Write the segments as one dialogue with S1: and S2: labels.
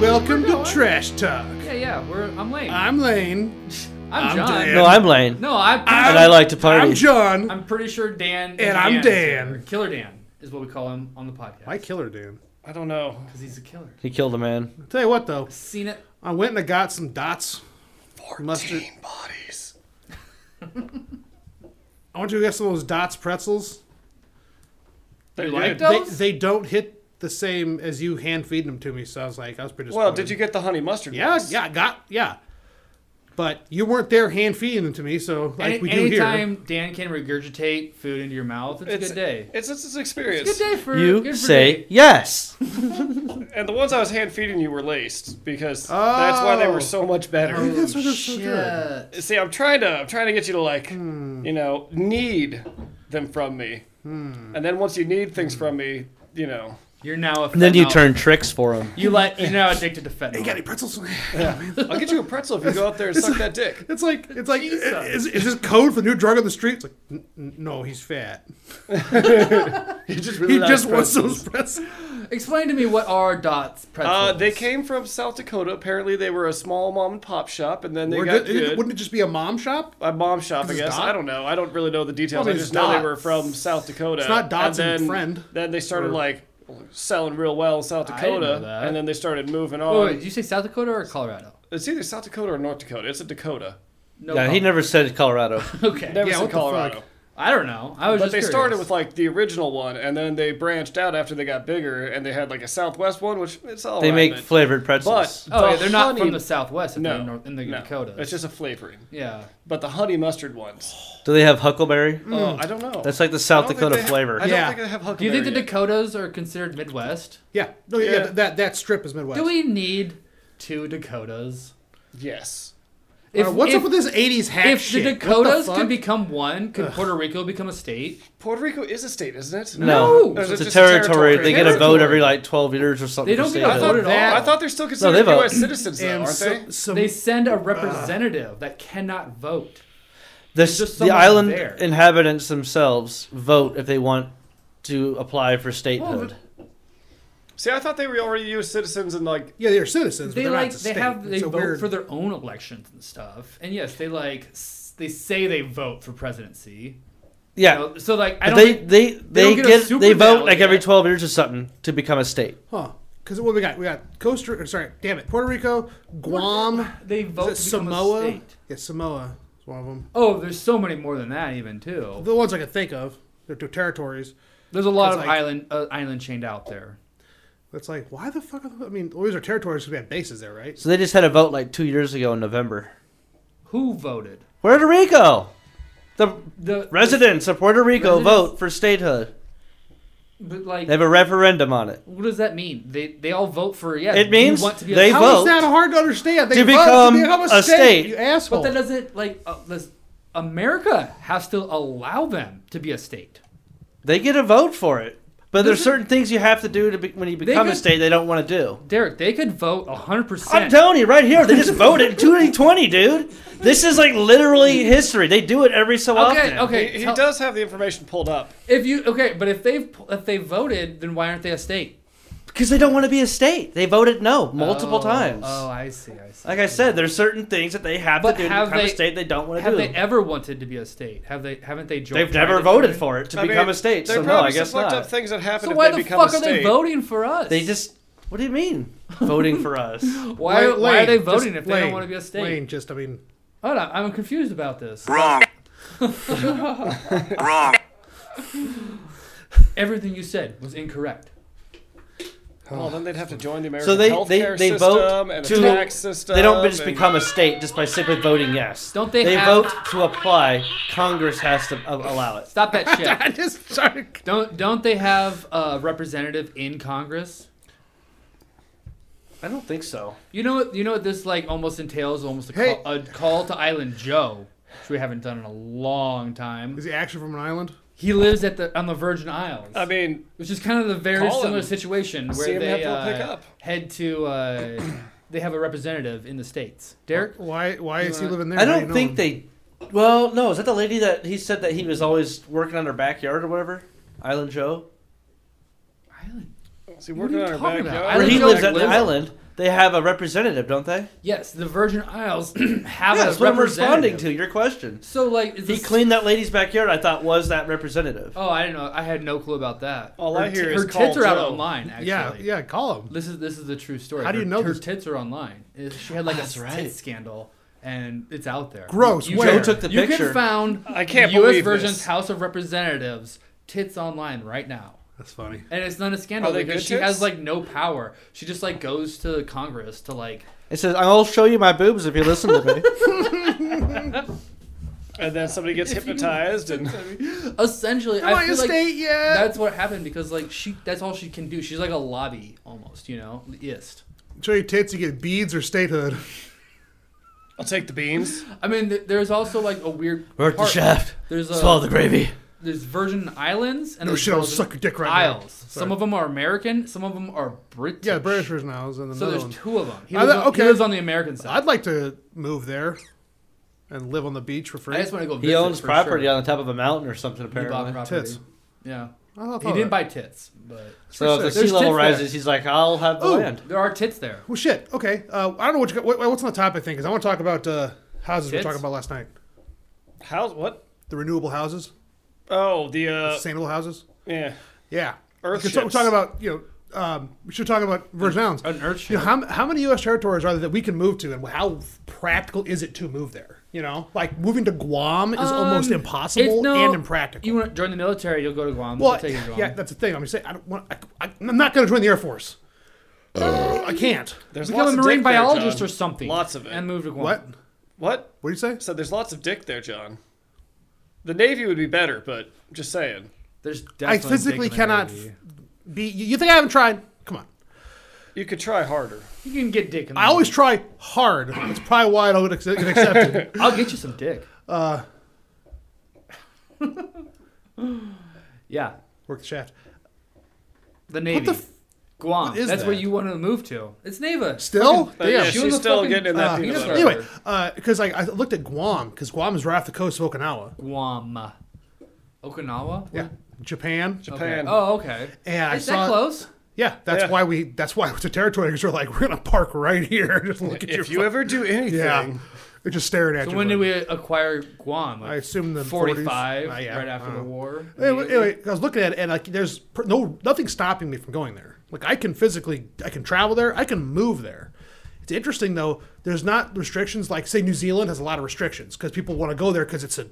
S1: Welcome
S2: no,
S1: to
S2: I-
S1: Trash Talk.
S2: Yeah, yeah. We're, I'm lame. I'm,
S1: I'm Lane. Uh, I'm
S2: John.
S1: Dan.
S2: No,
S3: No, I'm Lane.
S2: I'm.
S3: and I like to party.
S1: I'm John.
S2: I'm pretty sure Dan.
S1: And I'm
S2: is
S1: Dan.
S2: here. Killer Dan is what we call him on the podcast.
S1: Why Killer Dan? I don't know.
S2: Because he's a killer.
S3: He killed a man.
S1: Tell you what though,
S2: Seen it.
S1: I went and I got some dots. Fourteen
S3: bodies.
S1: I want you to get some of those dots pretzels.
S2: You
S4: Yeah,
S2: like
S4: they-
S1: They,
S2: those?
S1: they don't hit the same as you hand feeding them to me, so I was like, I was pretty.
S4: Well,
S1: disappointed.
S4: did you get the honey mustard?
S1: Yeah,
S4: ones?
S1: yeah, I got yeah. But you weren't there hand feeding them to me, so like
S2: Any,
S1: we do here.
S2: anytime Dan can regurgitate food into your mouth, it's,
S4: It's
S2: a good day.
S4: It's it's, an experience.
S2: It's a good day for
S3: You
S2: good for
S3: say
S2: Dan.
S3: yes.
S4: And the ones I was hand feeding you were laced because that's why they
S1: Oh.
S4: were so much better.
S1: that's what
S2: Oh,
S1: it's so good.
S2: shit.
S4: See, I'm trying to I'm trying to get you to like,
S1: Hmm.
S4: you know, need them from me.
S1: Hmm.
S4: And then once you need things from me, you know,
S2: You're now a.
S3: And then you
S2: fentanyl-
S3: turn tricks for him.
S2: You let. You're now addicted to
S1: You got
S2: fentanyl.
S1: any pretzels?
S4: I'll get you a pretzel if you go out there and suck that dick.
S1: It's like it's like
S2: Jesus.
S1: is, is this code for the new drug on the street? It's like n- n- no, he's fat.
S4: He just
S1: He just wants those pretzels.
S2: Explain to me what are dots pretzels.
S4: Uh, they came from South Dakota. Apparently, they were a small mom and pop shop, and then they
S1: Or
S4: got
S1: did-
S4: good.
S1: wouldn't it just be a mom shop?
S4: a mom shop, I
S1: it's
S4: guess.
S1: Dot?
S4: I don't know. I don't really know the details.
S1: Probably
S4: I
S1: it's
S4: just know
S1: Dot.
S4: they were from South Dakota.
S1: It's not Dots and
S4: then-
S1: Friend.
S4: Then they started like selling real well in South
S2: I didn't know
S4: Dakota,
S2: that.
S4: and then they started moving
S2: Oh,
S4: on.
S2: wait, did you say South Dakota or Colorado?
S4: It's either South Dakota or North Dakota. It's a Dakota.
S2: No.
S3: Yeah, he
S2: problem.
S3: never said Colorado.
S2: Okay.
S4: Never
S1: Yeah,
S4: said
S1: what the
S4: Colorado.
S1: fuck?
S2: I don't know. I was
S4: But
S2: just
S4: they
S2: curious.
S4: started with like the original one, and then they branched out after they got bigger, and they had like a Southwest one, which it's all
S3: They
S4: right,
S3: make
S4: but-
S3: flavored pretzels.
S2: Oh,
S4: the
S2: yeah, they're not from
S4: honey-
S2: the Southwest. If
S4: no,
S2: they're north, in the
S4: no.
S2: Dakotas.
S4: It's just a flavoring.
S2: yeah.
S4: But the honey mustard ones.
S2: oh.
S3: Do they have huckleberry?
S4: Oh, I don't know.
S3: That's like the South
S4: I don't think
S3: Dakota
S4: they-
S3: flavor.
S4: I don't
S1: Yeah.
S4: think they have huckleberry.
S2: Hmm. Do you think the
S4: yet.
S2: Dakotas are considered Midwest?
S1: Yeah, no, yeah,
S4: Yeah.
S1: th- that that strip is Midwest.
S2: Do we need two Dakotas?
S4: Yes.
S1: Uh, what's up with this '80s hack
S2: If
S1: shit?
S2: the
S1: What
S2: Dakotas
S1: fuck?
S2: can become one, could Puerto Rico become a state?
S4: Puerto Rico is a state, isn't it?
S3: no,
S2: No.
S4: Or is
S3: Oh, it's
S4: it
S3: a
S4: just a
S3: territory.
S4: territory?
S3: They get a vote
S2: Territory.
S3: every like 12 years or something.
S2: They don't
S3: for
S2: get a
S4: I
S3: statehood.
S2: vote
S4: thought,
S2: at all.
S4: I thought they're still considered
S3: vote.
S4: U.S. citizens, though,
S1: and
S4: aren't
S1: so,
S4: they?
S1: some-
S2: They send
S1: uh,
S2: a representative that cannot vote.
S3: The,
S2: just
S3: the
S2: someone
S3: island
S2: there.
S3: inhabitants themselves vote if they want to apply for statehood.
S4: See, I thought they were already U.S. citizens, and like,
S1: yeah, they're citizens.
S2: They
S1: but they're
S2: like
S1: not
S2: they have they vote
S1: weird,
S2: for their own elections and stuff. And yes, they like s- they say they vote for presidency.
S3: yeah.
S2: You know, so like I
S3: But
S2: don't
S3: they,
S2: think-
S3: they, they,
S2: don't get a
S3: get,
S2: super
S3: they vote
S2: ballot
S3: like every
S2: yet.
S3: 12 years or something to become a state.
S1: huh? Because what we got? We got Costa. Or, sorry, damn it, Puerto Rico, Guam,
S2: they
S1: is
S2: vote
S1: it
S2: to become
S1: Samoa.
S2: a state.
S1: Yeah, Samoa is one of them.
S2: Oh, there's so many more than that even too.
S1: The ones I can think of. They're two territories.
S2: There's a lot of
S1: It's like-
S2: island uh, island chained out there.
S1: It's like, why the fuck? Are the, I mean, all these are territories because we have bases there, right?
S3: So they just had a vote like two years ago in November.
S2: Who voted?
S3: Puerto Rico! The
S2: The
S3: residents of Puerto Rico
S2: Residents-
S3: vote for statehood.
S2: But like,
S3: They have a referendum on it.
S2: what does that mean? They they all vote for yes.
S3: It
S2: you
S3: means
S2: want to be
S3: they
S2: a,
S1: How is
S3: vote
S1: that hard to understand? They
S3: to
S1: vote
S3: become
S1: to become a, state,
S3: a state.
S1: you asshole.
S2: But that doesn't like uh, this, America has to allow them to be a state.
S3: They get a vote for it. But there's
S2: Doesn't-
S3: certain things you have to do to be, when you become
S2: could-
S3: a state they don't want to do.
S2: Derek, they could vote hundred
S3: I'm
S2: percent.
S3: telling you, right here, they just voted in 2020, dude. This is like literally history. They do it every so
S2: Okay,
S3: often.
S2: okay.
S4: he, he
S2: tell-
S4: does have the information pulled up.
S2: If you okay, but if they've if they voted, then why aren't they a state?
S3: Because they don't want to be a state. They voted no multiple
S2: Oh,
S3: times.
S2: Oh, I see. I see.
S3: Like I said, there's certain things that they have
S2: But
S3: to do to
S2: have
S3: become
S2: they-
S3: a state they don't want to
S2: have
S3: do.
S2: they ever wanted to be a state? Have they? Haven't they?
S3: They've never voted for it to
S4: I mean,
S3: become a state.
S4: There
S3: So
S4: are
S3: no,
S4: probably
S3: I guess
S4: some fucked
S3: not.
S4: up things that happen
S2: So
S4: if
S2: why
S4: they
S2: the
S4: become
S2: fuck
S4: a
S2: are they
S4: state.
S2: voting for us?
S3: They just. What do you mean? Voting for us?
S2: why,
S1: Lane-
S2: why are they
S1: Lane,
S2: voting
S1: just
S2: if they
S1: Lane,
S2: don't want to be a state?
S1: Lane, just I mean,
S2: Hold on, I'm confused about this.
S5: Wrong. Wrong.
S2: Everything you said was incorrect.
S4: Well, then they'd have to join the American
S3: So they-
S4: healthcare
S3: they- they
S4: system
S3: vote
S4: and a
S3: to-
S4: tax system.
S3: They don't just
S4: and-
S3: become a state just by simply voting yes.
S2: Don't they
S3: They
S2: have-
S3: vote to apply. Congress has to a- allow it.
S2: Stop that
S1: I
S2: shit.
S1: just started.
S2: don't don't they have a representative in Congress?
S3: I don't think so.
S2: You know what you know what this like almost entails almost a,
S1: Hey.
S2: call, a call to Island Joe, which we haven't done in a long time.
S1: Is he actually from an island?
S2: He lives at the on the Virgin Isles,
S4: I mean,
S2: which is kind of the very
S4: Call him.
S2: similar situation
S4: See
S2: where
S4: him
S2: they
S4: have to pick
S2: uh,
S4: up.
S2: head to uh, they have a representative in the states. Derek,
S1: Why? Why is he
S2: wanna-
S1: living there? How
S3: I
S1: do
S3: don't
S1: you know
S3: think
S1: him?
S3: they. Well, no, is that the lady that he said that he was always working on her backyard or whatever? Island Joe.
S2: Island
S4: See,
S2: What are
S4: working
S2: you
S4: on our
S2: talking about?
S4: backyard.
S2: I
S3: Where he
S2: don't
S3: lives
S2: know,
S3: at the
S2: Liz.
S3: island, they have a representative, don't they?
S2: Yes, the Virgin Isles have
S3: Yeah,
S2: a
S3: that's what I'm responding
S2: representative.
S3: to your question.
S2: So like, is
S3: He
S2: this-
S3: cleaned that lady's backyard. I thought was that representative.
S2: Oh, I didn't know. I had no clue about that.
S4: All
S2: her
S4: I
S2: ti-
S4: hear is
S2: her tits
S4: call
S2: are out
S4: Joe.
S2: online. Actually,
S1: yeah, yeah, call him.
S2: This is this is the true story.
S1: How do
S2: Her-
S1: you know
S2: her
S1: this?
S2: tits are online? Is- She had like a tit
S3: Ah, right.
S2: scandal, and it's out there.
S1: Gross,
S2: You,
S1: where?
S2: can-
S1: Joe took
S3: the
S2: you
S3: picture.
S2: can found
S4: I can't
S2: U.S.
S4: believe
S2: Virgin's
S4: this.
S2: House of Representatives tits online right now.
S1: That's funny.
S2: And it's not a scandal
S4: Are they
S2: because
S4: good
S2: she
S4: tits?
S2: has like no power. She just like goes to Congress to like.
S3: It says, "I'll show you my boobs if you listen to me."
S4: And then somebody gets hypnotized and
S2: Essentially,
S1: Am I,
S2: I
S1: a
S2: feel like
S1: state yet?
S2: that's what happened because like she that's all she can do. She's like a lobby almost, you know, ist.
S1: Show your tits, you get beads or statehood.
S4: I'll take the beans.
S2: I mean, th- there's also like a weird.
S3: Work the
S2: part.
S3: shaft.
S2: There's
S3: Swallow
S2: a,
S3: the gravy.
S2: there's Virgin Islands and
S1: No
S2: there's
S1: shit, I'll
S2: Virgin
S1: suck your dick right now.
S2: Isles. Some of them are American. Some of them are British.
S1: Yeah, British version Isles and
S2: So
S1: another
S2: there's
S1: one.
S2: two of them. He
S1: I
S2: lives,
S1: thought-
S2: on, he
S1: okay.
S2: lives on the American side.
S1: I'd like to move there and live on the beach for free.
S2: I just want to go.
S3: He
S2: visit
S3: owns
S2: for
S3: property
S2: Sure.
S3: on the top of a mountain or something.
S2: He bought
S3: Apparently,
S2: property.
S1: Tits.
S2: Yeah,
S1: I thought
S2: he didn't
S1: that.
S2: buy tits, but
S3: so if the
S1: There's
S3: sea
S2: tits
S3: level
S2: there.
S3: rises, he's like, "I'll have the
S1: Ooh.
S3: land."
S2: there are tits there.
S1: Well, shit. Okay. Uh, I don't know what you got, what, what's on the topic thing because I want to talk about uh, houses we were
S2: Tits?
S1: talking about last night.
S4: How's what?
S1: The renewable houses,
S4: Oh, the uh,
S1: sustainable houses.
S4: yeah.
S1: Yeah.
S4: Earth
S1: We're ta- we're
S4: ships.
S1: talking about you know um, we should talk about Virgin Islands.
S2: An earth
S1: You
S2: ship.
S1: know, how, how many U.S. territories are there that we can move to, and how practical is it to move there? You know, like moving to Guam is almost
S2: Um,
S1: impossible
S2: It's no-
S1: and impractical.
S2: You want to join the military? You'll go to Guam.
S1: well,
S2: We'll take you to Guam.
S1: yeah, that's the thing. I'm just saying, I don't want. I, I, am not going to join the Air Force. I can't.
S4: There's
S2: become
S4: lots
S2: a
S4: of
S2: marine
S4: dick there,
S2: biologist
S4: John.
S2: or something.
S4: Lots of it.
S2: and move to Guam.
S1: What?
S4: What?
S1: What do you say?
S4: So there's lots of dick there, John. The Navy would be better, but just saying.
S2: There's
S1: I
S2: definitely
S1: physically
S2: dick in the
S1: cannot
S2: Navy.
S1: f- be. You, you think I haven't tried? Come on.
S4: You could try harder.
S2: You can get dick. In the
S1: I always
S2: Navy.
S1: try hard. That's probably why I don't get accept- get accepted.
S2: I'll get you some dick. Uh. yeah,
S1: Work the shaft.
S2: the Navy.
S1: the f-
S2: Guam.
S1: is
S2: That's
S1: that?
S2: where you want to move to. It's Neva.
S1: Still?
S4: But yeah,
S1: Damn.
S2: she
S4: she's
S2: was a
S4: still
S2: fucking-
S4: getting in
S1: Uh,
S4: that
S2: peanut
S4: peanut
S2: butter.
S4: butter.
S1: Anyway, because I, I looked at Guam, because Guam is right off the coast of Okinawa.
S2: Guam. Okinawa.
S1: Yeah. Japan.
S2: Okay.
S4: Japan.
S2: Oh, okay.
S1: Yeah, I
S2: Is
S1: saw-
S2: that close?
S1: Yeah, that's
S4: Yeah.
S1: why we. That's why it's a territory because we're like we're gonna park right here. Just look at your.
S4: If you
S1: fu-
S4: ever do anything,
S1: yeah, they're just staring at
S2: So
S1: you.
S2: when
S1: like-
S2: did we acquire Guam? Like
S1: I assume the 40s.
S2: forty-five,
S1: Ah, yeah,
S2: right after
S1: I
S2: the
S1: don't know.
S2: war.
S1: Anyway, anyway, I was looking at it and like there's pr- no nothing stopping me from going there. Like I can physically, I can travel there, I can move there. It's interesting though. There's not restrictions like say New Zealand has a lot of restrictions because people want to go there because it's a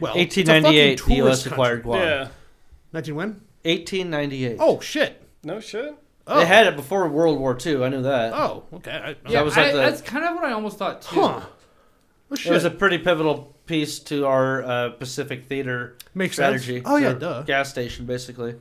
S1: well, it's a fucking
S3: 1898, the U.S.
S1: tourist
S3: acquired
S1: country.
S3: Guam.
S4: yeah.
S1: 19 when?
S3: 1898.
S1: Oh shit!
S4: No shit.
S1: Oh,
S3: They had it before World War II. I knew that.
S1: oh okay. I,
S2: Yeah,
S3: That was like
S2: I-
S3: the-
S2: that's kind of what I almost thought too.
S1: Huh. Oh, shit.
S3: It was a pretty pivotal piece to our uh, Pacific theater
S1: Makes sense.
S3: strategy.
S1: Oh, yeah,
S3: The
S1: duh.
S3: Gas station, basically.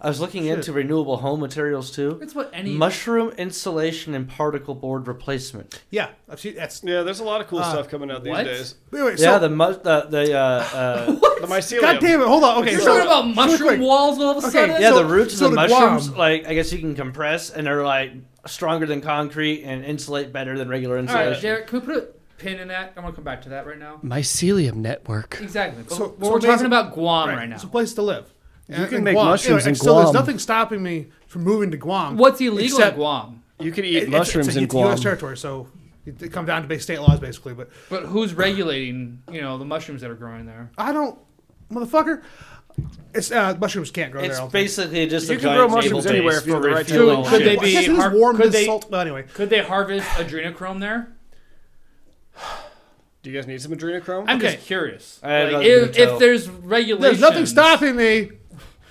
S3: I was looking into renewable home materials too.
S2: It's what any
S3: Mushroom insulation and particle board replacement.
S1: yeah. I've seen that's.
S4: Yeah, there's a lot of cool stuff coming out these
S2: Uh, what?
S4: days.
S1: Anyway,
S3: yeah,
S1: so,
S3: the mu- the, the uh, uh,
S4: The mycelium.
S1: God damn it! Hold on. Okay,
S2: You're
S1: so,
S2: talking about
S1: so real
S2: mushroom
S1: quick,
S2: walls all of a
S1: Okay,
S2: sudden.
S3: yeah,
S1: So-
S3: the roots
S1: so
S3: of the
S1: the Guam-
S3: mushrooms. Like I guess you can compress and they're like stronger than concrete and insulate better than regular
S2: All right,
S3: insulation.
S2: Derek, can we put a pin in that? I want to come back to that right now.
S4: Mycelium network.
S2: Exactly. But,
S1: So-
S2: but
S1: so
S2: we're
S1: basi-
S2: talking about Guam right,
S1: Right,
S2: now.
S1: It's a place to live. You
S4: can make mushrooms in
S1: There's
S4: Guam.
S1: nothing stopping me from moving to Guam.
S2: What's illegal
S1: except-
S2: in Guam?
S4: You could
S1: it-
S4: eat
S1: it's-
S4: mushrooms
S1: it's,
S4: in
S1: it's
S4: Guam.
S1: U.S. territory, so it, it come down to base state laws basically. But
S2: But who's regulating, you know, the mushrooms that are growing there?
S1: I don't, motherfucker. It's uh, mushrooms can't grow
S3: It's
S1: there. I don't think.
S3: basically just
S4: You
S3: a
S4: can
S3: giant
S4: grow
S3: naval
S4: mushrooms anywhere
S3: base
S4: if you
S3: for
S4: have the right
S3: refueling
S2: tools. Could they
S3: ships.
S1: I
S2: be
S1: guess it is
S2: har-
S1: warm
S2: could
S1: than
S2: they-
S1: salt. But anyway,
S2: Could they harvest adrenochrome there?
S4: Do you guys need some adrenochrome?
S2: I'm
S1: Okay.
S2: just curious.
S3: I have
S2: Like,
S3: nothing to
S2: if, if
S3: tell.
S2: there's regulations,
S1: there's nothing stopping me.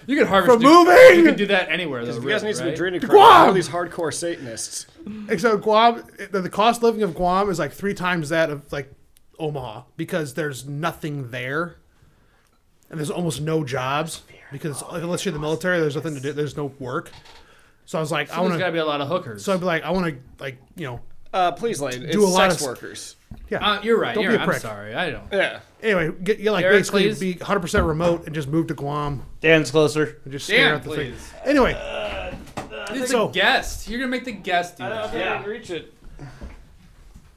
S2: You can harvest
S1: from
S2: it-
S1: moving!
S2: You can do that anywhere though.
S4: you guys
S2: really,
S4: need some
S2: right?
S4: adrenochrome.
S1: Guam!
S4: All these hardcore Satanists.
S1: Except Guam, the, the cost of living of Guam is like three times that of like Omaha because there's nothing there, and there's almost no jobs because
S2: Oh,
S1: like, unless you're in the military, there's nothing to do. There's no work. So I was like,
S2: So
S1: I
S2: there's
S1: want
S2: got to
S1: to.
S2: be a lot of hookers.
S1: So I'd be like, I want to like you know.
S4: Uh, please, Lane. It's
S1: Do a lot
S4: sex
S1: of-
S4: workers.
S1: Yeah.
S2: uh, you're right.
S1: Don't
S2: You're
S1: be a
S2: right. I'm
S1: prick.
S2: sorry. I don't.
S4: Yeah.
S1: anyway, get, yeah, like
S2: Derek,
S1: basically
S2: please.
S1: be 100 percent remote and just move to Guam
S3: Dan's closer.
S1: and just stare
S2: Damn,
S1: at the thing.
S2: please.
S1: Anyway,
S2: It's
S1: so-
S2: a guest. You're gonna make the guest do that.
S3: Yeah. can
S4: reach it.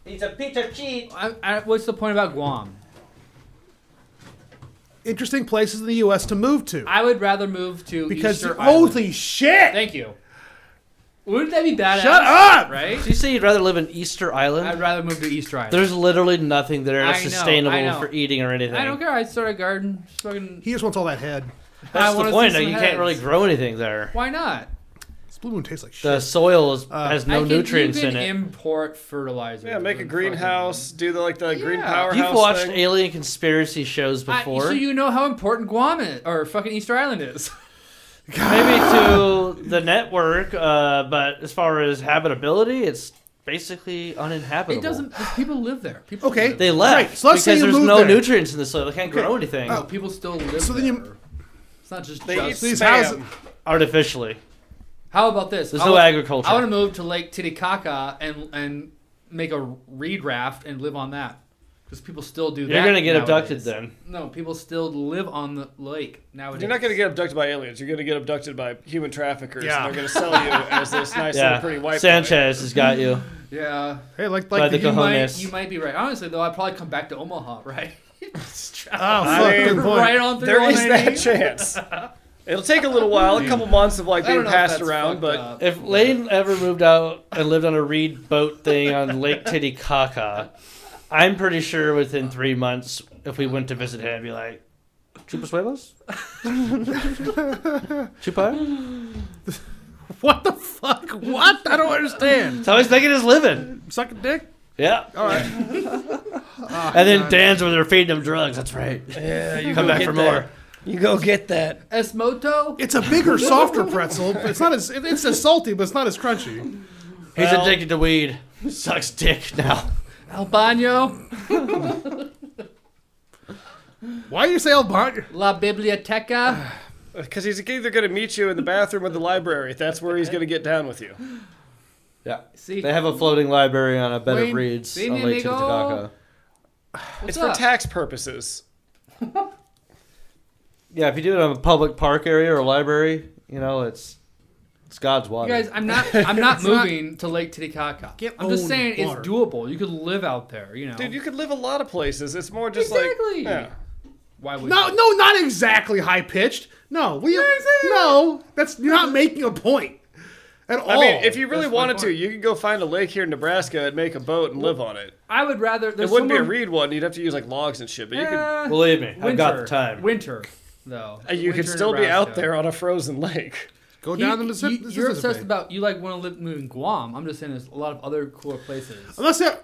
S3: He's a pizza cheat.
S2: I, I, what's the point about Guam?
S1: interesting places in the U.S. to move to
S2: I would rather move to
S1: because
S2: Easter Island.
S1: holy shit!
S2: Thank you. Wouldn't that be badass?
S1: Shut up!
S2: Right?
S3: Do you say you'd rather live in Easter Island?
S2: I'd rather move to East Island.
S3: There's literally nothing there
S2: I
S3: that's
S2: know, I
S3: sustainable
S2: know.
S3: for eating or anything.
S2: I don't care. I'd start a garden. Just fucking.
S1: He just wants all that head.
S2: I
S3: That's the
S2: wanna see
S3: point.
S2: some
S3: You
S2: heads.
S3: can't really grow anything there.
S2: Why not?
S1: This blue moon tastes like shit.
S3: The soil is,
S1: Uh,
S3: has
S2: I
S3: no
S2: can, you
S3: nutrients
S2: can
S3: in it.
S2: Import fertilizer.
S4: Yeah, make a
S2: and
S4: greenhouse. Do the like the green
S2: Yeah.
S4: powerhouse.
S3: You've watched
S4: thing.
S3: alien conspiracy shows
S2: fucking- I-
S3: before.
S2: so you know how important Guam is, or fucking Easter Island is.
S3: Maybe to the network, uh, but as far as habitability, it's basically
S2: It
S3: uninhabitable.
S2: doesn't. People live there. People
S1: Okay.
S2: Live
S3: They left
S1: Right, so let's say
S3: because
S1: you
S3: there's
S1: moved
S3: no
S1: there.
S3: nutrients in the soil. They can't
S1: Okay.
S3: grow anything
S1: Oh.
S2: people still live
S1: So
S2: there.
S1: then you-
S2: it's not just.
S4: They eat
S2: just.
S1: These
S4: spam.
S1: houses-
S3: artificially.
S2: How about this?
S3: There's
S2: I
S3: no
S2: wa-
S3: agriculture.
S2: I want to move to Lake Titicaca and and make a reed raft and live on that. Because people still do that.
S3: You're gonna get
S2: nowadays.
S3: abducted then.
S2: No, people still live on the lake nowadays.
S4: You're not going to get abducted by aliens. You're going to get abducted by human traffickers.
S1: Yeah.
S4: And they're going to sell you as this nice
S3: Yeah,
S4: little pretty white boy.
S3: Sanchez has got you.
S2: Yeah.
S1: hey, like
S3: By
S1: like
S3: the
S1: the,
S2: You might,
S3: Cojones.
S2: you might be right. Honestly, though, I'd probably come back to Omaha, right?
S1: oh
S4: I
S1: fuck,
S4: mean,
S1: good point.
S2: right on through
S4: There is
S2: 180.
S4: that chance. It'll take a little while, a couple months of like
S2: I don't
S4: being
S2: know if
S4: passed
S2: that's
S4: around,
S2: fucked
S4: but
S2: up.
S3: If Lane ever moved out and lived on a reed boat thing on Lake Titicaca, I'm pretty sure within three months, if we went to visit him, I'd be like, Chupas huevos? Chupa?
S1: What the fuck? What? I don't understand.
S3: That's how he's making his living.
S1: Suck a dick.
S3: Yeah.
S1: All right.
S3: And then Dan's where they're feeding him drugs. That's right.
S4: yeah, you
S3: Come
S4: go
S3: back
S4: get
S3: for
S4: that.
S3: more.
S4: You go get that.
S2: Esmoto?
S1: It's a bigger, softer pretzel. But it's not as it- it's as salty, but it's not as crunchy.
S3: He's
S4: Well-
S3: addicted to weed. Sucks dick now.
S2: El Baño?
S1: Why you say El Bond?
S2: La Biblioteca?
S4: Because he's either going to meet you in the bathroom or the library. That's where he's going to get down with you.
S3: Yeah.
S2: See,
S3: They have a floating library on a bed
S2: Wayne-
S3: of reeds
S2: Wayne
S3: on Lake
S2: Inigo.
S3: Titicaca.
S2: what's
S4: it's
S2: up?
S4: for tax purposes.
S3: Yeah, if you do it on a public park area or library, you know, it's it's God's
S2: you
S3: water.
S2: guys, I'm not, I'm not moving to Lake Titicaca.
S1: Get
S2: I'm just
S1: owned,
S2: saying
S1: Bart.
S2: it's doable. You could live out there, you know.
S4: Dude, you could live a lot of places. It's more just
S2: Exactly.
S4: like. Yeah.
S2: Why would
S1: No,
S2: you?
S1: no, not exactly high pitched. No, we no. That's you're not making a point at all.
S4: I mean, if you really
S2: that's my
S4: wanted to,
S2: point.
S4: you could go find a lake here in Nebraska and make a boat and live on it.
S2: I would rather.
S4: It
S2: There's
S4: wouldn't be a
S2: someone-
S4: reed one. You'd have to use like logs and shit, but you could.
S2: Eh,
S3: Believe me,
S2: winter,
S3: I've got the time.
S2: Winter, though.
S4: Uh, You could
S2: Winter in
S4: still be out
S2: Nebraska.
S4: there on a frozen lake.
S1: Go
S2: You,
S1: down the Mississippi.
S2: you, you're obsessed
S1: Mississippi.
S2: about you like want to live move in Guam. I'm just saying there's a lot of other cooler places.
S1: Unless that.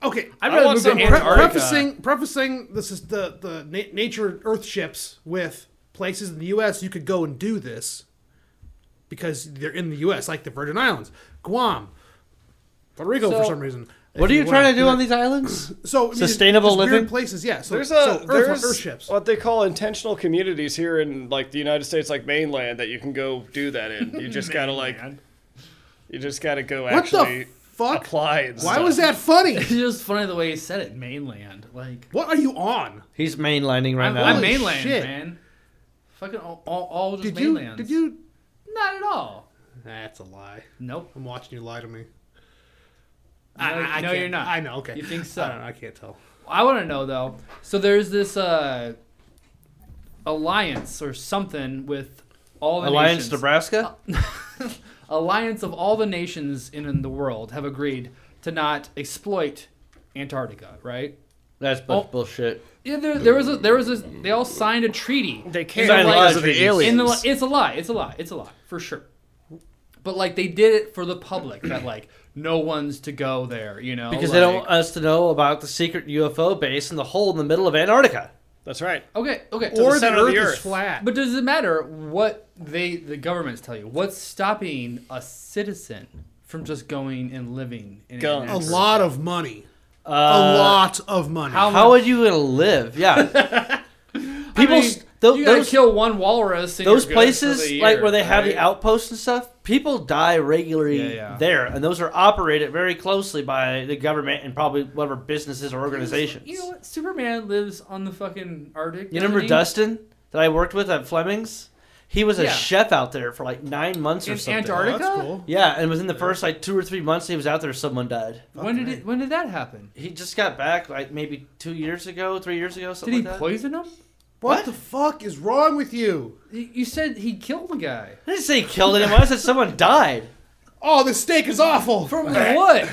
S1: Okay,
S2: I'd
S4: I
S2: rather
S4: want
S2: move to
S4: some
S1: pre-
S2: Antarctica.
S1: prefacing prefacing this is the the na- nature Earth ships with places in the U.S. you could go and do this because they're in the U.S. like the Virgin Islands, Guam, Puerto Rico for
S2: So-
S1: some reason.
S3: what are
S1: If
S3: you trying
S1: wanna
S3: to do on
S1: that-
S3: these islands?
S1: so I mean, just-
S3: sustainable
S1: just
S3: living?
S1: weird places? Yeah, so,
S4: There's a
S1: so Earth,
S4: there's
S1: Earth ships.
S4: what they call intentional communities here in like the United States, like mainland, that you can go do that in. You just gotta like, you just gotta go
S1: What
S4: actually
S1: the fuck?
S4: apply. And
S1: Why
S4: stuff.
S1: was that funny?
S2: It's just funny the way he said it. Mainland, like
S1: What are you on?
S3: He's mainlining right
S2: I'm,
S3: now.
S2: I'm
S1: Holy
S2: mainland,
S1: shit.
S2: man. Fucking all, all, all just
S1: Did
S2: mainlands.
S1: you? Did you?
S2: Not at all.
S1: That's a lie.
S2: Nope.
S1: I'm watching you lie to me.
S2: No, no,
S1: can't-
S2: you're not.
S1: I know. Okay.
S2: You think so?
S1: I don't know. I can't tell.
S2: I want to know though. So there's this uh, alliance or something with all the
S3: Alliance,
S2: nations.
S3: Nebraska.
S2: alliance of all the nations in, in the world have agreed to not exploit Antarctica, right?
S3: That's bu-
S2: Oh.
S3: bullshit.
S2: Yeah, there, there was a, there was a, they all signed a treaty.
S4: They can't
S3: Signed
S4: because
S3: laws
S4: of
S3: with
S4: the
S3: these.
S4: aliens.
S2: In the, li- it's a lie. It's a lie. It's a lie for sure. But like they did it for the public that like no one's to go there, you know?
S3: Because they don't
S2: like-
S3: want us to know about the secret UFO base in the hole in the middle of Antarctica.
S4: That's right.
S3: uh,
S2: Okay, okay.
S4: the
S1: Or the,
S4: center of
S1: Earth,
S4: the
S1: is
S4: Earth.
S1: flat.
S2: But does it matter what they the governments tell you? What's stopping a citizen from just going and living in
S4: Guns.
S2: an
S1: a
S2: Antarctica?
S1: lot of money.
S3: Uh,
S1: a lot of money.
S2: how-
S3: How are you gonna live? Yeah. People,
S2: I
S3: s
S2: mean,
S3: tho-
S2: you gotta
S3: those
S2: kill one walrus. And
S3: those
S2: you're good for
S3: places
S2: the
S3: like
S2: year,
S3: where they have the
S2: right?
S3: outposts and stuff people die
S2: Yeah,
S3: regularly
S2: yeah.
S3: there and those are operated very closely by the government and probably whatever businesses or organizations
S2: You know what? Superman lives on the fucking Arctic.
S3: You
S2: doesn't
S3: remember
S2: he?
S3: dustin that i worked with at fleming's he was a
S2: Yeah.
S3: chef out there for like nine months or
S2: in
S3: something
S1: Oh,
S2: Antarctica?
S1: that's cool.
S3: yeah and within the first like two or three months he was out there someone died
S2: When did it, when did that happen?
S3: he just got back like maybe two years ago three years ago
S2: Did
S3: something
S2: he
S3: like that
S2: poison him?
S1: What the fuck is wrong with you?
S2: You you said he killed the guy.
S3: I didn't say killed anyone. I said someone died.
S1: Oh, this steak is awful.
S2: From what?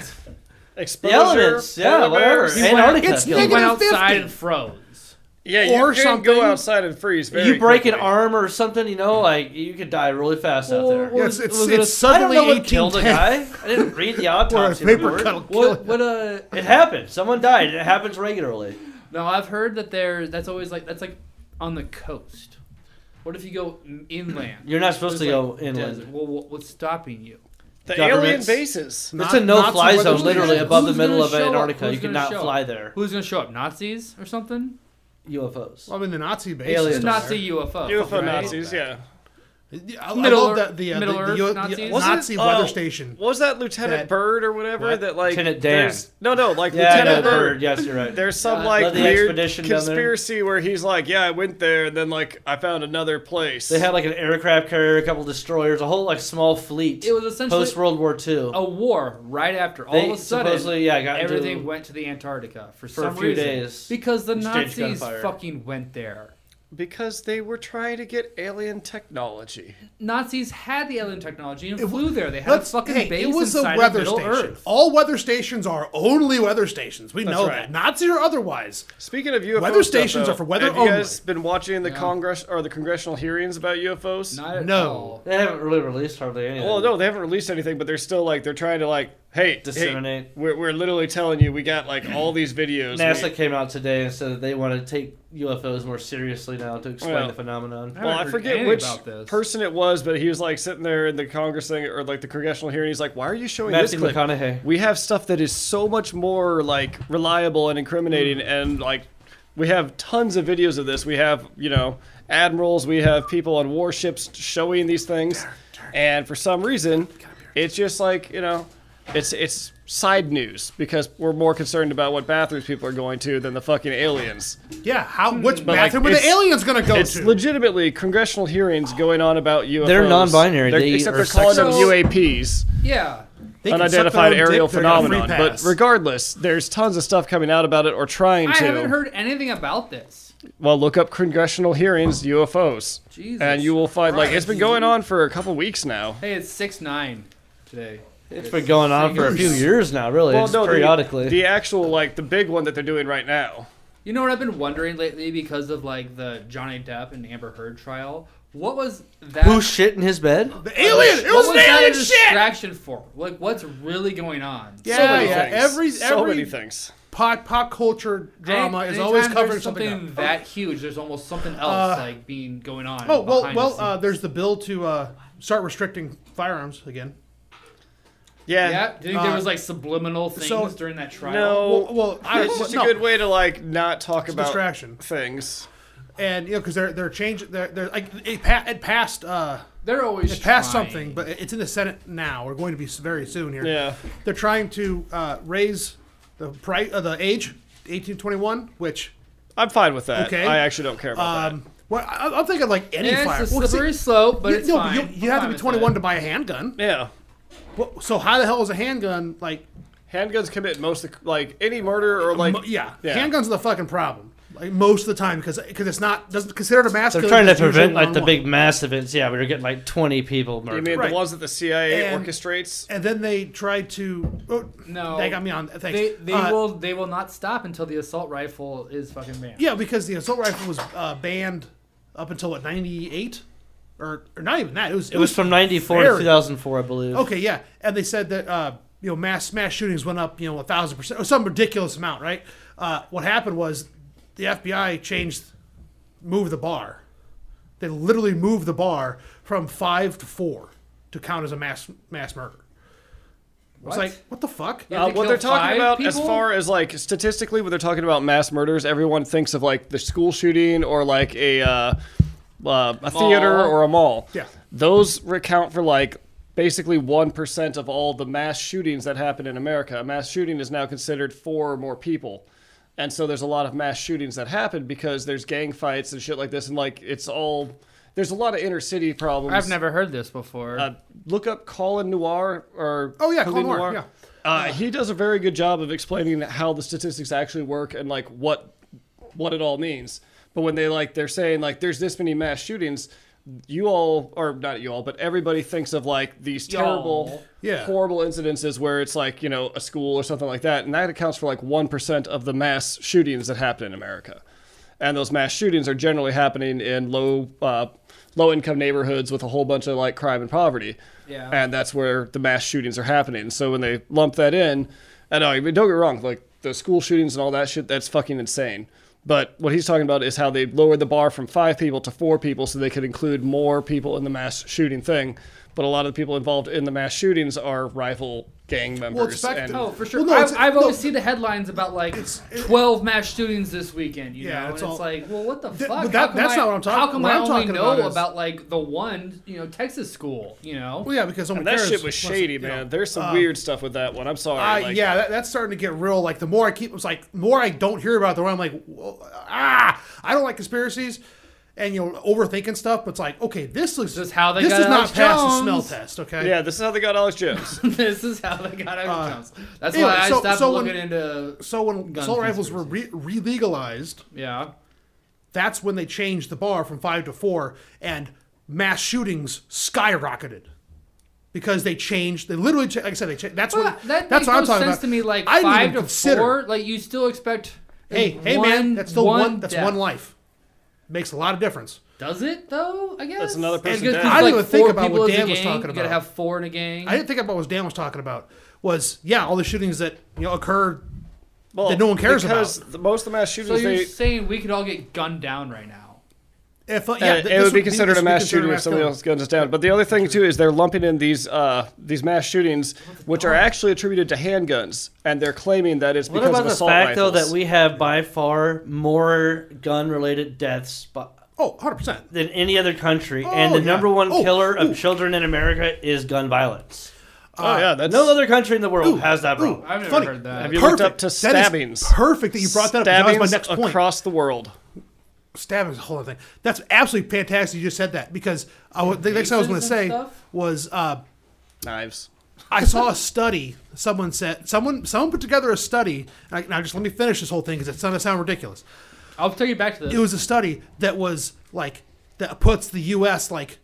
S3: The
S4: Exposure.
S3: elements, yeah,
S4: polar
S3: whatever.
S4: bears.
S3: Antarctica.
S1: It's
S3: killed
S2: He
S1: Negative
S2: went outside
S1: 50.
S2: and froze.
S4: Yeah, you
S1: Or
S4: can
S1: something.
S4: go outside and freeze. Very
S3: you break an
S4: quickly.
S3: arm or something, you know, like you could die really fast out there.
S1: Yeah, it's- it's-
S3: Was it a-
S1: it's
S3: I don't know
S1: suddenly
S3: what killed a
S1: 1810.
S3: guy. I didn't read the
S1: Or a
S3: autopsy
S1: paper
S3: report.
S1: cut will kill
S2: What?
S1: you.
S2: What uh
S3: It happened. Someone died. It happens regularly.
S2: No, I've heard that there. That's always like that's like on the coast. What if you go inland?
S3: You're not supposed to
S2: There's,
S3: go
S2: like,
S3: inland.
S2: desert. Well, what- what's stopping you?
S4: The alien
S3: governments.
S4: bases.
S1: Not-
S3: it's a no-fly
S1: not so
S3: zone,
S1: weather-
S3: literally
S2: Who's
S3: above the
S2: gonna
S3: middle of
S2: show up?
S3: Antarctica.
S2: Who's
S3: You
S2: gonna
S3: cannot
S2: show
S3: fly
S2: up?
S3: there.
S2: Who's gonna show up? Nazis or something?
S3: UFOs.
S1: I mean, the Nazi base. is
S3: Aliens.
S1: still
S2: Nazi UFO.
S4: UFO
S2: right?
S4: Nazis, yeah.
S1: there. I, I
S2: Middle
S1: love
S2: Earth-
S1: that the, uh, the,
S2: Middle
S1: the,
S2: Earth
S1: U- the
S2: Nazis? Wasn't
S1: Nazi
S4: it-
S1: weather
S4: oh.
S1: station.
S4: What was that Lieutenant
S1: That-
S4: Bird or whatever
S1: What?
S4: that like
S3: Lieutenant Dan.
S4: there's- No, no, like
S3: Yeah, no,
S4: Lieutenant
S3: bird. Yes, you're right.
S4: There's some
S2: Uh,
S4: like
S3: led the
S4: weird
S3: expedition down there.
S4: conspiracy where he's like, yeah, I went there and then like I found another place.
S3: They had like an aircraft carrier, a couple destroyers, a whole like small fleet.
S2: It was essentially
S3: post World War II.
S2: a war right after. All
S3: They
S2: of a sudden,
S3: supposedly, yeah, got into-
S2: everything went to the Antarctica for,
S3: For a
S2: some
S3: few
S2: reason.
S3: days.
S2: because the
S3: Exchanged
S2: Nazis
S3: gunfire.
S2: fucking went there.
S4: because they were trying to get alien technology.
S2: Nazis had the alien technology and
S1: It
S2: flew there. They had a
S1: Let's-
S2: fucking
S1: hey,
S2: base
S1: it was a
S2: inside
S1: weather
S2: of Middle
S1: station.
S2: Earth.
S1: All weather stations are only weather stations. We know
S4: right.
S1: that, Nazi or otherwise.
S4: Speaking of UFO
S1: Weather
S4: stuff,
S1: stations
S4: though,
S1: are for weather
S4: Have you guys
S1: only.
S4: been watching the
S2: Yeah.
S4: Congress or the congressional hearings about UFOs?
S2: Not at
S1: No.
S2: all.
S3: They haven't really released hardly anything.
S4: Well, no, they haven't released anything, but they're still like they're trying to like, hey, hey,
S3: Disseminate.
S4: we're, we're literally telling you we got like all these videos.
S3: NASA
S4: We-
S3: came out today and said that they want to take UFOs more seriously now to explain
S4: Well,
S3: the phenomenon.
S4: well, I
S2: haven't heard
S4: forget
S2: anything
S4: which
S2: about this.
S4: person it was, but he was like sitting there in the Congress thing or like the congressional hearing. He's like, "Why are you showing
S3: Matthew
S4: this clip?
S3: McConaughey.
S4: We have stuff that is so much more like reliable and incriminating,
S2: Hmm.
S4: and like we have tons of videos of this. We have you know admirals, we have people on warships showing these things, and for some reason, it's just like you know, it's it's side news because we're more concerned about what bathrooms people are going to than the fucking aliens.
S1: Yeah, how which
S4: like,
S1: bathroom are
S4: it's-
S1: the aliens gonna go
S4: It's
S1: to?
S4: legitimately congressional hearings going on about UFOs.
S3: non-binary.
S4: They're-
S3: They
S4: except
S3: are
S4: they're calling them
S2: sexist.
S4: UAPs
S2: Yeah.
S1: They can suck their
S4: unidentified
S1: own dick,
S4: aerial
S1: they're gonna free
S4: phenomenon. But
S1: pass.
S4: regardless, there's tons of stuff coming out about it or trying
S2: I
S4: to.
S2: haven't heard anything about this.
S4: well, look up congressional hearings UFOs,
S2: Jesus.
S4: and you will find like it's been going on for a couple weeks now.
S2: Hey, it's six nine today.
S3: It's been going on for a few years now, really.
S4: Well,
S3: It's
S4: no, the-
S3: periodically.
S4: the, actual like the big one that they're doing right now.
S2: You know what I've been wondering lately because of like the Johnny Depp and Amber Heard trial. What was that?
S3: Who shit in his bed?
S1: the alien. It
S2: what
S1: was,
S2: was
S1: an
S2: that a
S1: alien shit.
S2: distraction for? Like, what's really going on?
S1: Yeah,
S4: so many
S1: yeah.
S4: things.
S1: Every
S4: so
S1: every
S4: many things.
S1: pop pop culture drama
S2: Any-
S1: is
S2: anytime
S1: always
S2: there's
S1: covering something.
S2: something
S1: up.
S2: that huge. There's almost something else like being going on.
S1: Oh well,
S2: behind the
S1: well. Uh,
S2: scenes.
S1: there's the bill to uh, start restricting firearms again.
S4: Yeah.
S2: yeah. Do you think there
S1: uh,
S2: was like subliminal things
S1: so-
S2: during that trial?
S4: No.
S1: Well, well, I-
S4: it's just
S1: no.
S4: a good way to like not talk about
S1: distraction.
S4: things.
S1: and you know because they're they're changing they're, they're like it, pa- it passed uh
S2: They're always
S1: it passed
S2: trying.
S1: something but it's in the senate now we're going to be s- very soon here
S4: Yeah.
S1: they're trying to uh raise the price uh, the age 1821 which
S4: I'm fine with that.
S1: Okay.
S4: I actually don't care about
S1: um well I, i'm thinking like any
S2: Yeah,
S1: fire
S2: it's
S1: Well,
S2: a
S1: see,
S2: slippery slope, but
S1: you,
S2: it's
S1: no,
S2: fine.
S1: you, you
S2: I'm
S1: have
S2: fine
S1: to be
S2: with
S1: 21
S2: it.
S1: to buy a handgun
S4: that. Yeah.
S1: Well, so how the hell is a handgun like
S4: Handguns commit most of, like any murder or like
S1: mo- yeah,
S4: yeah.
S1: handguns are the fucking problem like most of the time because because it's not doesn't consider it a mass
S3: They're
S1: killing,
S3: trying to
S1: it's usually
S3: prevent like the
S1: one-on-one.
S3: big mass events. Yeah, we were getting like 20 people
S4: You
S3: murdered.
S4: mean
S1: Right.
S4: the ones that the CIA
S1: And-
S4: orchestrates?
S1: and then they tried to oh,
S2: No.
S1: they got me on thanks
S2: They, they
S1: Uh,
S2: will they will not stop until the assault rifle is fucking banned.
S1: Yeah, because the assault rifle was uh, banned up until what ninety eight, or or not even that. It was
S3: It was from 94 to
S1: Very-
S3: 2004, I believe.
S1: okay, yeah, and they said that uh, you know mass mass shootings went up you know a thousand percent or some ridiculous amount, right? Uh, what happened was the FBI changed, moved the bar. They literally moved the bar from five to four to count as a mass mass murder. It's
S2: What?
S1: like what the fuck?
S2: Yeah.
S4: Uh,
S2: They
S4: what
S2: kill
S4: they're talking
S2: five
S4: about, as
S2: people?
S4: far as like statistically, when they're talking about mass murders, everyone thinks of like the school shooting or like a uh, uh, a theater
S2: Mall.
S4: or a mall.
S1: Yeah.
S4: those account for like basically one percent of all the mass shootings that happen in America. A mass shooting is now considered four or more people. And so there's a lot of mass shootings that happen because there's gang fights and shit like this, and like it's all there's a lot of inner city problems.
S2: I've never heard this before.
S4: uh, look up Colin Noir or
S1: Oh, yeah,
S4: Colin
S1: Colin Noir,
S4: Uh, he does a very good job of explaining how the statistics actually work and like what what it all means. But when they like they're saying like there's this many mass shootings, you all or not you all, but everybody thinks of like these terrible,
S2: Y'all.
S1: Yeah.
S4: horrible incidences where it's like you know a school or something like that, and that accounts for like one percent of the mass shootings that happen in America. And those mass shootings are generally happening in low, uh, low-income neighborhoods with a whole bunch of like crime and poverty
S2: Yeah.
S4: and that's where the mass shootings are happening. So when they lump that in, and I mean, don't get me wrong, like the school shootings and all that shit, that's fucking insane. But what he's talking about is how they lowered the bar from five people to four people so they could include more people in the mass shooting thing. But a lot of the people involved in the mass shootings are rival gang members.
S1: back
S4: and-
S1: to-
S2: Oh, for sure.
S1: Well, no, it's-
S2: I, I've always
S1: no.
S2: seen the headlines about like
S1: It's- it-
S2: twelve mass shootings this weekend. You
S1: Yeah,
S2: know,
S1: it's
S2: and
S1: all-
S2: it's like, well, what the
S1: Th-
S2: fuck?
S1: but that-
S2: How come
S1: that's
S2: I-
S1: not what I'm talking-
S2: How come
S1: what
S2: I
S1: I'm
S2: only
S1: talking
S2: know
S1: about
S2: about,
S1: is-
S2: like the one, you know, Texas school? You know,
S1: Well, yeah, because
S4: and that shit was shady, man. There's some weird stuff with that one. I'm sorry.
S1: um, I,
S4: like, uh,
S1: yeah, that, that's starting to get real. Like the more I keep, it's like the more I don't hear about, it, the more I'm like, well, ah, I don't like conspiracies, and you know, overthinking stuff. But it's like, okay, this looks
S2: This is how they
S1: this
S2: got
S1: does not
S2: Alex
S1: pass the
S2: Jones.
S1: smell test. Okay,
S4: Yeah, this is how they got Alex Jones.
S2: this is how they got out of Jones. That's
S1: Uh, anyway,
S2: why I
S1: so-
S2: stopped
S1: so when-
S2: looking into.
S1: So when
S2: Gun
S1: assault rifles were re- legalized,
S2: Yeah,
S1: that's when they changed the bar from five to four, and mass shootings skyrocketed because they changed. They literally, cha- like I said, they changed. That's
S2: Well,
S1: what.
S2: that
S1: that's
S2: makes
S1: what
S2: no
S1: I'm talking
S2: sense
S1: about.
S2: to me. Like
S1: I didn't
S2: five
S1: even
S2: to
S1: consider-
S2: four, like you still expect.
S1: Hey, hey,
S2: one-
S1: man, that's still one. that's
S2: death.
S1: one life. Makes a lot of difference.
S2: Does it though? I guess
S4: another person
S2: Because
S4: dead.
S2: there's,
S4: I
S1: didn't
S2: like,
S1: even think
S2: four
S1: about what
S2: people as a
S1: Dan was
S2: gang,
S1: talking
S2: You gotta
S1: about.
S2: have four in a gang.
S1: I didn't think about what Dan was talking about. Was yeah, all the shootings that you know occur.
S4: Well,
S1: That no one cares
S4: because the- most of the mass
S2: so
S4: shootings
S2: you're
S4: they
S2: saying we could all get gunned down right now?
S1: If, uh,
S4: Uh,
S1: yeah, th-
S4: it
S1: this
S4: would be considered
S1: this would
S4: a
S1: be
S4: mass
S1: considered
S4: shooting
S1: a
S4: if
S1: mass
S4: somebody
S1: killing.
S4: else guns us down. But the other thing too is they're lumping in these uh, these mass shootings, which are actually attributed to handguns, and they're claiming that it's
S3: What
S4: because
S3: about
S4: of
S3: the
S4: assault
S3: fact, though,
S4: rifles.
S3: that we have by far more gun related deaths bu-
S1: Oh, 100 percent.
S3: than any other country?
S1: Oh,
S3: and the
S1: yeah.
S3: number one
S1: Oh,
S3: killer of children in America is gun violence.
S4: oh
S1: uh,
S4: yeah, that's
S3: No other country in the world has that problem.
S2: I've never
S1: Funny.
S2: heard that.
S4: Have you looked up to
S1: That is
S4: stabbings?
S1: perfect that you brought that up. 'cause That was
S4: stabbings
S1: my next point.
S4: across the world.
S1: stabbings, the whole other thing. That's absolutely fantastic. You just said that because I, wa- the next thing I was going to
S2: Maces
S1: say
S2: and stuff?
S1: was uh,
S4: Knives.
S1: I saw a study. Someone said someone someone put together a study. and I, now just let me finish this whole thing because it's going to sound ridiculous.
S2: I'll take you back to this.
S1: It was a study that was like that puts the U.S. like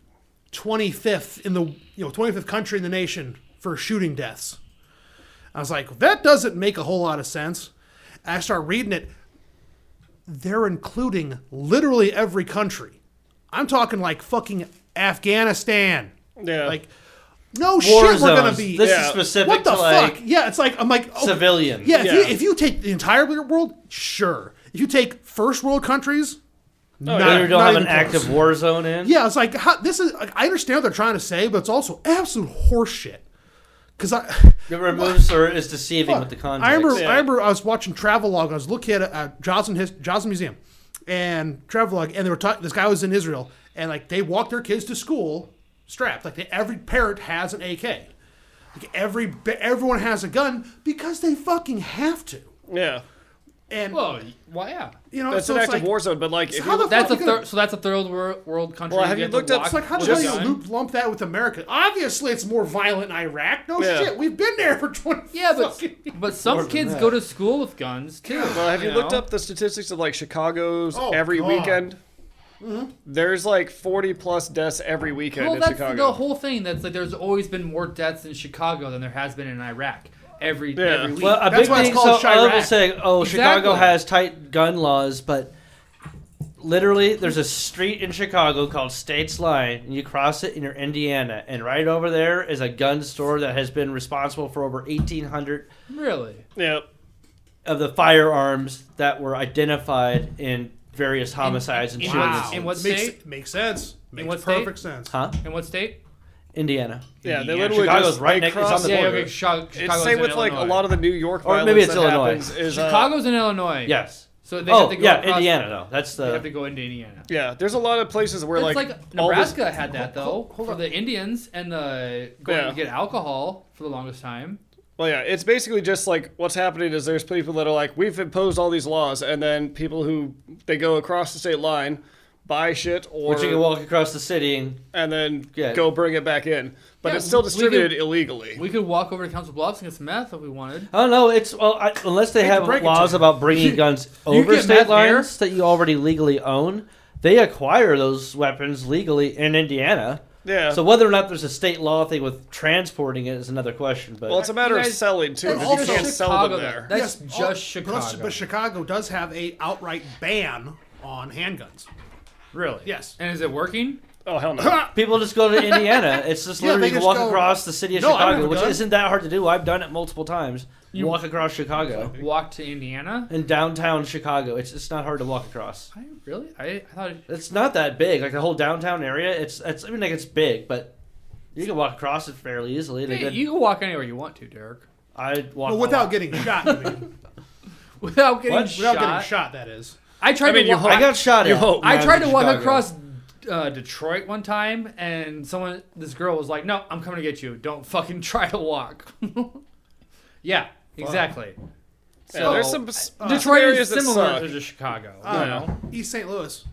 S1: 25th in the you know 25th country in the nation for shooting deaths. I was like, that doesn't make a whole lot of sense. And I start reading it. They're including literally every country. I'm talking like fucking Afghanistan.
S4: Yeah.
S1: Like, no
S3: War
S1: shit, we're gonna
S3: zones.
S1: be.
S3: This
S4: Yeah.
S3: is specific
S1: what the
S3: to
S1: fuck?
S3: like
S1: yeah, it's like I'm like oh,
S3: civilian.
S1: Yeah, if,
S4: Yeah.
S1: You, if you take the entire world, sure. If you take first world countries,
S4: Oh,
S1: not-
S4: yeah.
S3: We don't
S1: not
S3: have
S1: even
S3: an
S1: close.
S3: active war zone in.
S1: Yeah, it's like how, this is. I understand what they're trying to say, but it's also absolute horseshit. Because I,
S3: It removes or is deceiving with the context.
S1: I remember,
S4: Yeah.
S1: I remember, I was watching Travelog. I was looking at uh, Johnson His, Johnson Museum and Travelog, and they were talking. This guy was in Israel, and like they walked their kids to school strapped. Like they, every parent has an AK. Like every everyone has a gun because they fucking have to.
S4: Yeah,
S1: And
S2: Well, well, yeah.
S1: you know,
S4: that's
S1: so
S4: an
S1: it's
S4: active
S1: like,
S4: war zone. But like, if
S1: how
S4: you
S1: the
S4: look-
S2: That's a
S1: fuck you gonna-
S2: thir- so that's a third wor- world country.
S4: Well, have you
S2: have to
S4: looked up-
S2: walk
S1: It's
S4: it's
S1: like, how
S2: with
S1: do
S2: a
S1: you
S2: gun?
S1: loop lump that with America? Obviously, it's more violent in Iraq. No
S4: Yeah.
S1: shit, we've been there for 20
S2: Yeah, but
S1: fucking-
S2: but some kids go to school with guns too.
S4: well, have you, looked
S2: know?
S4: up the statistics of like Chicago's
S1: Oh,
S4: every
S1: God. Mm-hmm.
S4: weekend? There's like 40 plus deaths every weekend
S2: Well,
S4: in
S2: that's
S4: Chicago.
S2: the whole thing. That's like there's always been more deaths in Chicago than there has been in Iraq every
S4: Yeah.
S2: every week.
S3: Well, a
S1: That's
S3: big
S1: why it's
S3: thing.
S1: called
S3: so all of
S1: Chirac.
S3: us say, "Oh, Chicago
S2: Exactly.
S3: has tight gun laws," but literally, there's a street in Chicago called States Line, and you cross it, and you're Indiana, and right over there is a gun store that has been responsible for over 1,800
S2: really?
S4: Yep.
S3: of the firearms that were identified in various homicides and
S2: in-
S3: shootings.
S2: Wow. in what
S1: makes,
S2: state?
S1: Makes sense. Makes
S2: what state?
S1: perfect sense.
S3: Huh?
S2: In what state?
S3: Indiana.
S4: Yeah, they
S2: Yeah,
S4: literally
S3: Chicago's
S4: just
S3: right
S4: they
S3: next- it's on
S4: cross
S3: the
S2: Yeah,
S3: border.
S2: okay. Chicago,
S4: It's same with like a lot of the New York
S3: Or
S4: violence
S3: maybe it's
S4: that
S3: Illinois.
S4: happens is uh,
S2: Chicago's in Illinois.
S3: Yes.
S2: So they
S3: oh,
S2: have to go
S3: yeah,
S2: across-
S3: Indiana though. That's
S2: They
S3: the
S2: have to go into Indiana.
S4: Yeah, there's a lot of places where
S2: It's
S4: like,
S2: like,
S4: all this-
S2: Nebraska had that though for the Indians and the going
S4: Yeah.
S2: to get alcohol for the longest time.
S4: well, yeah, it's basically just like what's happening is there's people that are like, we've imposed all these laws, and then people who they go across the state line, buy shit or
S3: Which you can walk across the city and
S4: and then
S3: Yeah.
S4: go bring it back in. But
S2: Yeah,
S4: it's still
S2: we could-
S4: distributed illegally.
S2: We could walk over to Council Bluffs and get some meth if we wanted.
S3: I don't know. It's well, I, unless they
S1: hate to
S3: have
S1: break it
S3: laws
S1: to you.
S3: about bringing guns over
S2: get meth
S3: state
S2: here?
S3: lines that you already legally own, they acquire those weapons legally in Indiana.
S4: yeah.
S3: So whether or not there's a state law thing with transporting it is another question. But
S4: well, it's a matter
S2: You
S4: of
S2: guys-
S4: selling too.
S1: That's
S4: because
S1: also
S4: you can't sell
S2: Chicago,
S4: them there.
S2: though. That's
S1: Yes,
S2: just
S1: all- but also-
S2: Chicago.
S1: But Chicago does have a outright ban on handguns.
S2: Really?
S1: Yes.
S2: And is it working?
S4: oh hell no.
S1: Ha!
S3: people just go to Indiana. It's just
S1: Yeah,
S3: literally
S1: they
S3: you
S1: just
S3: walk
S1: go-
S3: across the city of
S1: No, I don't have
S3: Chicago,
S1: a
S3: which
S1: gun.
S3: isn't that hard to do. I've done it multiple times. You walk across Chicago
S2: Walk to Indiana?
S3: in downtown Chicago. It's it's not hard to walk across.
S2: I really? I, I thought it-
S3: It's not that big. Like the whole downtown area, it's it's I mean like it's big, but you can walk across it fairly easily. They
S2: Hey,
S3: did-
S2: you can walk anywhere you want to, Derek.
S3: I walk
S1: Well,
S3: a
S1: without
S3: lot.
S1: getting shot, I mean.
S2: Without getting
S3: What?
S2: shot.
S1: without getting shot, that is.
S2: I tried
S4: I mean,
S2: to
S4: you
S2: walk.
S4: hope.
S3: I got shot
S4: You
S3: at.
S4: hope.
S2: I
S3: when
S2: tried
S3: was
S2: to
S3: in
S2: walk
S3: Chicago.
S2: across uh, Detroit one time, and someone, this girl was like, "No, I'm coming to get you. Don't fucking try to walk." yeah, exactly.
S4: Yeah,
S2: So
S4: there's some s-
S2: Detroit is
S4: areas that
S2: similar
S4: suck.
S2: to Chicago. you
S1: Uh,
S2: know?
S1: East St. Louis.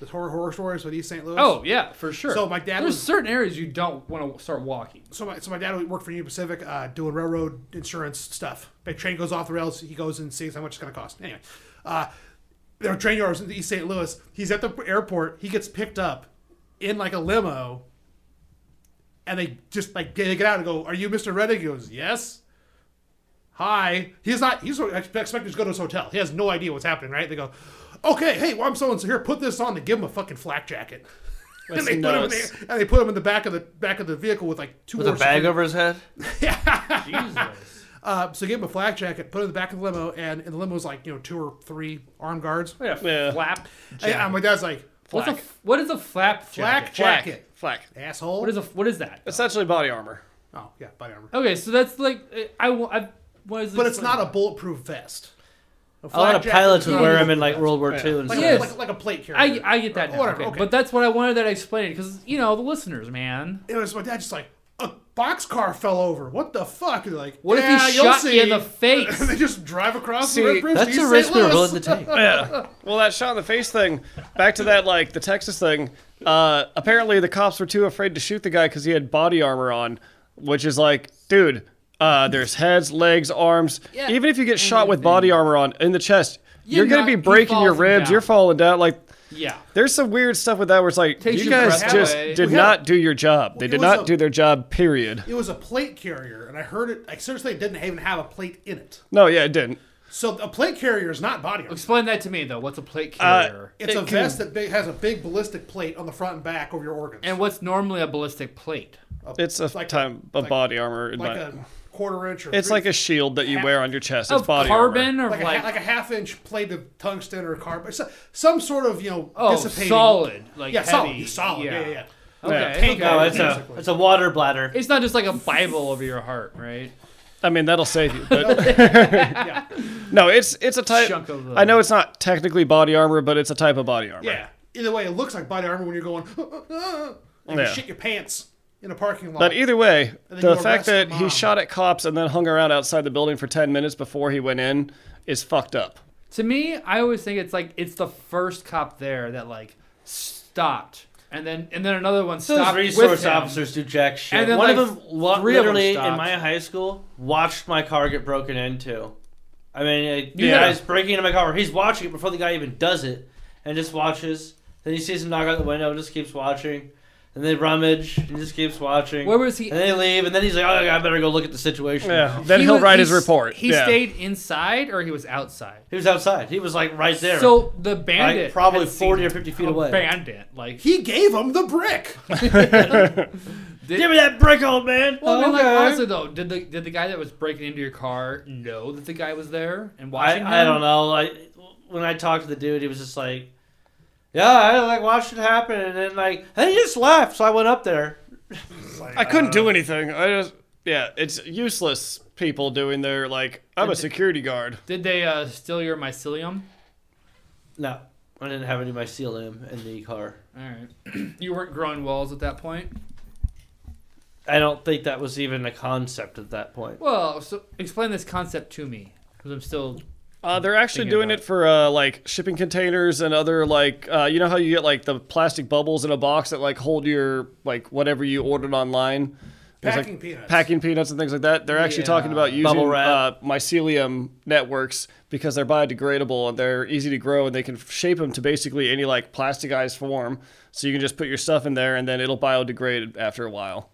S1: The horror horror stories with East St. Louis.
S2: Oh yeah, for sure.
S1: So my dad
S2: There's
S1: was-
S2: certain areas you don't want to start walking.
S1: so my so my dad worked for Union Pacific, uh, doing railroad insurance stuff. Big train goes off the rails. He goes and sees how much it's going to cost. Anyway, uh, there were train yards in East St. Louis. He's at the airport. He gets picked up in like a limo, and they just like get- they get out and go, "Are you Mr. Reddick?" He goes, "Yes." Hi. He's not. He's expected to go to his hotel. He has no idea what's happening. Right? They go, "Okay, hey, well, I'm so and so here. Put this on to give him a fucking flak jacket." and, they put him in
S4: nuts.
S1: the, and they put him in the back of the back of the vehicle with like two
S3: with a
S1: horse-
S3: bag over his head.
S2: Jesus.
S1: uh, so give him a flak jacket, put him in the back of the limo, and, and the limo's like you know two or three armed guards.
S2: What a
S4: Yeah.
S2: flap.
S1: And, and my dad's like
S2: What's a,
S1: flak,
S2: what is a flap
S1: flak
S2: jacket?
S4: Flack.
S1: jacket,
S4: Flack.
S1: asshole.
S2: What is a what is that?
S4: Essentially body armor.
S1: oh yeah, body armor.
S2: Okay, so that's like I, I, I what is
S1: But it's not a bulletproof vest.
S3: A lot
S1: flak
S3: of
S1: jacket
S3: pilots
S1: is
S3: would
S1: not
S3: wear
S1: a
S3: them in like
S1: bulletproof
S3: World War
S4: Yeah.
S3: II
S1: vest.
S3: and
S1: Like,
S3: stuff.
S1: a-
S2: Yes.
S1: like, like a plate carrier.
S2: I, I get that now.
S1: Whatever,
S2: okay.
S1: okay.
S2: But that's what I wanted that I explained because you know the listeners, man.
S1: it was my dad just like a boxcar fell over. What the fuck? And they're like
S2: What
S1: yeah,
S2: if he
S1: you'll
S2: shot
S1: see.
S2: you in the face?
S1: and they just drive across
S4: See,
S1: the red bridge. to
S3: That's
S1: East
S3: a
S1: St.
S3: risk we we're
S1: Louis.
S3: willing to take.
S4: Yeah. Well, that shot in the face thing, back to that, like the Texas thing. Uh, apparently, the cops were too afraid to shoot the guy because he had body armor on, which is like, dude, uh, there's heads, legs, arms.
S2: Yeah.
S4: Even if you get shot with body armor on in the chest,
S2: You're
S4: you're, going
S2: not-
S4: to
S2: he
S4: be breaking your
S2: falls
S4: ribs.
S2: down.
S4: You're falling down. Like,
S2: yeah.
S4: there's some weird stuff with that where it's like,
S2: Takes
S4: you
S2: your
S4: guys
S2: breath
S4: just
S2: away.
S4: did
S1: Well, yeah.
S4: not do your job. They
S1: It
S4: did
S1: was
S4: not
S1: a-
S4: do their job, period.
S1: It was a plate carrier, and I heard it. Like seriously, it didn't even have a plate in it.
S4: No, yeah, it didn't.
S1: So a plate carrier is not body armor.
S2: Explain that to me though. What's a plate
S4: Uh,
S2: carrier?
S1: It's
S4: It
S1: a
S4: can-
S1: vest that big, has a big ballistic plate on the front and back over your organs.
S2: and what's normally a ballistic plate?
S4: It's a
S1: like a-
S4: time of body armor. in
S1: like
S4: my-
S1: a quarter inch or
S4: it's
S1: three-
S4: like a shield that you wear on your chest. It's
S2: Of
S4: body armor.
S2: carbon or
S1: like
S2: like,
S1: a, ha- like a half inch plate of tungsten or carbon, so, some sort of you know
S2: oh
S1: dissipating
S2: solid like
S1: yeah
S2: heavy.
S1: solid solid yeah yeah. yeah.
S2: Okay. okay.
S4: Tank
S3: No, it's a it's a water bladder.
S2: It's not just like a Bible over your heart, right?
S4: I mean, that'll save you. But
S1: yeah.
S4: no, it's it's a type.
S2: Chunk of the-
S4: I know it's not technically body armor, but it's a type of body armor.
S1: uh, Yeah. Either way, it looks like body armor when you're going "Uh, and you
S4: Yeah.
S1: shit your pants in a parking lot.
S4: But either way,
S1: then
S4: the
S1: you arrest
S4: fact that
S1: the
S4: he
S1: mom.
S4: shot at cops and then hung around outside the building for ten minutes before he went in is fucked up.
S2: To me, I always think it's like it's the first cop there that like stopped, and then and then another one
S3: Those
S2: stopped with
S3: resource
S2: him.
S3: officers do jack shit.
S2: And then,
S3: One
S2: like,
S3: of them, wa-
S2: three of them
S3: literally
S2: stopped.
S3: in my high school, watched my car get broken into. I mean, like, the
S2: Yeah.
S3: guy's breaking into my car. He's watching it before the guy even does it, and just watches. Then he sees him knock out the window, and just keeps watching. And they rummage, and just keeps watching.
S2: Where was he?
S3: And they leave, and then he's like, "Oh, I better go look at the situation."
S4: Yeah. Then
S2: He
S4: he'll
S2: was-
S4: write
S2: he
S4: his
S2: s-
S4: report.
S2: He
S4: yeah.
S2: stayed inside or he was outside.
S3: He was outside. He was like right there.
S2: So the bandit
S3: Like, probably
S2: had seen
S3: 40 or
S2: him.
S3: 50 feet
S2: A
S3: away.
S2: Bandit, like
S1: he gave him the brick.
S3: give me that brick, old man.
S2: Well, I mean, like
S3: Okay.
S2: honestly though, did the did the guy that was breaking into your car know that the guy was there and watching?
S3: I, I
S2: him?
S3: don't know. Like when I talked to the dude, he was just like, "Yeah, I like watched it happen," and then like, and he just left. So I went up there.
S4: I couldn't
S1: Uh,
S4: do anything. I just yeah, it's useless people doing their like. I'm a security guard.
S2: Did they uh, steal your mycelium?
S3: No, I didn't have any of my CLM in the car.
S2: All right, you weren't growing walls at that point.
S3: I don't think that was even a concept at that point.
S2: Well, so explain this concept to me because I'm still
S4: Uh, they're actually
S2: thinking
S4: doing
S2: about
S4: it for uh, like shipping containers and other like uh, you know how you get like the plastic bubbles in a box that like hold your like whatever you ordered online. There's,
S1: Packing peanuts.
S4: packing peanuts and things like that. They're actually talking
S2: Yeah.
S4: about using
S3: Bubble wrap.
S4: uh, mycelium networks because they're biodegradable and they're easy to grow and they can shape them to basically any like plasticized form. So you can just put your stuff in there and then it'll biodegrade after a while.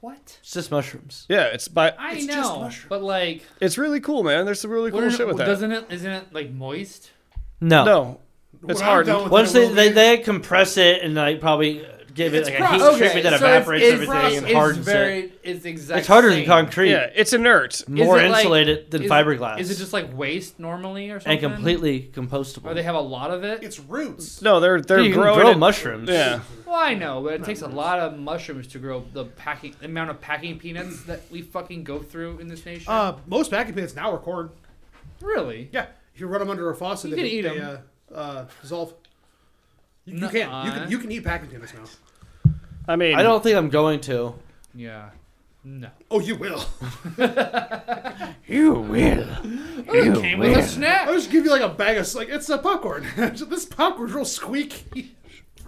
S2: What?
S3: It's just mushrooms.
S4: Yeah, it's bi-
S2: I
S1: It's just
S2: know,
S1: mushroom.
S2: but like,
S4: it's really cool, man. There's some really cool
S2: wouldn't-
S4: shit with that.
S2: doesn't it? Isn't it like moist?
S3: No.
S4: no, it's
S1: When I'm
S4: hard.
S1: done with
S3: Once
S1: that
S3: they,
S1: movie-
S3: they they compress it and like probably give it
S1: It's
S3: like a
S1: processed.
S3: heat treatment that
S2: so it's-
S3: evaporates
S2: it's,
S3: everything and
S2: it's
S3: hardens
S2: very,
S3: it.
S2: It's exactly.
S3: It's harder than concrete,
S4: Yeah, it's inert.
S3: more insulated than fiberglass,
S2: Is it just like waste normally or
S3: and
S2: something?
S3: completely compostable.
S2: Or they have a lot of it?
S1: It's roots.
S4: No, they're they're
S3: you can
S4: growing
S3: grow
S4: it-
S3: mushrooms.
S4: Yeah,
S2: Well, I know, but it takes a lot of mushrooms to grow the packing the amount of packing peanuts that we fucking go through in this nation.
S1: Uh, most packing peanuts now are corn.
S2: really?
S1: Yeah, if you run them under a faucet,
S2: You
S1: they,
S2: can eat
S1: they,
S2: 'em.
S1: Uh, uh, dissolve. You, you can. You
S2: Nuh-uh.
S1: can. You can eat packing peanuts now.
S4: I mean,
S3: I don't think I'm going to.
S2: Yeah. No.
S1: Oh, you will.
S3: You will.
S2: It came with a snack.
S1: I'll just give you like a bag of like it's a popcorn. this popcorn's real squeaky.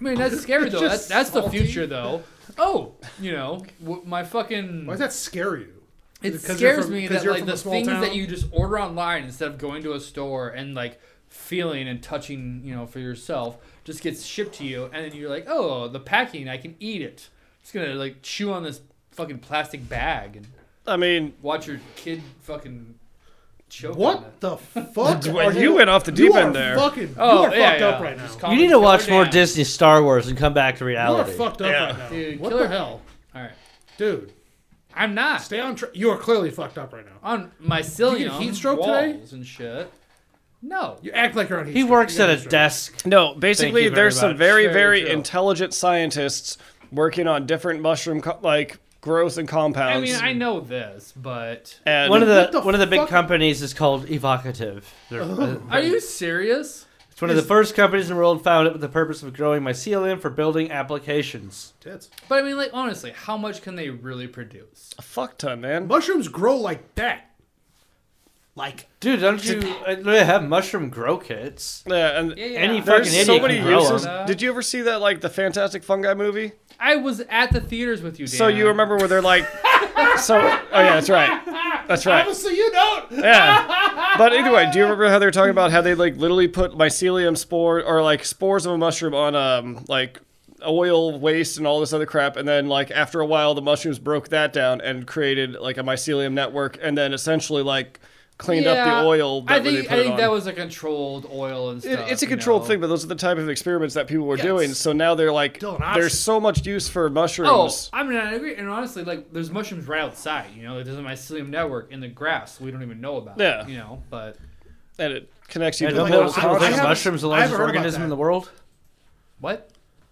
S2: I mean, that's scary
S1: It's
S2: though. That's
S1: just
S2: that's the
S1: salty.
S2: future though. Oh, you know, w- my fucking.
S1: Why does that scare you?
S2: It
S1: Because you're
S2: scares
S1: from-
S2: me
S1: because
S2: that
S1: you're
S2: like
S1: from a
S2: the
S1: small
S2: things that
S1: town?
S2: you just order online instead of going to a store and like feeling and touching, you know, for yourself, just gets shipped to you, and then you're like, oh, the packing, I can eat it. Just gonna like chew on this fucking plastic bag and
S4: I mean,
S2: watch your kid fucking choke. On it.
S1: What the fuck?
S4: Well,
S1: are
S4: you went off the
S1: you
S4: deep
S1: are
S4: end there.
S1: Fucking,
S2: Oh,
S1: you are
S2: yeah,
S1: fucked
S2: yeah.
S1: up right now.
S2: Just
S1: You
S2: calm
S3: You
S2: the
S3: need to
S2: killer
S3: watch more
S2: down.
S3: Disney Star Wars and come back to
S1: are
S3: reality.
S1: fucked up
S4: Yeah.
S1: right now.
S2: Dude,
S1: what
S2: killer
S1: the hell,
S2: All right,
S1: dude?
S2: I'm not
S1: Stay on track. You are clearly fucked up right now.
S2: on my psyllium
S1: heat stroke today?
S2: walls and shit. No,
S1: You act like you're on. Heat
S3: he
S1: stroke.
S3: works
S1: You
S3: at
S1: got
S3: a
S1: heat stroke.
S3: desk.
S4: no. Basically,
S3: you very
S4: there's some
S3: much.
S4: very
S2: Very
S4: very
S2: true.
S4: intelligent scientists working on different mushroom co- like growth and
S2: I
S4: compounds.
S2: mean I know this, but
S4: and
S3: One of the,
S1: the
S3: one of the big
S1: fuck?
S3: companies is called Evocative. They're- uh,
S2: are you serious?
S3: it's one of the first companies in the world founded with the purpose of growing mycelium for building applications.
S1: Tits.
S2: But I mean, like honestly, how much can they really produce?
S4: a fuck ton, man.
S1: Mushrooms grow like that. Like
S3: Dude, don't you I literally have mushroom grow kits?
S4: Yeah, and
S3: Any
S4: there's
S3: fucking
S4: so
S3: idiot
S4: many
S3: can grow
S4: uses.
S2: 'em.
S4: Did you ever see that like the Fantastic Fungi movie?
S2: I was at the theaters with you, Dan.
S4: So you remember where they're like, so oh yeah, that's right, that's right.
S1: obviously you don't.
S4: Yeah. But anyway, do you remember how they were talking about how they like literally put mycelium spore or like spores of a mushroom on um like oil waste and all this other crap and then like after a while the mushrooms broke that down and created like a mycelium network and then essentially like cleaned up
S2: Yeah,
S4: the oil that
S2: I
S4: they
S2: think
S4: put
S2: I
S4: it
S2: think
S4: on.
S2: that was a controlled oil and
S4: It-
S2: stuff.
S4: it's a
S2: you
S4: controlled
S2: know?
S4: thing, but those are the type of experiments that people were
S1: Yes.
S4: doing. So now they're like,
S1: Still an option.
S4: there's so much use for
S2: Oh,
S4: mushrooms.
S2: I mean, I agree. And honestly, like, there's mushrooms right outside. You know, there's a mycelium network in the grass we don't even know about.
S4: Yeah.
S2: You know, but
S4: And it connects you
S3: Yeah,
S4: to
S3: don't
S4: the
S1: like, I-
S3: people
S4: whole
S1: I
S3: people think
S1: haven't-
S3: mushrooms are the
S1: I haven't
S3: largest
S1: heard about
S3: organism
S1: that.
S3: in the world?
S2: what?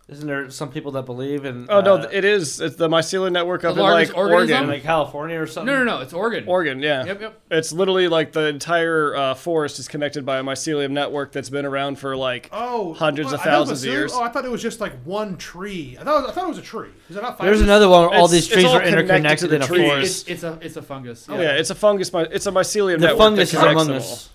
S3: Isn't there some people that believe in?
S4: Oh, no,
S3: uh,
S4: it is. It's the mycelium network up in
S2: largest
S4: like
S2: organism?
S4: Oregon.
S3: in like California or something.
S2: No, no, no. It's Oregon.
S4: Oregon, yeah.
S2: Yep, yep.
S4: It's literally like the entire uh, forest is connected by a mycelium network that's been around for like
S1: Oh,
S4: hundreds of
S1: I thought it was
S4: thousands of
S1: silly-
S4: years.
S1: Oh, I thought it was just like one tree. I thought I thought it was a tree. Is that not? Five
S3: There's another one where all
S4: It's-
S3: these
S4: it's
S3: trees
S4: all
S3: are
S4: connected to
S3: interconnected
S4: the
S3: in a
S4: trees.
S3: forest.
S2: It's, it's a it's a fungus.
S4: oh, yeah, it's a fungus. My, it's a mycelium
S3: The
S4: network.
S3: fungus
S4: that
S3: is
S4: connects
S3: among
S4: them
S3: us.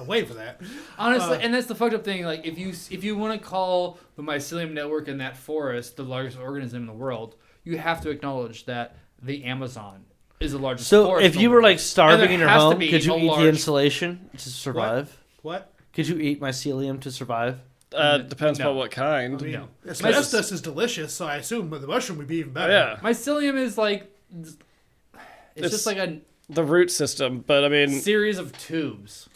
S1: I'm waiting for that.
S2: Honestly,
S1: Uh.
S2: and that's the fucked up thing. Like, if you if you want to call the mycelium network in that forest the largest organism in the world, you have to acknowledge that the Amazon is the largest.
S3: So
S2: forest
S3: if
S2: in
S3: you
S2: the
S3: were
S2: world.
S3: like starving
S2: And
S3: in
S2: there
S3: your
S2: has to
S3: home,
S2: be
S3: could you
S2: a
S3: eat
S2: large-
S3: the insulation to survive?
S1: What?
S3: Could you eat mycelium to survive?
S4: all. Uh, depends
S2: No.
S4: on what kind.
S1: I mean,
S2: No.
S1: Asbestos is delicious, so I assume the mushroom would be even better.
S4: Yeah,
S2: mycelium is like, it's,
S4: It's-
S2: just like a
S4: the root system. But I
S3: Mm.
S4: mean,
S2: series of tubes.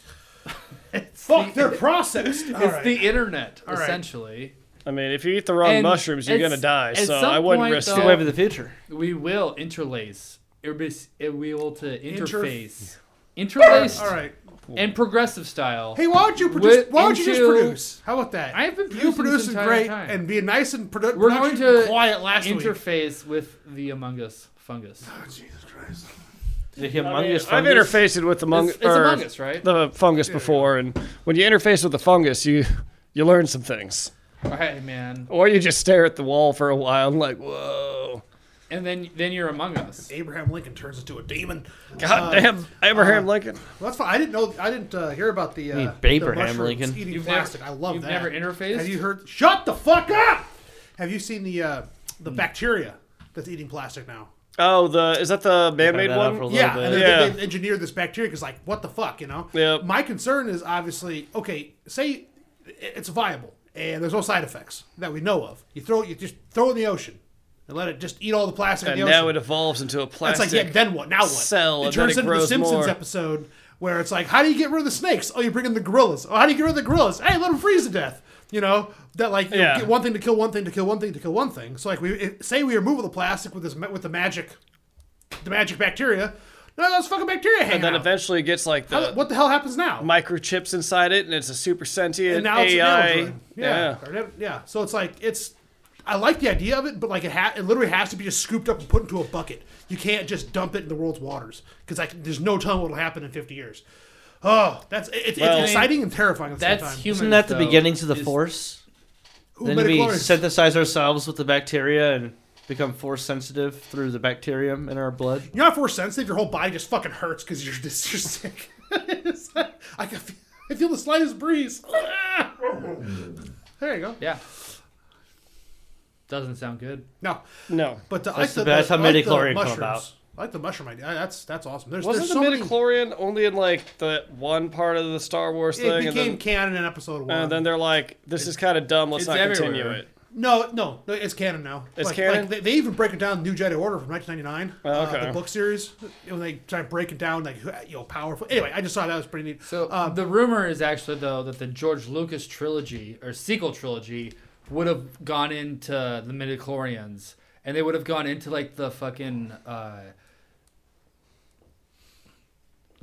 S2: it's
S1: Fuck,
S2: the,
S1: they're processed. All
S2: it's
S1: right.
S2: the internet
S1: All right.
S2: essentially.
S4: I mean, if you eat the wrong
S2: And
S4: mushrooms, you're
S2: it's-
S4: gonna die.
S2: at
S4: So
S2: some
S4: I wouldn't
S2: point,
S4: risk
S2: though-
S3: The
S2: So-
S3: way of the future.
S2: We will interlace. It will be- it will to
S1: Inter-
S2: interface, interlaced,
S1: All right.
S2: and progressive style.
S1: Hey, why don't you produce?
S2: With-
S1: why don't you just
S2: into-
S1: produce? How about that?
S2: I have been
S1: you
S2: producing this
S1: producing
S2: entire
S1: great
S2: time.
S1: and being nice and produ-
S2: We're going
S1: production
S2: to
S1: quiet last week.
S2: interface with the Among Us fungus.
S1: Oh, Jesus Christ!
S3: The
S4: I mean,
S3: humongous
S4: I've
S3: fungus.
S4: interfaced with the mung-
S2: It's- it's
S4: or
S2: Among Us, right?
S4: The fungus before, and when you interface with the fungus, you you learn some things,
S2: All right, man.
S4: or you just stare at the wall for a while and like, whoa.
S2: and then then you're among us.
S1: Abraham Lincoln turns into a demon.
S4: God damn, Abraham Lincoln.
S1: Well, that's fine. I didn't know. I didn't uh, hear about the. Uh,
S3: mean,
S1: the
S3: Abraham
S1: mushrooms
S3: Lincoln.
S1: Eating
S2: You've
S1: plastic.
S2: never-
S1: I love
S2: you've
S1: that.
S2: never interfaced?
S1: Have you heard? Shut the fuck up. Have you seen the uh, the
S4: Hmm.
S1: bacteria that's eating plastic now?
S4: Oh, the is that the man-made
S3: that out for a little
S4: one?
S1: Yeah,
S3: bit.
S1: and they,
S4: Yeah.
S1: they engineered this bacteria because, like, what the fuck, you know?
S4: Yep.
S1: My concern is obviously okay. Say i- it's viable and there's no side effects that we know of. You throw it, you just throw it in the ocean and let it just eat all the plastic
S4: And
S1: in the ocean.
S4: now it evolves into a
S1: That's
S4: plastic.
S1: like, yeah, then what? Now what?
S4: cell,
S1: it
S4: and then
S1: turns
S4: it
S1: into the
S4: grows
S1: Simpsons
S4: more.
S1: episode where it's like, how do you get rid of the snakes? Oh, you bring in the gorillas. Oh, how do you get rid of the gorillas? Hey, let them freeze to death. You know that like you know,
S4: Yeah.
S1: get one thing to kill one thing to kill one thing to kill one thing. So like we it, say we remove the plastic with this ma- with the magic, the magic bacteria. No, those fucking bacteria hang
S4: and then
S1: out.
S4: eventually it gets like the
S1: How- what the hell happens now?
S4: microchips inside it, and it's a super sentient
S1: and now it's
S4: AI.
S1: a nail yeah. yeah, yeah. So it's like it's. I like the idea of it, but like it, ha- it literally has to be just scooped up and put into a bucket. You can't just dump it in the world's waters because like there's no telling what'll happen in 50 years. Oh, that's it, it's,
S4: Well,
S1: it's exciting and terrifying at the same
S2: That's
S1: time.
S2: human.
S3: Isn't that the
S2: though,
S3: beginning to the
S2: is-
S3: Force?
S1: Ooh,
S3: Then we
S1: midichlorians.
S3: synthesize ourselves with the bacteria and become force sensitive through the bacterium in our blood.
S1: you're not force sensitive. Your whole body just fucking hurts because you're just you're sick. It's like- I can feel, I feel the slightest breeze. there you go.
S2: Yeah. Doesn't sound good.
S1: No,
S4: No,
S1: but uh, I
S3: That's
S1: like
S3: the best
S1: I like the
S3: midichlorian come
S1: mushrooms.
S3: about.
S1: I like the mushroom idea. That's that's awesome. There's,
S4: wasn't
S1: there's
S4: the
S1: so many-
S4: midichlorian only in like the one part of the Star Wars
S1: It
S4: thing?
S1: became
S4: and then,
S1: canon in episode one.
S4: and then they're like, "This is kind of dumb. Let's
S2: it's
S4: not continue
S2: everywhere.
S4: it."
S1: no, no, no, it's canon now.
S4: It's
S1: like,
S4: canon?
S1: Like they, they even break it down. in New Jedi Order from 1999,
S4: Oh, okay.
S1: uh, the book series. When they try breaking down, like who- you know, powerful. Anyway, I just thought that was pretty neat.
S2: So
S1: Um,
S2: the rumor is actually though that the George Lucas trilogy or sequel trilogy would have gone into the midichlorians and they would have gone into like the fucking uh,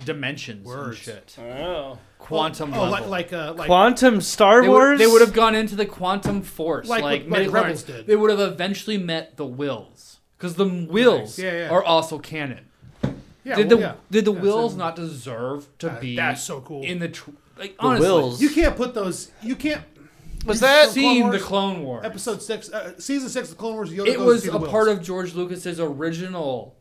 S2: dimensions and
S1: Words.
S2: shit.
S4: Oh,
S2: Quantum
S1: oh, like
S2: level.
S1: like uh, like
S3: Quantum Star
S2: they
S3: Wars.
S2: would, they would have gone into the quantum force
S1: Like
S2: like,
S1: what- like
S2: midichlorians.
S1: Rebels did.
S2: They would have eventually met the wills because the wills
S1: Yeah, yeah.
S2: are also canon.
S1: yeah,
S2: Did the
S1: well, yeah.
S2: did the
S1: Yeah,
S2: wills
S1: so-
S2: not deserve to
S1: Uh,
S2: be
S1: that's so cool.
S2: in the tr- like honestly
S3: wills.
S1: You can't put those. You can't.
S4: was
S1: that- Clone
S4: that?
S2: seen
S1: Wars?
S2: the Clone Wars.
S1: Episode six, uh, season six of Clone Wars. Yoda
S2: it
S1: goes
S2: was
S1: to
S2: a
S1: the wills.
S2: part of George Lucas's original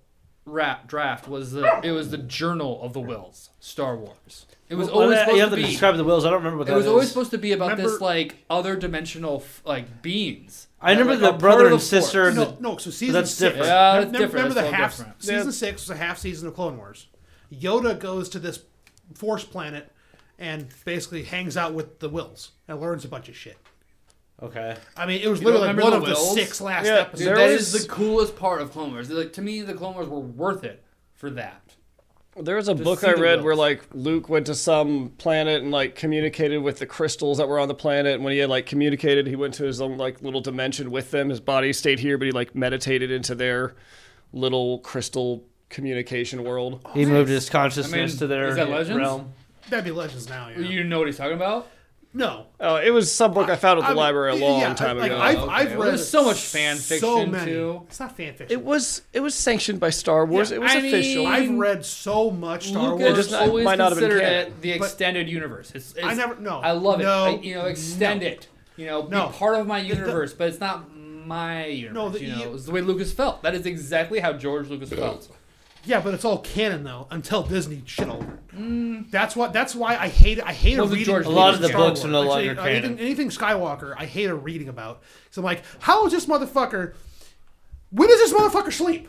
S2: rap draft. Was the it was the Journal of the Wills, Star Wars. It was
S3: Well,
S2: always
S3: that- you
S2: supposed
S3: have to
S2: to be.
S3: describe the wills. I don't remember what
S2: It
S3: that
S2: was always
S3: is.
S2: supposed to be about this
S1: Remember-
S2: like other dimensional f- like beings.
S3: I
S2: that,
S3: remember
S2: like,
S3: the
S2: are part
S3: brother
S2: of the
S3: and sister
S2: Force.
S3: and
S1: No, no. So season
S3: that's
S1: six.
S3: different.
S2: Yeah, that's
S1: remember,
S2: different.
S1: remember the
S2: That's a
S1: half
S2: little different.
S1: season
S4: Yeah.
S1: six was a half season of Clone Wars. Yoda goes to this Force planet and basically hangs out with the Wills and learns a bunch of shit.
S3: Okay.
S1: I mean, it was
S2: You don't
S1: literally like
S2: remember
S1: one
S2: the
S1: of the
S2: Wills?
S1: six last
S4: Yeah,
S1: episodes.
S2: Dude,
S4: There
S2: that
S4: was-
S2: is the coolest part of Clone Wars. Like to me, the Clone Wars were worth it for that.
S4: There was a book
S2: see
S4: I
S2: the
S4: read where
S2: wills.
S4: like Luke went to some planet and like communicated with the crystals that were on the planet. And when he had like communicated, he went to his own like little dimension with them. His body stayed here, but he like meditated into their little crystal communication world.
S3: He moved his consciousness
S2: I mean,
S3: to their
S2: is that Legends?
S3: realm.
S1: That'd be Legends now. Yeah.
S2: You know what he's talking about?
S1: no.
S4: Oh, it was some book I, found at the
S1: I mean,
S4: library a long
S1: yeah,
S4: time
S1: like,
S4: ago.
S1: I've,
S2: Okay.
S1: I've
S2: Well,
S1: read
S2: there's so much fan
S1: so
S2: fiction,
S1: many.
S2: too.
S1: It's not fan fiction.
S4: it was it was sanctioned by Star Wars.
S2: Yeah,
S4: it was
S2: I
S4: official.
S2: mean-
S1: I've read so much Star
S2: Lucas
S1: Wars.
S4: just not-
S2: always
S4: might not have been
S2: considered
S4: canon.
S2: it the
S1: But-
S2: extended universe. It's, it's,
S1: I never- no.
S2: I love
S1: No.
S2: it. I, you know, extend
S1: No.
S2: it. You know,
S1: No.
S2: be part of my
S1: the-
S2: universe, but it's not my universe.
S1: No, the- e-
S2: you know,
S1: you-
S2: it's the way Lucas felt. That is exactly how George Lucas felt.
S1: Yeah, but it's all canon though. Until Disney shit all over. it.
S2: Mm.
S1: That's what. That's why I hate. I hate a
S2: Wasn't
S1: reading.
S2: George
S1: about
S2: A lot of
S1: Star
S2: the
S1: Wars.
S3: books are no
S1: Like,
S3: longer
S1: uh, anything-
S3: canon.
S1: Anything Skywalker, I hate a reading about. So I'm like, how is this motherfucker? When does this motherfucker sleep?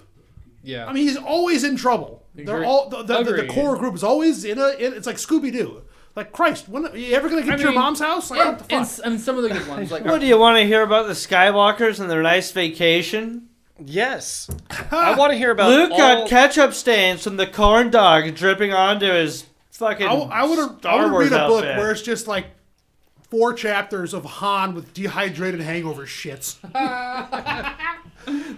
S2: Yeah,
S1: I mean, he's always in trouble. They're
S2: Agreed.
S1: all the, the, the, the
S2: Agreed.
S1: core group is always in a. In, it's like Scooby Doo. Like Christ, when are you ever gonna get to your
S2: mean,
S1: mom's house? Like,
S2: and,
S1: what the fuck?
S2: and s- and some of the good ones like
S3: What do you want to hear about the Skywalkers and their nice vacation?
S4: yes, I want to hear about
S3: Luke
S4: all-
S3: got ketchup stains from the corn dog dripping onto his fucking.
S1: I, w- I would have.
S3: Star
S1: I would
S3: Wars
S1: read a book
S3: outfit.
S1: where it's just like four chapters of Han with dehydrated hangover shits.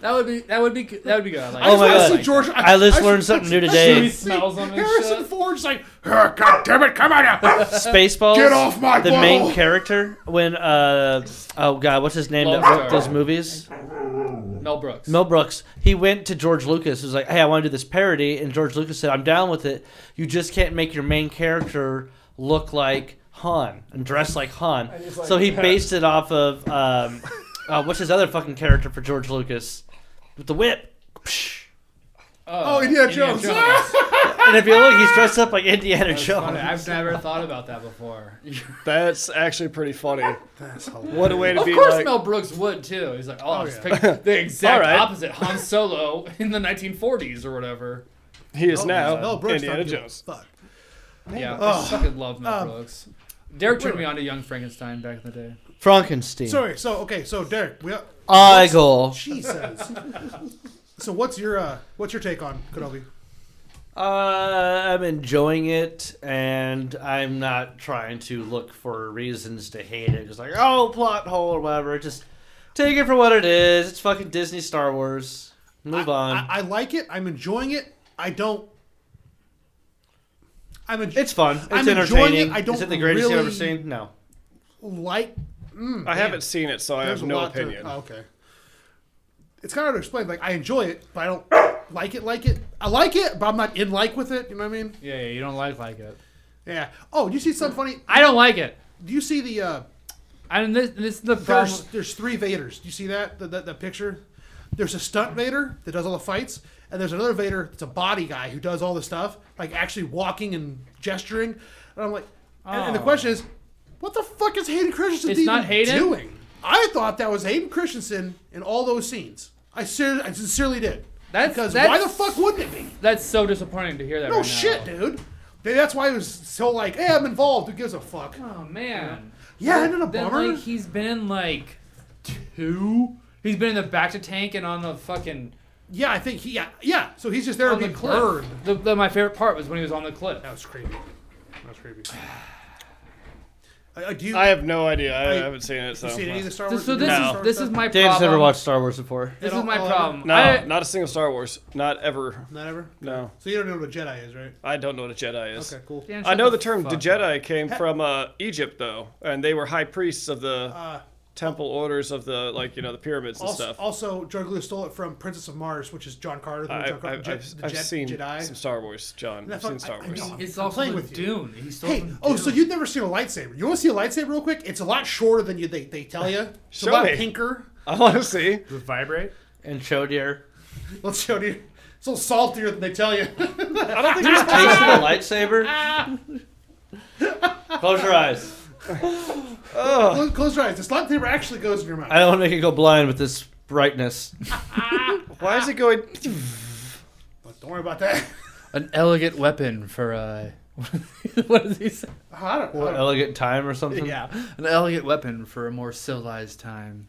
S2: that would be that would be that would be good. I Like,
S1: I
S3: Oh
S1: just
S3: my
S1: wanna
S3: God.
S1: see George.
S3: I just
S1: should-
S3: learned something new
S1: I should see
S3: today.
S2: Smells on this
S1: Harrison
S2: shit.
S1: Ford's like, "Oh, God damn it, come on now.
S3: Spaceballs.
S1: Get off my
S3: The
S1: butthole."
S3: main character when uh oh god what's his name that
S2: Lone
S3: wrote
S2: Star.
S3: those movies
S2: Mel Brooks.
S3: Mel Brooks he went to George Lucas he was like hey I want to do this parody and George Lucas said I'm down with it you just can't make your main character look like Han and dress like Han so he based it off of um uh, what's his other fucking character for George Lucas with the whip
S1: Oh, Indiana Jones.
S3: And if you look, he's dressed up like Indiana
S2: That's funny.
S3: Jones.
S2: I've never thought about that before.
S4: That's actually pretty funny.
S1: That's hilarious.
S4: What a way to
S2: Of
S4: be
S2: course,
S4: like.
S2: Mel Brooks would too. He's like, oh, I'll just
S1: yeah.
S2: pick the exact
S4: Alright.
S2: opposite Han Solo in the 1940s or whatever.
S4: he is now
S1: Mel Brooks
S4: Indiana
S1: don't give a
S4: Jones.
S1: Fuck.
S2: Yeah,
S1: Oh.
S2: I fucking love Mel
S1: Um,
S2: Brooks. Derek turned
S1: wait.
S2: me on to Young Frankenstein back in the day.
S3: Frankenstein.
S1: Sorry. So okay. So Derek, we,
S3: Igel.
S1: Jesus. so what's your uh, what's your take on Kenobi?
S3: Uh, I'm enjoying it, and I'm not trying to look for reasons to hate it. Just like, oh, plot hole or whatever. Just take it for what it is. It's fucking Disney Star Wars. Move on.
S1: I, I like it. I'm enjoying it. I don't. I'm enj-
S3: it's fun. It's
S1: I'm enjoying it.
S3: entertaining.
S1: I don't
S3: is it the greatest you've ever
S1: really-
S3: seen? No.
S1: like. Mm,
S4: I
S1: damn.
S4: haven't seen it, so I
S1: There's a
S4: have no
S1: lot to-
S4: opinion.
S1: oh, okay. It's kind of hard to explain. Like I enjoy it, but I don't like it. Like it. I like it, but I'm not in like with it. You know what I mean?
S2: Yeah, yeah, you don't like like it.
S1: Yeah. Oh, you see something funny?
S2: I don't like it.
S1: Do you see the? Uh,
S2: And this, this is the problem.
S1: there's there's three Vaders. Do you see that? The, the, the picture. There's a stunt Vader that does all the fights, and there's another Vader that's a body guy who does all the stuff, like actually walking and gesturing. And I'm like, and, and the
S2: Oh.
S1: question is, what the fuck is Hayden Christensen
S2: It's
S1: even
S2: not Hayden?
S1: doing? I thought that was Hayden Christensen in all those scenes. I ser- I sincerely did.
S2: That's-
S1: because
S2: that's-
S1: why the fuck wouldn't it be?
S2: That's so disappointing to hear that.
S1: No
S2: right now.
S1: shit, dude. They- That's why it was so like, hey, I'm involved. Who gives a fuck?
S2: Oh man.
S1: Yeah, isn't it a
S2: Then,
S1: bummer?
S2: like he's been in like two. He's been in the back to tank and on the fucking
S1: yeah, I think he. Yeah, yeah. So he's just there to
S2: on
S1: be
S2: the cliff.
S1: burned.
S2: The, the, my favorite part was when he was on the cliff.
S1: That was creepy. That was creepy. Uh, do you,
S4: I have no idea. I,
S1: I-
S4: haven't seen it, so.
S1: you see any of the Star Wars?
S2: So this
S4: No.
S2: is this is my problem.
S3: Dave's never watched Star Wars before.
S1: At
S2: This is
S1: all-
S2: my
S1: all
S2: problem.
S4: No,
S2: I,
S4: not a single Star Wars. Not ever.
S1: Not ever.
S4: No.
S1: So you don't know what a Jedi is, right?
S4: I don't know what a Jedi is.
S1: Okay, cool.
S2: Dan,
S4: I
S2: shut
S4: know the term
S2: fuck
S4: the
S2: up.
S4: Jedi came from uh, Egypt, though, and they were high priests of the
S1: Uh,
S4: temple orders of the, like, you know, the pyramids and
S1: also,
S4: stuff.
S1: also, George Lucas stole it from Princess of Mars, which is John Carter. The
S4: I,
S1: John
S4: have
S1: Carter Je- the Je-
S4: seen
S1: Jedi.
S4: some Star Wars, John.
S1: I
S4: I've
S1: thought-
S4: seen Star
S1: I- I
S4: Wars.
S1: mean-
S2: It's
S1: I'm
S2: also
S1: playing
S2: the
S1: with you.
S2: Dune. He stole
S1: Hey,
S2: from
S1: oh,
S2: Dune.
S1: so you've never seen a lightsaber? You want to see a lightsaber real quick? It's a lot shorter than you they, they tell you. It's
S4: Show
S1: a lot
S4: me.
S1: pinker.
S4: I want to see.
S2: Does it vibrate?
S3: And Chodier.
S1: Let's show you. It's a little saltier than they tell you.
S3: Taste of the lightsaber. Close your eyes.
S1: close, close your eyes. This lightsaber actually goes in your mouth.
S3: I don't want to make you go blind with this brightness.
S4: Why is it going?
S1: but don't worry about that.
S2: An elegant weapon for uh, what does he say?
S1: I don't, I
S3: What,
S1: don't-
S3: elegant time or something?
S2: an elegant weapon for a more civilized time.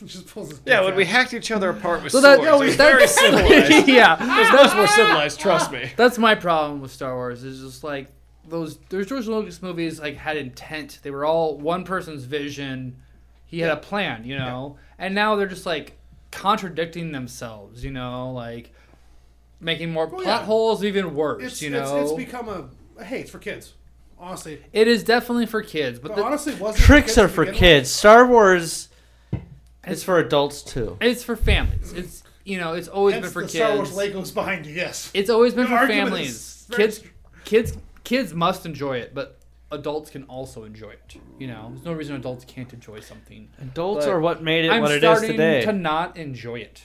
S1: he just pulls his
S4: Yeah,
S1: dick
S4: when
S1: out.
S4: we hacked each other apart with
S2: So that-
S4: swords,
S2: no,
S4: it was
S2: that-
S4: very civilized.
S2: yeah,
S4: There's much more
S2: Ah!
S4: civilized, trust me.
S2: that's my problem with Star Wars. Is just like those. Those George Lucas movies like had intent. They were all one person's vision. He had a plan, you know. And now they're just like contradicting themselves, you know, like making more
S1: Well,
S2: plot
S1: Oh, yeah.
S2: holes even worse.
S1: it's,
S2: you know,
S1: it's, it's become a hey, it's for kids. Honestly,
S2: It is definitely for kids, but
S1: but
S2: the,
S1: honestly, wasn't it
S3: Tricks
S1: to
S3: are for
S1: begin with?
S3: kids. Star Wars is for adults too.
S2: it's for families. It's you know, it's always
S1: Hence
S2: been for
S1: the
S2: kids.
S1: Star Wars Legos behind you. Yes,
S2: It's always been
S1: Your
S2: for
S1: argument
S2: families.
S1: is very
S2: Kids,
S1: str-
S2: kids, kids must enjoy it, but adults can also enjoy it. You know, there's no reason adults can't enjoy something.
S3: Adults
S2: But
S3: are what made it
S2: I'm
S3: what it is
S2: starting
S3: today.
S2: to not enjoy it,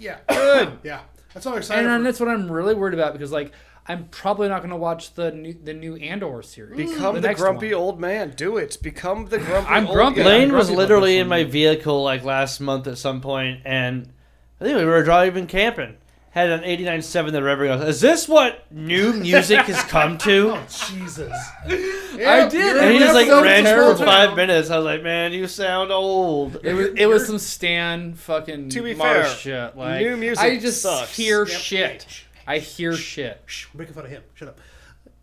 S1: yeah, good. Yeah, that's all I'm excited.
S2: and um,
S1: for.
S2: that's what I'm really worried about because, like, I'm probably not going to watch the new the new Andor series.
S4: Become the,
S2: Mm. next
S4: grumpy
S2: one.
S4: old man. Do it. Become the grumpy.
S2: I'm
S4: old
S2: grumpy.
S4: guy.
S2: Lane-
S3: Lane was
S2: Grumpy about
S3: literally
S2: this
S3: in
S2: one.
S3: my vehicle like last month at some point, and I think we were driving camping. Had an 89.7 that Reverend goes, Is this what new music has come to?
S1: oh Jesus,
S2: I did.
S3: And he
S2: It
S3: just
S2: was
S3: like
S2: so
S3: ran for
S2: terrible.
S3: five minutes. I was like, Man, you sound old.
S2: It was it was some Stan fucking
S4: To be
S2: Mars
S4: fair,
S2: shit. Like
S4: new music
S2: I just
S4: sucks.
S2: hear
S1: Yep.
S2: shit. I hear shit.
S1: Shh, we're making fun of him. Shut up.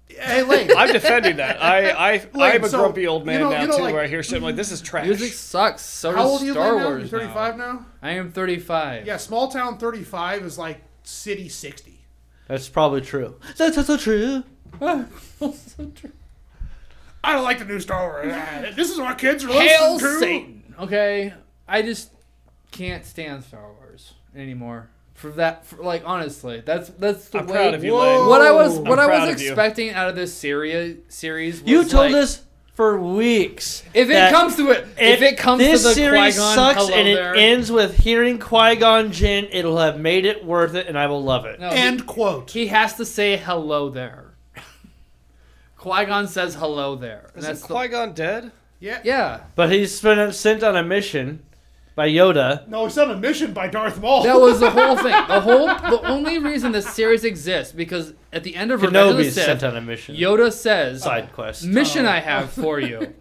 S1: Hey, Lane.
S4: I'm defending that. I, I,
S1: Lane,
S4: I'm a
S1: so,
S4: grumpy old
S1: you
S4: man
S1: know-
S4: now
S1: you know,
S4: too,
S1: like-
S4: where I hear shit I'm like this is trash.
S2: Music sucks. So
S1: How old are
S2: does
S1: you
S2: Star
S1: Lane, now? You're
S2: Wars.
S1: 35 now?
S2: I am 35.
S1: Yeah, small town 35 is like city 60.
S3: That's probably true. That's so true.
S1: I don't like the new Star Wars. Ah, This is what kids are
S2: Hail
S1: listening to.
S2: Satan. Okay, I just can't stand Star Wars anymore. For that, for, like honestly, that's that's the
S4: I'm
S2: way.
S4: proud of you,
S1: Whoa.
S4: Lane.
S2: What I was
S1: I'm
S2: what I
S4: proud
S2: was
S4: of you.
S2: expecting out of this series series. Was
S3: You told
S2: like,
S3: us for weeks.
S2: If it
S3: that
S2: comes to it, if it comes to
S3: this
S2: the
S3: series
S2: Qui-Gon,
S3: sucks
S2: hello
S3: and it
S2: there.
S3: ends with hearing Qui Gon Jinn, it'll have made it worth it, and I will love it.
S2: No,
S1: End quote.
S2: he, he has to say hello there. Qui Gon says hello there. And
S4: Is
S2: that's the-
S4: Qui Gon dead?
S1: Yeah.
S2: yeah,
S3: But he's been sent on a mission by Yoda.
S1: No, it's on a mission by Darth Maul.
S2: that was the whole thing. The whole, the only reason this series exists because at the end of Revenge of the
S3: Kenobi's
S2: Sith,
S3: sent on a mission.
S2: Yoda says,
S3: side quest.
S2: "Mission
S4: Oh.
S2: I have for you,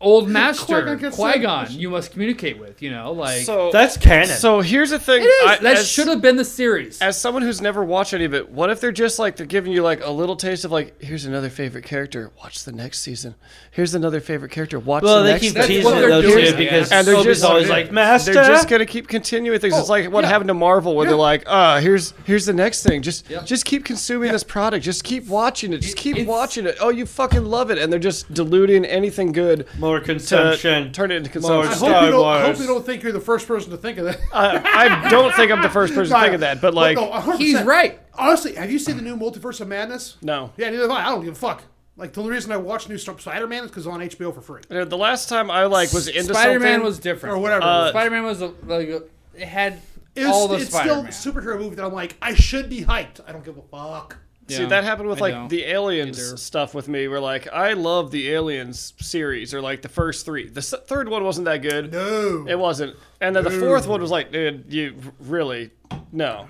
S2: old master
S1: Qui-Gon gets
S2: Qui Gon. You must communicate with. You know, like
S4: so
S3: That's canon.
S4: so here's the thing.
S2: it is.
S4: I-
S2: that
S4: as-
S2: should have been the series.
S4: as someone who's never watched any of it, what if they're just like they're giving you like a little taste of like here's another favorite character, watch the next season. Here's another favorite character, watch
S3: well,
S4: the
S3: they
S4: next.
S3: keep
S4: season.
S2: That's
S3: teasing
S2: what
S3: it
S2: they're
S3: though
S2: doing,
S3: too
S2: yeah.
S3: because
S4: And they're
S3: Kenobi's
S4: just-
S3: always like master.
S4: They're just gonna keep continuing things.
S2: Oh,
S4: it's like what
S1: yeah.
S4: happened to Marvel, where they're
S1: Yeah.
S4: like, "Ah, here's here's the next thing. Just
S2: Yep.
S4: just keep consuming this product. Just keep watching it. Just
S2: It-
S4: keep
S2: it's-
S4: watching it. Oh, you fucking love it." And they're just diluting anything good
S3: more
S4: to
S3: consumption.
S4: turn it into
S1: I
S4: consumption.
S1: hope,
S3: Star
S1: you don't, I
S3: Wars.
S1: hope you don't think you're the first person to think of that.
S4: I, I don't think I'm the first person to think of that, but like,
S1: no, 100%.
S2: He's right.
S1: Honestly, have you seen the new Multiverse of Madness?
S4: no.
S1: Yeah, neither have I. I don't give a fuck. Like the only reason I watch new Spider Man is because on HBO for free
S4: Uh, The last time I like was into
S2: Spider Man
S4: something-
S2: was different,
S1: or whatever.
S4: Uh,
S2: Spider Man was a, like a- it had
S1: it was,
S2: all the
S1: it's
S2: Spider Man.
S1: still a superhero movie that I'm like, I should be hyped. I don't give a fuck.
S4: See, that happened with
S2: I
S4: like
S2: know.
S4: the aliens
S2: Either.
S4: stuff with me. Where like I love the aliens series or like the first three. The s- third one wasn't that good.
S1: No.
S4: It wasn't. And then the fourth one was like, dude, you really no.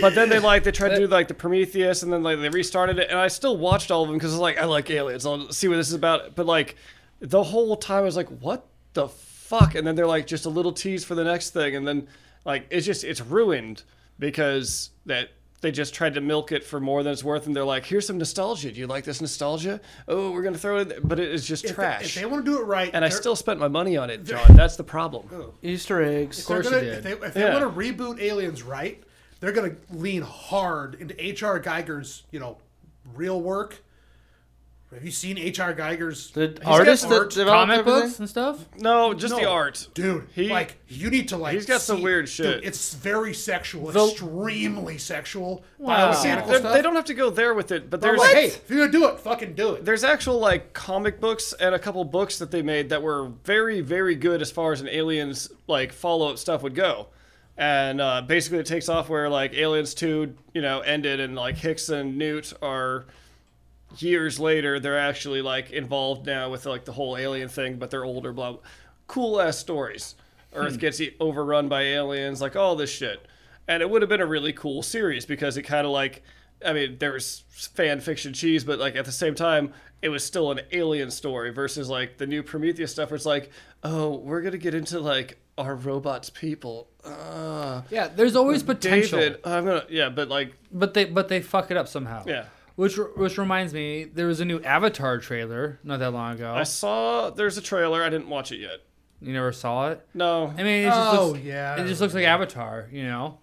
S4: But then they like they tried to do like the Prometheus, and then like they restarted it, and I still watched all of them because I was like, I like aliens. I'll see what this is about. But like the whole time, I was like, what the fuck? And then they're like just a little tease for the next thing, and then like it's just it's ruined because that. They just tried to milk it for more than it's worth, and they're like, "Here's some nostalgia. Do you like this nostalgia? Oh, we're gonna throw it." in there." But it is just
S1: If they-
S4: trash,
S1: If they, want to do it right,
S4: and I
S1: they're-
S4: still spent my money on it, John. That's the problem.
S3: Easter eggs.
S1: they're
S2: course
S1: gonna,
S2: you did.
S1: if they, if they
S4: Yeah.
S1: want to reboot Aliens right, they're going to lean hard into H.R. Geiger's, you know, real work. Have you seen H.R. Geiger's
S3: The
S1: He's got
S3: artist that
S1: art.
S3: developed
S2: comic
S3: everything?
S2: books and stuff.
S4: No, just the
S1: No.
S4: art.
S1: Dude,
S4: He-
S1: like you need to like.
S4: he's got some weird shit.
S1: Dude, it's very sexual,
S2: The-
S1: extremely sexual,
S2: Wow.
S1: biomechanical
S4: They're-
S1: stuff.
S4: They don't have to go there with it, but
S1: They're
S4: there's
S1: like, hey, if you're gonna do it, fucking do it.
S4: there's actual like comic books and a couple books that they made that were very very good as far as an aliens like follow up stuff would go. And uh, basically, it takes off where like Aliens Two, you know, ended, and like Hicks and Newt are years later. They're actually like involved now with like the whole alien thing, but they're older. Blah, blah. cool ass stories.
S2: Hmm.
S4: Earth gets e- overrun by aliens, like all this shit. And it would have been a really cool series because it kind of like, I mean, there was fan fiction cheese, but like at the same time, it was still an alien story versus like the new Prometheus stuff where it's like, oh, we're going to get into like our robots people. Uh,
S2: Yeah, there's always potential,
S4: David, I'm going to, yeah, but like,
S2: but they but they fuck it up somehow.
S4: yeah.
S2: Which, which reminds me, there was a new Avatar trailer not that long ago.
S4: I saw there's a trailer. I didn't watch it yet.
S2: you never saw it.
S4: No.
S2: I mean, it just
S1: Oh,
S2: looks,
S1: yeah, I
S2: it just looks like Avatar. You know,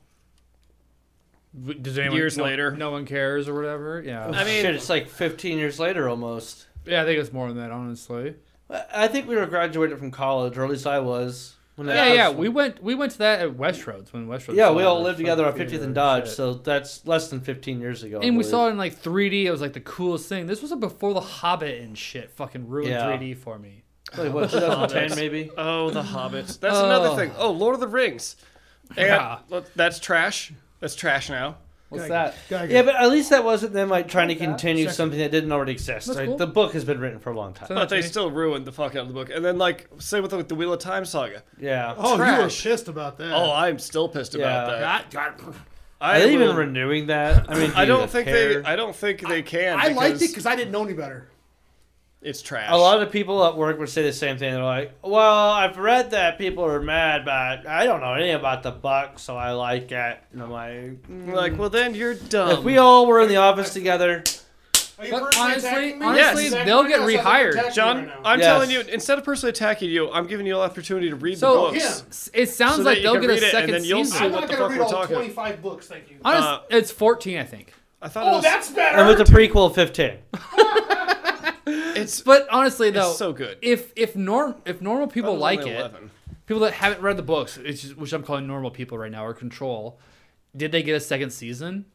S2: W- does anyone
S4: Years
S2: no-
S4: later.
S2: no one cares or whatever? Yeah,
S4: I mean-
S3: Oh, Shit, it's like 15 years later almost.
S2: yeah, I think it's more than that, honestly.
S3: I I think we were graduated from college, or at least I was. When that
S2: Yeah,
S3: was-
S2: yeah, we went we went to that at Westroads when Westroads.
S3: yeah,
S2: saw
S3: we
S2: it.
S3: all lived together on
S2: Fucking
S3: 50th and
S2: shit.
S3: Dodge, so that's less than 15 years ago. I
S2: And we
S3: believe.
S2: saw it in like 3D. It was like the coolest thing. This was before the Hobbit and shit. Fucking ruined
S3: Yeah.
S2: 3D for me.
S3: like what 2010 maybe.
S4: Oh, the Hobbits. That's another
S2: Oh.
S4: thing. Oh, Lord of the Rings. And
S2: Yeah.
S4: look, that's trash. That's trash now.
S2: What's
S1: Geiger.
S2: that?
S1: Geiger.
S3: Yeah, but at least that wasn't them like trying to continue something that didn't already exist.
S2: That's
S3: Like,
S2: cool.
S3: The book has been written for a long time.
S2: So-
S4: But they
S2: Okay.
S4: still ruined the fuck out of the book. And then like same with like, the Wheel of Time saga.
S3: yeah,
S1: oh, you were
S4: trash.
S1: pissed about that.
S4: Oh, I'm still pissed about
S3: Yeah.
S4: that.
S1: God, God.
S4: I,
S3: are they even
S4: will-
S3: renewing that? I mean, do
S4: I
S3: you
S4: don't
S3: even
S4: think
S3: care?
S4: they. I don't think they can.
S1: I liked it
S4: because
S1: because I didn't know any better.
S4: it's trash.
S3: A lot of people at work would say the same thing. They're like, "Well, I've read that people are mad, but I don't know anything about the book, so I like it." And I'm like, mm.
S4: like, well, then you're dumb.
S3: if we all were in the office together,
S1: Are you
S2: But
S1: personally
S2: honestly-
S1: attacking me?
S2: honestly,
S1: Yes.
S2: they'll get
S1: Exactly.
S2: rehired.
S1: Attacking me
S4: John,
S1: right now.
S4: I'm
S3: Yes.
S4: telling you, instead of personally attacking you, I'm giving you an opportunity to read
S2: So
S4: the books.
S1: yeah.
S2: s- it sounds
S4: So that
S2: like
S4: you
S2: they'll
S4: can
S2: get a
S4: read it, and
S2: second
S4: then you'll
S2: season.
S1: I'm
S4: see what
S1: not
S4: the
S1: gonna
S4: fuck
S1: read
S4: we're
S1: all
S4: talking-
S1: 25 books, thank you.
S2: Honest,
S4: Uh,
S2: it's 14, I think.
S4: I thought
S1: oh,
S4: it was,
S1: that's better.
S3: and with the prequel, 15.
S4: it's
S2: But honestly, though,
S4: so good.
S2: If if norm if normal people
S4: was
S2: like
S4: only
S2: it,
S4: 11.
S2: people that haven't read the books, it's just, which I'm calling normal people right now, or control, did they get a second season?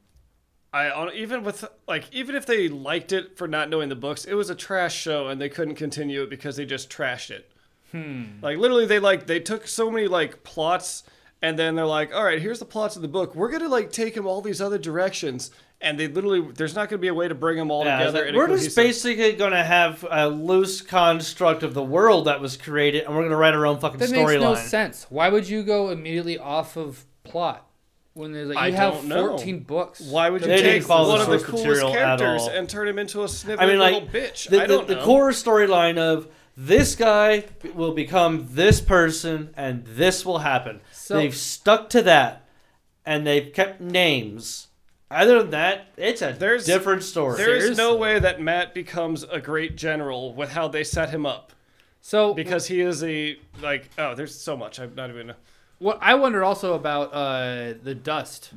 S4: I hon- even with like even if they liked it for not knowing the books, it was a trash show and they couldn't continue it because they just trashed it. Hmm. Like literally, they like they took so many like plots and then they're like, all right, here's the plots of the book. We're gonna like take them all these other directions, and they literally there's not gonna be a way to bring them all
S3: Yeah, I was
S4: together.
S3: like,
S4: in a
S3: we're just
S4: cohesive-
S3: basically going to have a loose construct of the world that was created, and we're going to write our own fucking
S2: That makes no
S3: storyline.
S2: sense. Why would you go immediately off of plot when there's like
S4: I
S2: you have
S4: don't know.
S2: 14 books?
S4: Why would you
S3: They didn't
S4: take
S3: follow
S4: one
S3: the
S4: of the
S3: source
S4: coolest
S3: material at
S4: characters
S3: all.
S4: and turn him into a sniveling
S3: I mean,
S4: little
S3: like
S4: bitch?
S3: The,
S4: I don't
S3: the,
S4: know.
S3: the core storyline of this guy will become this person, and this will happen.
S2: So-
S3: they've stuck to that, and they've kept names. Other than that, it's a
S4: There's-
S3: different story.
S4: There is no
S2: Seriously.
S4: way that Matt becomes a great general with how they set him up
S2: So
S4: because he is a like oh there's so much I'm not even
S2: what I wonder also about uh, the dust,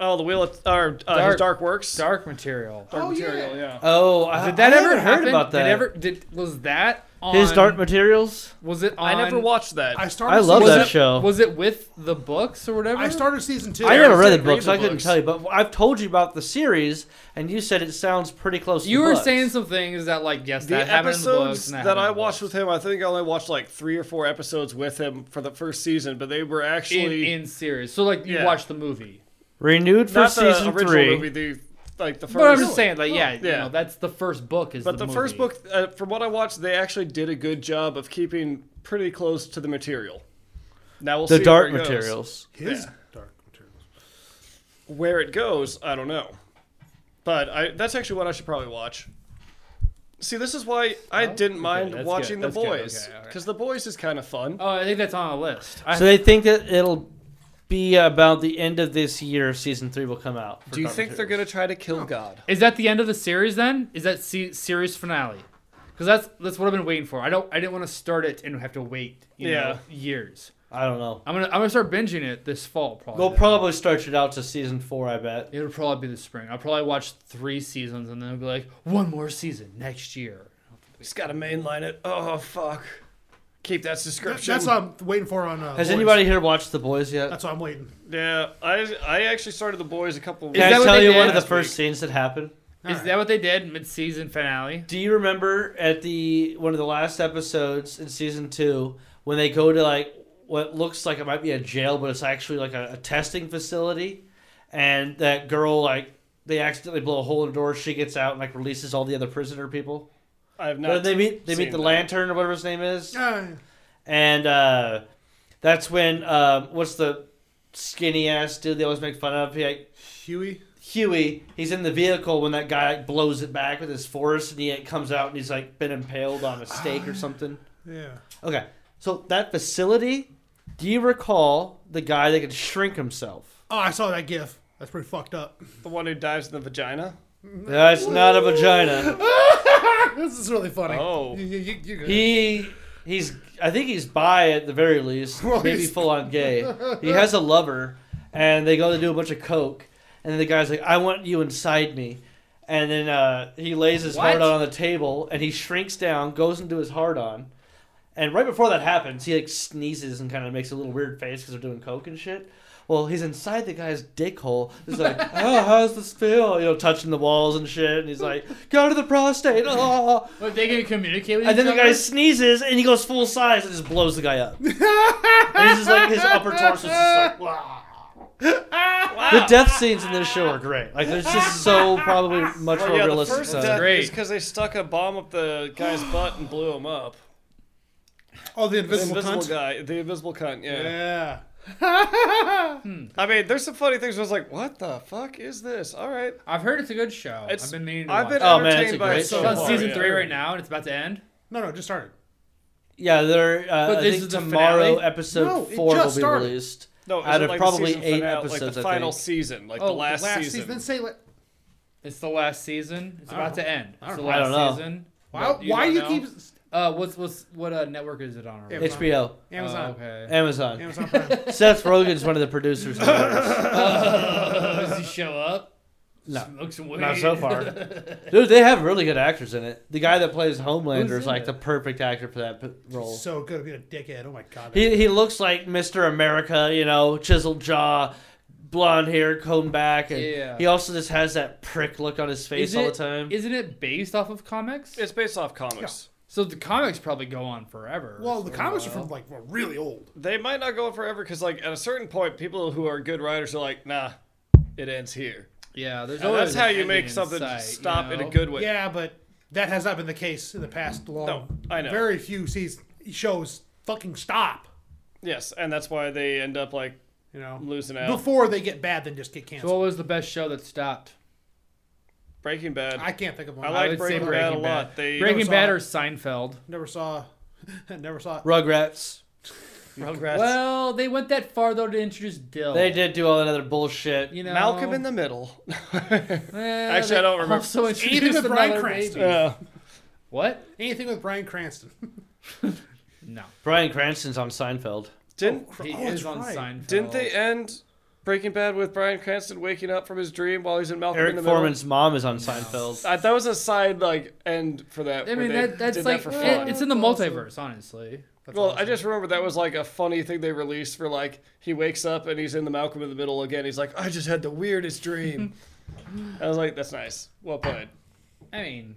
S4: oh the wheel of, or uh, his
S2: Dark-
S4: dark works
S2: dark material.
S4: dark
S1: Oh,
S4: material yeah.
S3: oh, I,
S2: Did that
S3: I
S2: ever
S3: haven't heard
S2: happen?
S3: about that?
S2: Did ever did was that on
S3: His Dark Materials.
S2: was it on,
S4: I never watched that.
S1: I started.
S3: I love
S2: was
S1: season,
S3: that
S2: it,
S3: show.
S2: Was it with the books or whatever?
S1: I started season two.
S3: I never read the
S4: didn't read
S3: books,
S4: the
S3: I couldn't
S4: books.
S3: tell you. But I've told you about the series, and you said it sounds pretty close. to
S2: You
S3: the
S2: were
S3: books.
S2: saying some things that like yes,
S4: the
S2: that happened in the books.
S4: episodes
S2: and
S4: that
S2: happened in
S4: I
S2: the
S4: watched
S2: books.
S4: with him, I think I only watched like three or four episodes with him for the first season, but they were
S2: in,
S4: actually
S2: in series. So like you
S4: Yeah.
S2: watched the movie.
S3: renewed for
S4: not the
S3: season
S4: original
S3: three.
S4: movie, the like the first.
S2: But I'm just saying, like, yeah, you
S4: Yeah.
S2: know, that's the first book is
S4: But the,
S2: movie.
S4: first book, uh, from what I watched, they actually did a good job of keeping pretty close to the material. Now we'll
S3: The
S4: see
S3: Dark
S4: where it goes.
S3: Materials.
S1: his
S4: Yeah.
S1: dark materials.
S4: Where it goes, I don't know. But I, that's actually what I should probably watch. See, this is why I didn't mind
S2: that's
S4: watching
S2: good,
S4: The
S2: that's good,
S4: Boys
S2: okay, all right.
S4: because The Boys is kind of fun.
S2: Oh, I think that's on a list. I,
S3: So they think that it'll be about the end of this year. Season three will come out. for
S4: Do you
S3: Dark
S4: think they're
S3: Materials.
S4: gonna try to kill God?
S2: is that the end of the series then? Is that se- series finale? Because that's that's what I've been waiting for. I don't I didn't want to start it and have to wait, you know, years.
S3: I don't know.
S2: I'm gonna I'm gonna start binging it this fall probably.
S3: They'll probably stretch it out to season four. I bet.
S2: It'll probably be the spring. I'll probably watch three seasons and then I'll be like, one more season next year.
S4: He's got to mainline it. Oh fuck! Keep that subscription.
S1: That's what I'm waiting for on. Uh,
S3: Has
S1: Boys.
S3: anybody here watched The Boys yet?
S1: That's what I'm waiting.
S4: yeah. I I actually started The Boys a
S2: Is
S4: couple.
S3: Can
S2: that
S3: I
S2: what
S3: tell
S2: they
S3: you
S2: did
S3: one of the
S4: last
S3: first
S4: week?
S3: scenes that happened?
S2: Is that what they did mid season finale?
S3: Do you remember at the one of the last episodes in season two when they go to like what looks like it might be a jail, but it's actually like a, a testing facility, and that girl like they accidentally blow a hole in the door, she gets out and like releases all the other prisoner people.
S4: I have
S3: But
S4: not.
S3: they meet they meet
S4: seen
S3: the
S4: that.
S3: lantern or whatever his name is,
S1: Uh,
S3: and uh, that's when uh, what's the skinny ass dude they always make fun of? He like
S1: Huey.
S3: Huey, he's in the vehicle when that guy like, blows it back with his force, and he like, comes out and he's like been impaled on a stake
S4: Ah.
S3: or something.
S1: Yeah.
S3: Okay, so that facility. Do you recall the guy that could shrink himself?
S1: Oh, I saw that gif. That's pretty fucked up.
S4: The one who dives in the vagina.
S3: That's not a vagina.
S1: This is really funny.
S4: Oh.
S1: You, you, you, you're good.
S3: He, he's. I think he's bi at the very least,
S1: Well,
S3: maybe
S1: he's-
S3: full on gay. He has a lover, and they go to do a bunch of coke, and the guy's like, "I want you inside me." And then uh, he lays his
S2: What?
S3: hard on on the table, and he shrinks down, goes into his hard on, and right before that happens, he like sneezes and kind of makes a little weird face because they're doing coke and shit. Well, he's inside the guy's dick hole. He's like, "Oh, how's this feel?" You know, touching the walls and shit. And he's like, "Go to the prostate." Oh.
S2: But they can communicate with
S3: And
S2: each
S3: then the
S2: other?
S3: guy sneezes and he goes full size and just blows the guy up. and he's just like his upper torso is just like "Ah!" "Wah." The death scenes in this show are great. Like there's just so probably much more
S4: Well, Oh, yeah, the
S3: Oh, realistic.
S4: first
S3: side.
S4: death
S2: Great.
S4: is because they stuck a bomb up the guy's butt and blew him up.
S1: oh, the
S4: The
S1: invisible,
S4: invisible
S1: cunt.
S4: guy, the invisible cunt. Yeah.
S1: Yeah.
S4: I mean, there's some funny things. I was like, what the fuck is this? All right.
S2: I've heard it's a good show.
S4: It's-
S2: I've been meaning to
S4: I've
S2: watch
S4: been
S2: it.
S3: Oh, man,
S4: entertained
S3: it's a
S4: by
S3: great
S4: it so
S2: It's
S3: show.
S2: on
S4: far,
S2: season
S4: yeah.
S2: three right now, and it's about to end.
S1: No, no, just started.
S3: Yeah, they're uh,
S2: But
S3: I
S2: this
S3: think
S2: is the
S3: tomorrow
S2: finale?
S3: episode
S1: No, it
S3: four will be
S1: just started.
S3: released.
S4: No,
S3: out
S4: it was
S3: of
S4: like the
S3: probably
S4: season
S3: eight
S4: finale, like
S3: episodes,
S4: the
S3: I
S4: final
S3: think.
S4: season, like
S2: Oh,
S4: the last,
S1: Last
S4: season.
S1: season. Then say like,
S2: It's the last season. It's about to end. It's the
S3: I
S2: last
S3: don't know.
S2: season.
S1: why?
S2: No, you
S1: why do you
S2: don't
S1: keep
S2: know? Uh, what's what's what uh, network is it on? already?
S1: Amazon.
S3: HBO,
S1: Amazon?
S2: Oh, okay.
S3: Amazon.
S1: Amazon Prime.
S3: Seth Rogen's one of the producers. of theirs.
S2: Does he show up?
S3: No.
S2: Smoke some weed.
S3: Not so far, dude. They have really good actors in it. The guy that plays Homelander
S2: Who's
S3: is
S2: in
S3: like
S2: it?
S3: the perfect actor for that p- role.
S1: so good at being a dickhead. Oh my god.
S3: He he looks like Mr. America, you know, chiseled jaw, blonde hair combed back, and
S2: Yeah.
S3: he also just has that prick look on his face
S2: Is
S3: all
S2: it-
S3: the time.
S2: Isn't it based off of comics?
S4: It's based off comics.
S2: so the comics probably go on forever.
S1: Well, the
S2: for a
S1: comics are
S2: while.
S1: from like well, really old.
S4: They might not go on forever because, like, at a certain point, people who are good writers are like, nah, it ends here.
S2: yeah. There's
S4: And
S2: always
S4: that's how
S2: an
S4: you make
S2: ending
S4: something
S2: in sight,
S4: stop
S2: you
S4: in a
S2: know?
S4: good way.
S1: Yeah, but that has not been the case in the past long.
S4: No, I know.
S1: Very few seas shows fucking stop.
S4: Yes, and that's why they end up like
S1: You know,
S4: losing out.
S1: before they get bad, then just get
S2: So
S1: canceled.
S2: what was the best show that stopped?
S4: Breaking Bad.
S1: I can't think of one.
S4: I
S1: I
S4: like-
S2: would say
S4: Breaking Bad a lot. They-
S2: Breaking
S1: Never saw
S2: Bad
S1: it.
S2: or Seinfeld?
S1: never saw, never saw. it.
S3: Rugrats.
S4: Rugrats.
S2: Well, they went that far though to introduce Dill.
S3: They did do all that other bullshit.
S2: Oh. You know,
S4: Malcolm in the Middle.
S2: Eh,
S4: Actually, I
S2: they
S4: don't remember.
S2: Also
S1: Even
S2: introduced
S1: with Bryan
S2: another
S1: Cranston.
S2: baby.
S4: Yeah.
S2: What?
S1: Anything with Brian Cranston?
S2: No,
S3: Brian Cranston's on Seinfeld.
S4: didn't
S1: Cr-
S2: he
S1: oh,
S2: is
S1: that's
S2: on
S1: right.
S2: Seinfeld.
S4: didn't they
S3: Oh.
S4: end Breaking Bad with Brian Cranston waking up from his dream while he's in Malcolm in
S3: Eric
S4: the Middle?
S3: Foreman's mom is on Seinfeld.
S4: I, that was a side like end for that.
S2: I
S4: where
S2: mean,
S4: they
S2: that, that's
S4: did
S2: like
S4: that for
S2: it-
S4: fun.
S2: it's in the multiverse, honestly. That's
S4: well,
S2: all
S4: I just remember that was like a funny thing they released for like he wakes up and he's in the Malcolm in the Middle again. He's like, I just had the weirdest dream. I was like, that's nice. Well played.
S2: I mean,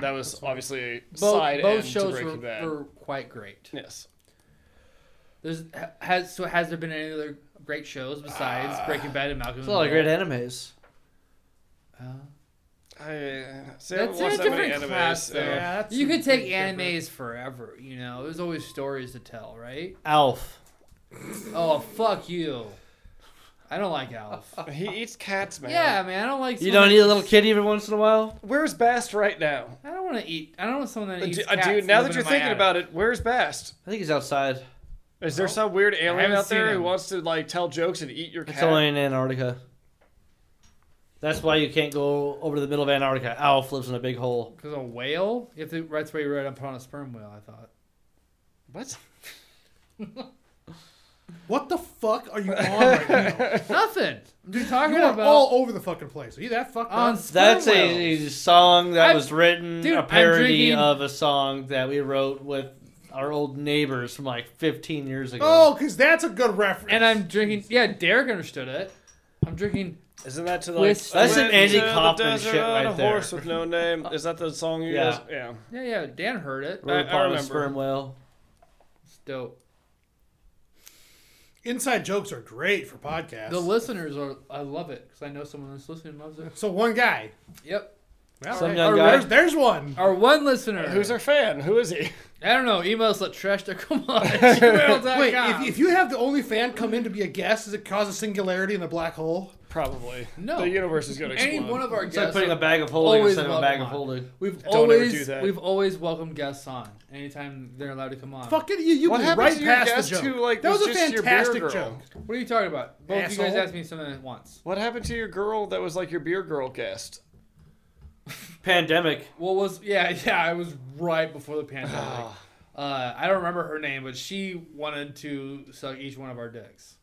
S4: That was obviously a
S2: both,
S4: side
S2: both
S4: end to
S2: shows
S4: Breaking
S2: were,
S4: Bad.
S2: were quite great.
S4: Yes.
S2: There's ha- has so has there been any other great shows besides
S4: Ah.
S2: Breaking Bad and Malcolm?
S3: There's
S2: in
S3: a
S2: the
S3: lot of great
S2: Middle?
S3: animes.
S4: I, see, I
S2: That's
S4: haven't watched
S2: a
S4: that many
S2: different
S4: animes.
S2: class, though.
S4: uh,
S1: Yeah, that's
S2: You could take
S1: pretty
S2: animes forever, you know. There's always stories to tell, right?
S3: Alf.
S2: Oh, fuck you. I don't like Alf.
S4: He eats cats, man.
S2: Yeah, man, I don't like.
S3: You
S2: someone
S3: don't eat a
S2: that
S3: little
S2: eats-
S3: kitty every once in a while?
S4: Where's Bast right now?
S2: I don't want to eat. I don't want someone that
S4: Uh,
S2: eats.
S4: d- uh,
S2: cats
S4: dude, now
S2: living
S4: that you're
S2: in my
S4: thinking
S2: attic.
S4: about it, where's Bast?
S3: I think he's outside.
S4: Is there some weird alien
S2: haven't
S4: out there
S2: seen
S4: who
S2: him.
S4: wants to like tell jokes and eat your
S3: It's
S4: cat?
S3: only in Antarctica. That's why you can't go over to the middle of Antarctica. Alf lives in a big hole.
S2: Because a whale? If the, that's where you read up on a sperm whale, I thought.
S4: What?
S1: What the fuck are you on right now?
S2: Nothing. I'm just talking
S1: You are
S2: about
S1: all over the fucking place. Are you that fucked
S2: on
S1: up?
S2: sperm
S3: That's
S2: whales.
S3: a, a song that
S2: I'm-
S3: was written,
S2: dude,
S3: a
S2: I'm
S3: parody
S2: drinking-
S3: of a song that we wrote with our old neighbors from like 15 years ago.
S1: Oh, because that's a good reference.
S2: And I'm drinking. Yeah, Derek understood it. I'm drinking.
S4: Isn't that to
S2: like, Twist-
S3: That's some
S4: Went
S3: Andy
S4: to the
S3: Kaufman
S4: desert
S3: shit
S4: on
S3: right
S4: a
S3: there.
S4: horse with no name. Is that the song you
S3: Yeah.
S4: guys? Yeah.
S2: Yeah, yeah, Dan heard it.
S3: Wrote
S4: I- I
S3: upon a
S4: remember.
S3: sperm whale.
S2: It's dope.
S1: Inside jokes are great for podcasts.
S2: The listeners are. I love it because I know someone that's listening loves it.
S1: so one guy.
S2: Yep.
S1: Well,
S3: Some
S1: hey,
S3: young
S1: or
S3: guy.
S1: There's, there's one.
S2: Our one listener.
S4: Who's our fan? Who is he?
S2: I don't know. Email us at trash. Come on. gmail.com.
S1: Wait, if, if you have the only fan come in to be a guest, does it cause a singularity in the black hole?
S4: Probably.
S2: No.
S4: The universe is gonna explode.
S2: any one of our
S3: It's
S2: guests,
S3: like putting a
S2: are-
S3: bag of holding
S2: always
S3: instead of a
S2: welcome
S3: bag of
S2: on.
S3: holding.
S2: We've
S4: ever do
S2: always
S4: that.
S2: we've always welcomed guests on anytime they're allowed to come on.
S1: Fucking you! You
S4: What
S1: blew
S4: happened
S1: right
S4: to your
S1: past
S4: guest
S1: the joke.
S4: who, like,
S1: that was,
S4: was
S1: a
S4: just your beer
S1: fantastic
S4: girl?
S1: joke.
S2: What are you talking about? Both of you
S1: Asshole.
S2: guys asked me something at once.
S4: What happened to your girl that was like your beer girl guest?
S3: Pandemic.
S2: What was? Yeah, yeah. It was right before the pandemic. uh, I don't remember her name, but she wanted to suck each one of our dicks.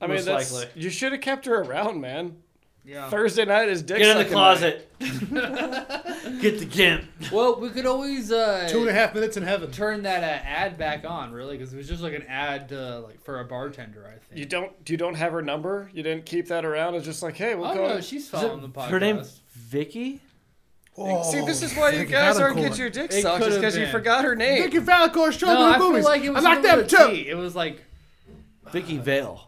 S4: I mean,
S3: Most
S4: that's,
S3: likely.
S4: you should have kept her around, man.
S2: Yeah.
S4: Thursday night is dick
S3: Get in the
S4: sucking night.
S3: closet. Get the gimp.
S2: Well, we could always uh,
S1: Two and a half minutes in heaven.
S2: turn that uh, ad back on, really, because it was just like an ad uh, like for a bartender, I think.
S4: You don't you don't have her number. You didn't keep that around. It's just like, hey, we'll
S2: oh
S4: go.
S2: no, she's following the podcast.
S3: Her name's Vicky?
S1: Oh,
S4: See, this is why you guys aren't getting your dick
S2: It
S4: sucked, is
S2: could've
S4: because you
S2: been.
S4: forgot her name.
S1: Thank you, Valicor's
S2: No,
S1: children
S2: I
S1: of
S2: feel
S1: movies.
S2: like it
S1: I
S2: was
S1: like them
S2: them
S1: too.
S2: It was like
S3: Vicky Vale.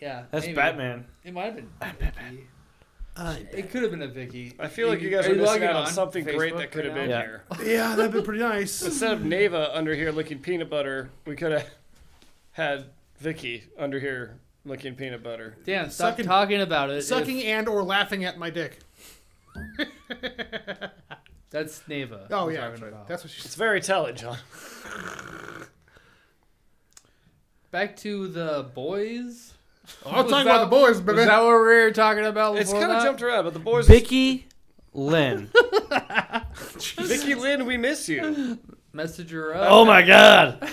S2: yeah,
S3: That's
S2: Uh, maybe.
S3: Batman.
S2: It might have been. Vicky.
S1: I-
S2: It could have been a Vicky.
S4: I feel like you
S2: Are
S4: guys are, missing
S2: logging
S4: out on,
S2: on
S4: something great
S2: Facebook
S4: that could have
S2: right
S4: been
S3: now?
S4: here.
S1: yeah, that'd be pretty nice.
S4: Instead of Neva under here licking peanut butter, we could have had Vicky under here licking peanut butter.
S2: Dan, stop
S1: Sucking-
S2: talking about it.
S1: Sucking
S2: If-
S1: and or laughing at my dick.
S2: that's Neva.
S1: Oh
S2: we're
S1: yeah,
S2: talking
S1: that's, right.
S2: about.
S1: that's what she
S4: It's
S1: said.
S4: very telling, John.
S2: Back to the boys.
S4: Oh,
S1: I'm
S2: Was
S1: talking about the
S2: that-
S1: boys,
S2: Is
S1: baby.
S2: that what we were talking about?
S4: It's
S2: before
S4: kind of
S2: that?
S4: jumped around, but the boys.
S3: Vicky Lynn.
S4: Vicky Lynn, we miss you.
S2: Message her up.
S3: oh my god.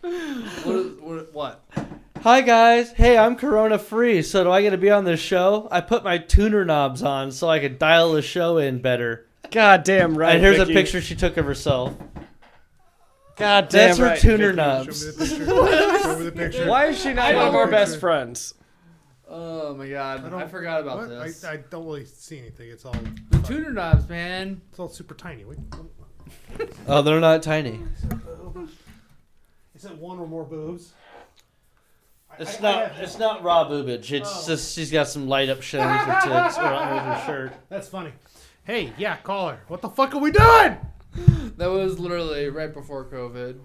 S2: What? Is, what, what?
S3: Hi guys. Hey, I'm corona free, so do I get to be on this show? I put my tuner knobs on so I could dial the show in better.
S4: God damn right.
S3: and here's
S4: Vicky.
S3: a picture she took of herself.
S4: God damn
S3: That's her
S4: right.
S3: tuner
S1: Show
S2: Uh,
S1: me
S3: knobs.
S1: the picture. Show me the picture.
S4: Why is she not
S2: I
S4: one of
S2: don't-
S4: our best friends?
S2: Oh my god,
S1: don't-
S2: I, forgot about
S1: What?
S2: this.
S1: I, I don't really see anything. It's all
S2: the tuner knobs, man.
S1: it's all super tiny. Wait,
S3: Oh, they're not tiny.
S1: is it one or more boobs? I-
S3: It's
S1: I- I
S3: not.
S1: have-
S3: It's not raw boobage. It's just she's got some light up shit underneath her tits or underneath her shirt.
S1: that's funny. Hey, yeah, call her. What the fuck are we doing?
S2: That was literally right before COVID.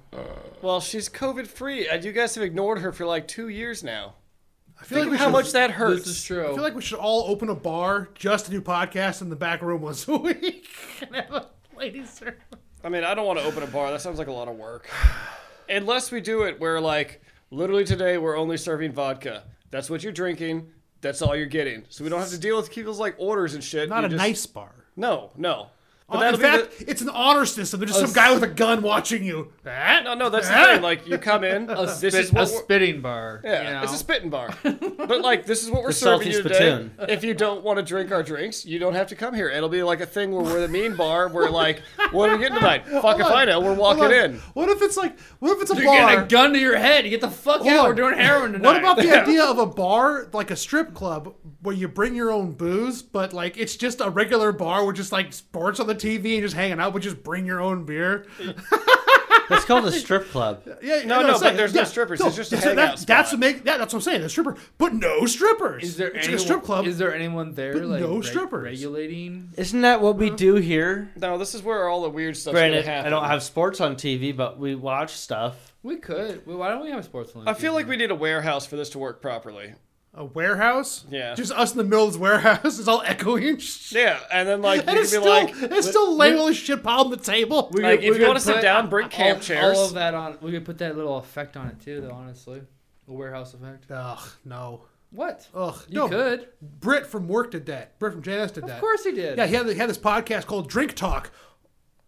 S4: Well, she's COVID free, and you guys have ignored her for like two years now.
S1: I feel
S4: Think
S1: like we
S4: of how
S1: should,
S4: much that
S2: This
S4: hurts.
S2: is
S1: I
S2: true.
S1: feel like we should all open a bar just to do podcasts in the back room once a week and have a ladies' sermon.
S4: I mean, I don't want to open a bar. That sounds like a lot of work. Unless we do it where, like, literally today we're only serving vodka. That's what you're drinking. That's all you're getting. So we don't have to deal with people's like orders and shit.
S1: Not
S4: You
S1: a
S4: just-
S1: nice bar.
S4: No, no. But
S1: Uh,
S4: that'll
S1: in
S4: be
S1: fact, it's an honor system. There's just some guy with a gun watching you.
S4: the, no, no. That's the
S1: Ah.
S4: thing. Like, you come in. this
S2: Spit-
S4: is what
S2: a
S4: we're-
S2: spitting bar.
S4: yeah,
S2: you know?
S4: it's a spitting bar. but like, this is what we're
S3: The
S4: serving
S3: salty
S4: you today.
S3: spittoon.
S4: If you don't want to drink our drinks, you don't have to come here. It'll be like a thing where we're the mean bar. We're like, what are we getting tonight? Fuck if
S1: Hold on.
S4: I know. We're
S1: Hold
S4: walking
S1: on.
S4: in.
S1: What if it's like? What if it's a
S2: You're
S1: bar?
S2: getting a gun to your head. You get the fuck
S1: Hold
S2: out.
S1: on.
S2: We're doing heroin tonight.
S1: What about the idea of a bar, like a strip club, where you bring your own booze, but like it's just a regular bar with just like sports on the TV and just hanging out, but just bring your own beer.
S3: It's called a strip club.
S1: Yeah,
S4: No,
S1: I'm
S4: no, but
S1: saying,
S4: there's no strippers. It's just a
S1: that's-
S4: hangout
S1: that- That's what
S4: spot.
S1: make that, that's what I'm saying. A stripper, but no strippers.
S2: Is there
S1: it's
S2: anyone,
S1: like a strip club?
S2: Is there anyone there
S1: but
S2: like
S1: no
S2: reg-
S1: strippers.
S2: regulating?
S3: Isn't that what we do here?
S4: No, this is where all the weird stuff.
S3: Granted,
S4: gonna happen.
S3: I don't have sports on TV, but we watch stuff.
S2: We could. Well, why don't we have sports?
S4: I feel like we need a warehouse for this to work properly.
S1: a warehouse?
S4: Yeah.
S1: just us in the middle of this warehouse is all echoing. And shit.
S4: Yeah, and then like
S1: And
S4: you can be
S1: it's still
S4: like,
S1: it's still laying all this shit piled on the table.
S2: We
S4: Like,
S2: could-
S4: if
S2: we
S4: you wanna
S2: could
S4: sit
S2: put
S4: down, bring
S2: all-
S4: camp chairs.
S2: All of that on. We could put that little effect on it too, though. Honestly, the warehouse effect.
S1: Ugh, no.
S2: What?
S1: Ugh,
S2: you
S1: no.
S2: could.
S1: Britt from work did that. Britt from JNS did that.
S2: Of course he did.
S1: Yeah, he had, he had this podcast called Drink Talk,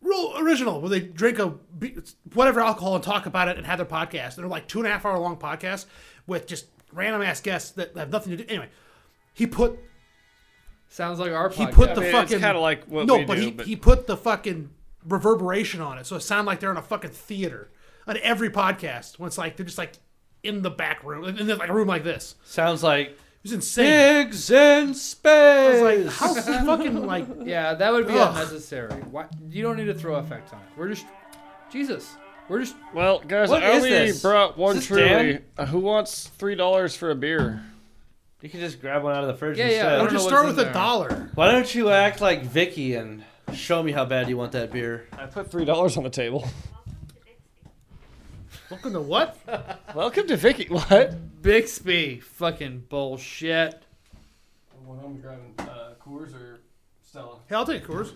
S1: real original, where they drink a be- whatever alcohol and talk about it and have their podcast. They're like two and a half hour long podcasts with just random ass guests that have nothing to do. Anyway, he put
S2: Sounds like our.
S1: he
S2: podcast.
S1: put
S4: I
S1: the
S4: mean, it's
S1: fucking
S4: kinda like what
S1: no,
S4: we
S1: but
S4: do,
S1: he
S4: but-
S1: he put the fucking reverberation on it, so it sounded like they're in a fucking theater on every podcast. When it's like they're just like in the back room, in the, like a room like this.
S3: Sounds like
S1: It was insane.
S3: pigs in
S1: It's
S3: space.
S1: like how fucking like
S2: Yeah, that would be
S1: Ugh.
S2: unnecessary. Why? You don't need to throw effects on it. We're just. Jesus. We're just.
S4: well, guys,
S3: What
S4: I
S3: is
S4: only
S3: this?
S4: brought one
S3: Is this
S4: truly.
S3: Dan?
S4: Uh, who wants three dollars for a beer?
S3: you can just grab one out of the fridge
S2: Yeah, yeah,
S3: instead.
S2: I
S1: or
S2: don't know
S1: just
S2: what's
S1: start
S2: in
S1: with
S2: there.
S1: a dollar.
S3: Why don't you act like Vicky and show me how bad you want that beer?
S4: I put three dollars on the table.
S1: Welcome to what?
S4: Welcome to Vicky. What?
S2: Bixby. Fucking bullshit.
S4: Well, I'm grabbing uh, Coors or Stella.
S1: Hey, I'll take Coors.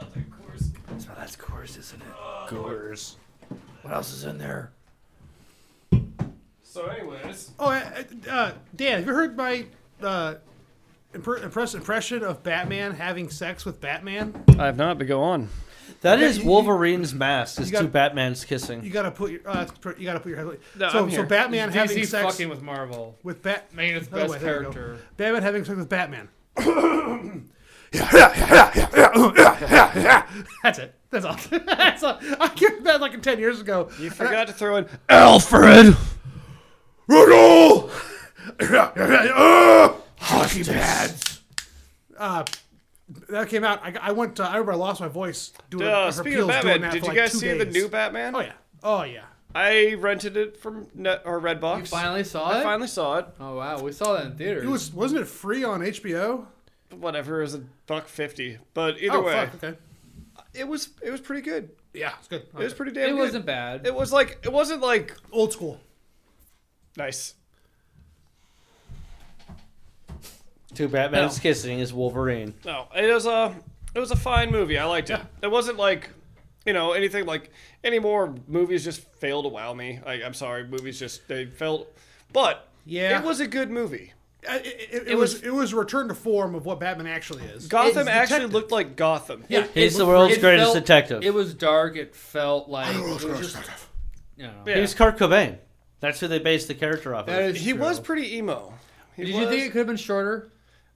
S4: I'll take Coors. Oh,
S2: So that's course, isn't it?
S3: Coors.
S2: What else is in there?
S4: So, anyways,
S1: Oh, uh, uh, Dan, have you heard my uh, impre- impress- impression of Batman having sex with Batman?
S4: I have not, but go on.
S3: That
S1: Yeah,
S3: is
S1: you- you-
S3: Wolverine's mask. Is
S1: got-
S3: two Batman's
S1: You
S3: kissing.
S1: gotta put your uh, that's pr- you gotta put your head.
S4: No,
S1: so
S4: I'm
S1: so
S4: here.
S1: Batman having
S2: DC
S1: sex
S2: fucking with Marvel.
S1: with Bat.
S2: Making its
S1: Other
S2: best
S1: way, there we go.
S2: character.
S1: Batman having sex with Batman. That's it. That's all. That's all. I get that like ten years ago.
S4: You forgot to throw in Alfred.
S1: Rudol! Hockey pads. Uh, that came out. I, I went. Uh, I remember I lost my voice doing.
S4: Uh,
S1: or
S4: speaking of
S1: Peel's doing
S4: Batman,
S1: that
S4: did
S1: for
S4: you
S1: like
S4: guys
S1: two
S4: see the
S1: days.
S4: new Batman?
S1: Oh yeah. Oh yeah.
S4: I rented it from Net or Redbox.
S2: You finally saw it?
S4: I finally saw it.
S2: Oh wow, we saw that in theaters.
S1: It was wasn't it free on HBO?
S4: Whatever, it was a buck fifty. But either
S1: oh
S4: way,
S1: fuck. Okay.
S4: it was it was pretty good.
S1: Yeah, it's good.
S4: It was pretty damn
S2: it
S4: good.
S2: wasn't bad.
S4: It was like it wasn't like
S1: Old school.
S4: nice.
S3: Two Batman's kissing is Wolverine.
S4: No, it was a it was a fine movie. I liked it. It wasn't like you know anything like any more movies just fail to wow me. I, I'm sorry, movies just they failed. But
S1: Yeah.
S4: it was a good movie.
S1: Uh, It, it, it was, it was a return to form of what Batman actually is.
S4: Gotham
S2: It's
S4: actually
S1: detective.
S4: looked like Gotham.
S2: Yeah,
S3: He's
S2: it-
S3: the world's
S2: it
S3: greatest
S2: felt-
S3: detective.
S2: It was dark. It felt like it was just, you know.
S4: Yeah.
S3: He's Kurt Cobain. That's who they based the character off of.
S2: That is
S4: he
S2: true.
S4: was pretty emo. He
S2: Did
S4: was-
S2: you think it could have been shorter?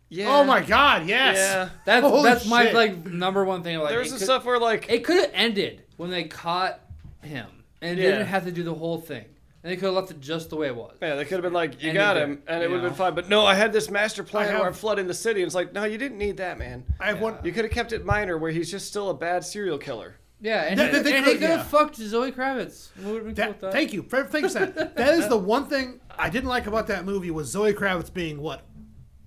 S4: Yeah.
S1: Oh my God! Yes.
S4: Yeah.
S2: That's
S1: Holy
S2: that's my
S1: shit.
S2: like number one thing. Like
S4: There was
S2: it
S4: some
S2: could-
S4: stuff where like
S2: It could have ended when they caught him, and
S4: Yeah.
S2: they didn't have to do the whole thing. And they could have left it just the way it was.
S4: Yeah, they could have been like, "You
S2: Ended
S4: got
S2: it,
S4: him," and it
S2: you
S4: would have
S2: know?
S4: been fine. But no, I had this master plan
S1: I have-
S4: where I'm flooding the city. And it's like, no, you didn't need that, man.
S1: I have one.
S4: You could have kept it minor, where he's just still a bad serial killer.
S2: Yeah, and,
S1: They-
S2: they,
S1: they- they
S2: and
S1: could-
S2: they could have
S1: yeah.
S2: fucked Zoe Kravitz. We would have been cool
S1: That,
S2: with that.
S1: thank you. For, thanks. That that is the one thing I didn't like about that movie was Zoe Kravitz being what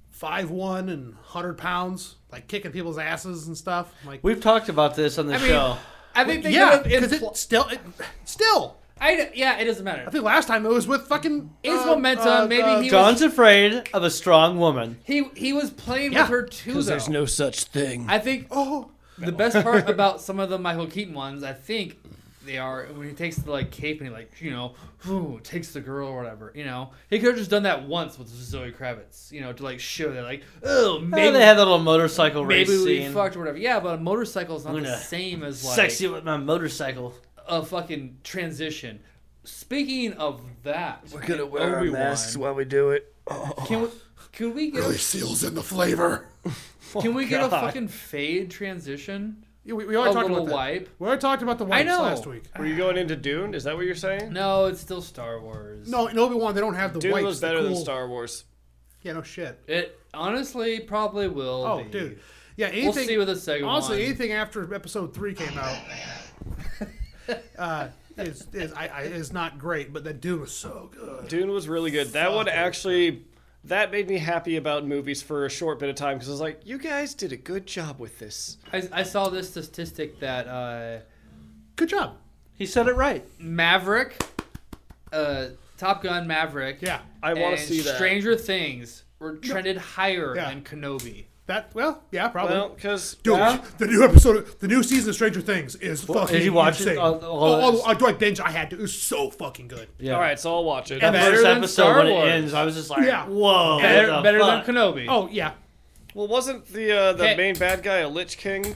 S1: five one and hundred pounds, like kicking people's asses and stuff. Like,
S3: We've talked about this on the
S2: I mean,
S3: show.
S2: I think they
S1: yeah,
S2: could have.
S1: because it still, it, still.
S2: I d- yeah, it doesn't matter.
S1: I think last time it was with fucking.
S2: It's
S1: uh,
S2: momentum,
S1: uh,
S2: maybe
S1: uh,
S2: he-
S3: John's afraid of a strong woman.
S2: He he was playing
S1: Yeah,
S2: with her too, though.
S4: no such thing.
S2: I think
S1: Oh,
S2: the best part about some of the Michael Keaton ones, I think they are when he takes the like cape and he like you know ooh, takes the girl or whatever. You know, he could have just done that once with Zoe Kravitz. You know, to like show that like oh
S3: Maybe
S2: maybe
S3: they had that little motorcycle race
S2: maybe we
S3: scene.
S2: fucked or whatever. Yeah, but a motorcycle is not
S3: Luna.
S2: the same as like
S3: Sexy with my motorcycle.
S2: a fucking transition. Speaking of that, we're
S4: while we do it.
S2: Can we? Could we get? a,
S1: seals in the flavor.
S2: can we get a
S4: God.
S2: fucking fade transition?
S1: Yeah, we, we already
S2: A
S1: talked
S2: little
S1: about that.
S2: wipe.
S1: We already talked about the wipes
S2: I know.
S1: last week.
S4: Were you going into Dune? Is that what you're saying?
S2: No, it's still Star Wars.
S1: No, in Obi Wan they don't have the
S4: Dune
S1: wipes.
S4: was
S1: the
S4: better than
S1: cool-
S4: Star Wars.
S1: Yeah, no shit.
S2: It honestly probably will.
S1: Oh,
S2: be.
S1: dude. Yeah, anything.
S2: We'll see with the second
S1: honestly,
S2: one.
S1: anything after episode three came out uh, is is I, I, is not great. But that Dune was so good.
S4: Dune was really good. That one actually, that made me happy about movies for a short bit of time because I was like, you guys did a good job with this.
S2: I, I saw this statistic that uh,
S1: Good job.
S3: He said it right.
S2: Maverick, uh, Top Gun Maverick.
S1: Yeah,
S4: I want
S2: and
S4: to see that.
S2: Stranger Things were trended higher
S1: Yeah.
S2: than Kenobi.
S1: that well, yeah, probably.
S4: Well, because
S1: Dude, the new episode, the new season of Stranger Things is fucking.
S3: did you watch it?
S1: insane.
S3: All- all
S1: oh,
S3: this-
S1: oh, do I binge? I had to. It was so fucking good.
S3: Yeah.
S4: all right, so I'll watch it.
S3: That
S1: And then-
S3: first
S2: Better than
S3: episode
S2: Star
S3: when
S2: Wars.
S3: it ends, I was just like,
S1: Yeah.
S3: "Whoa, what
S2: Better,
S3: the
S2: better than
S3: fuck?
S2: Kenobi.
S1: Oh yeah,
S4: well, wasn't the uh, the
S2: Okay.
S4: main bad guy a Lich King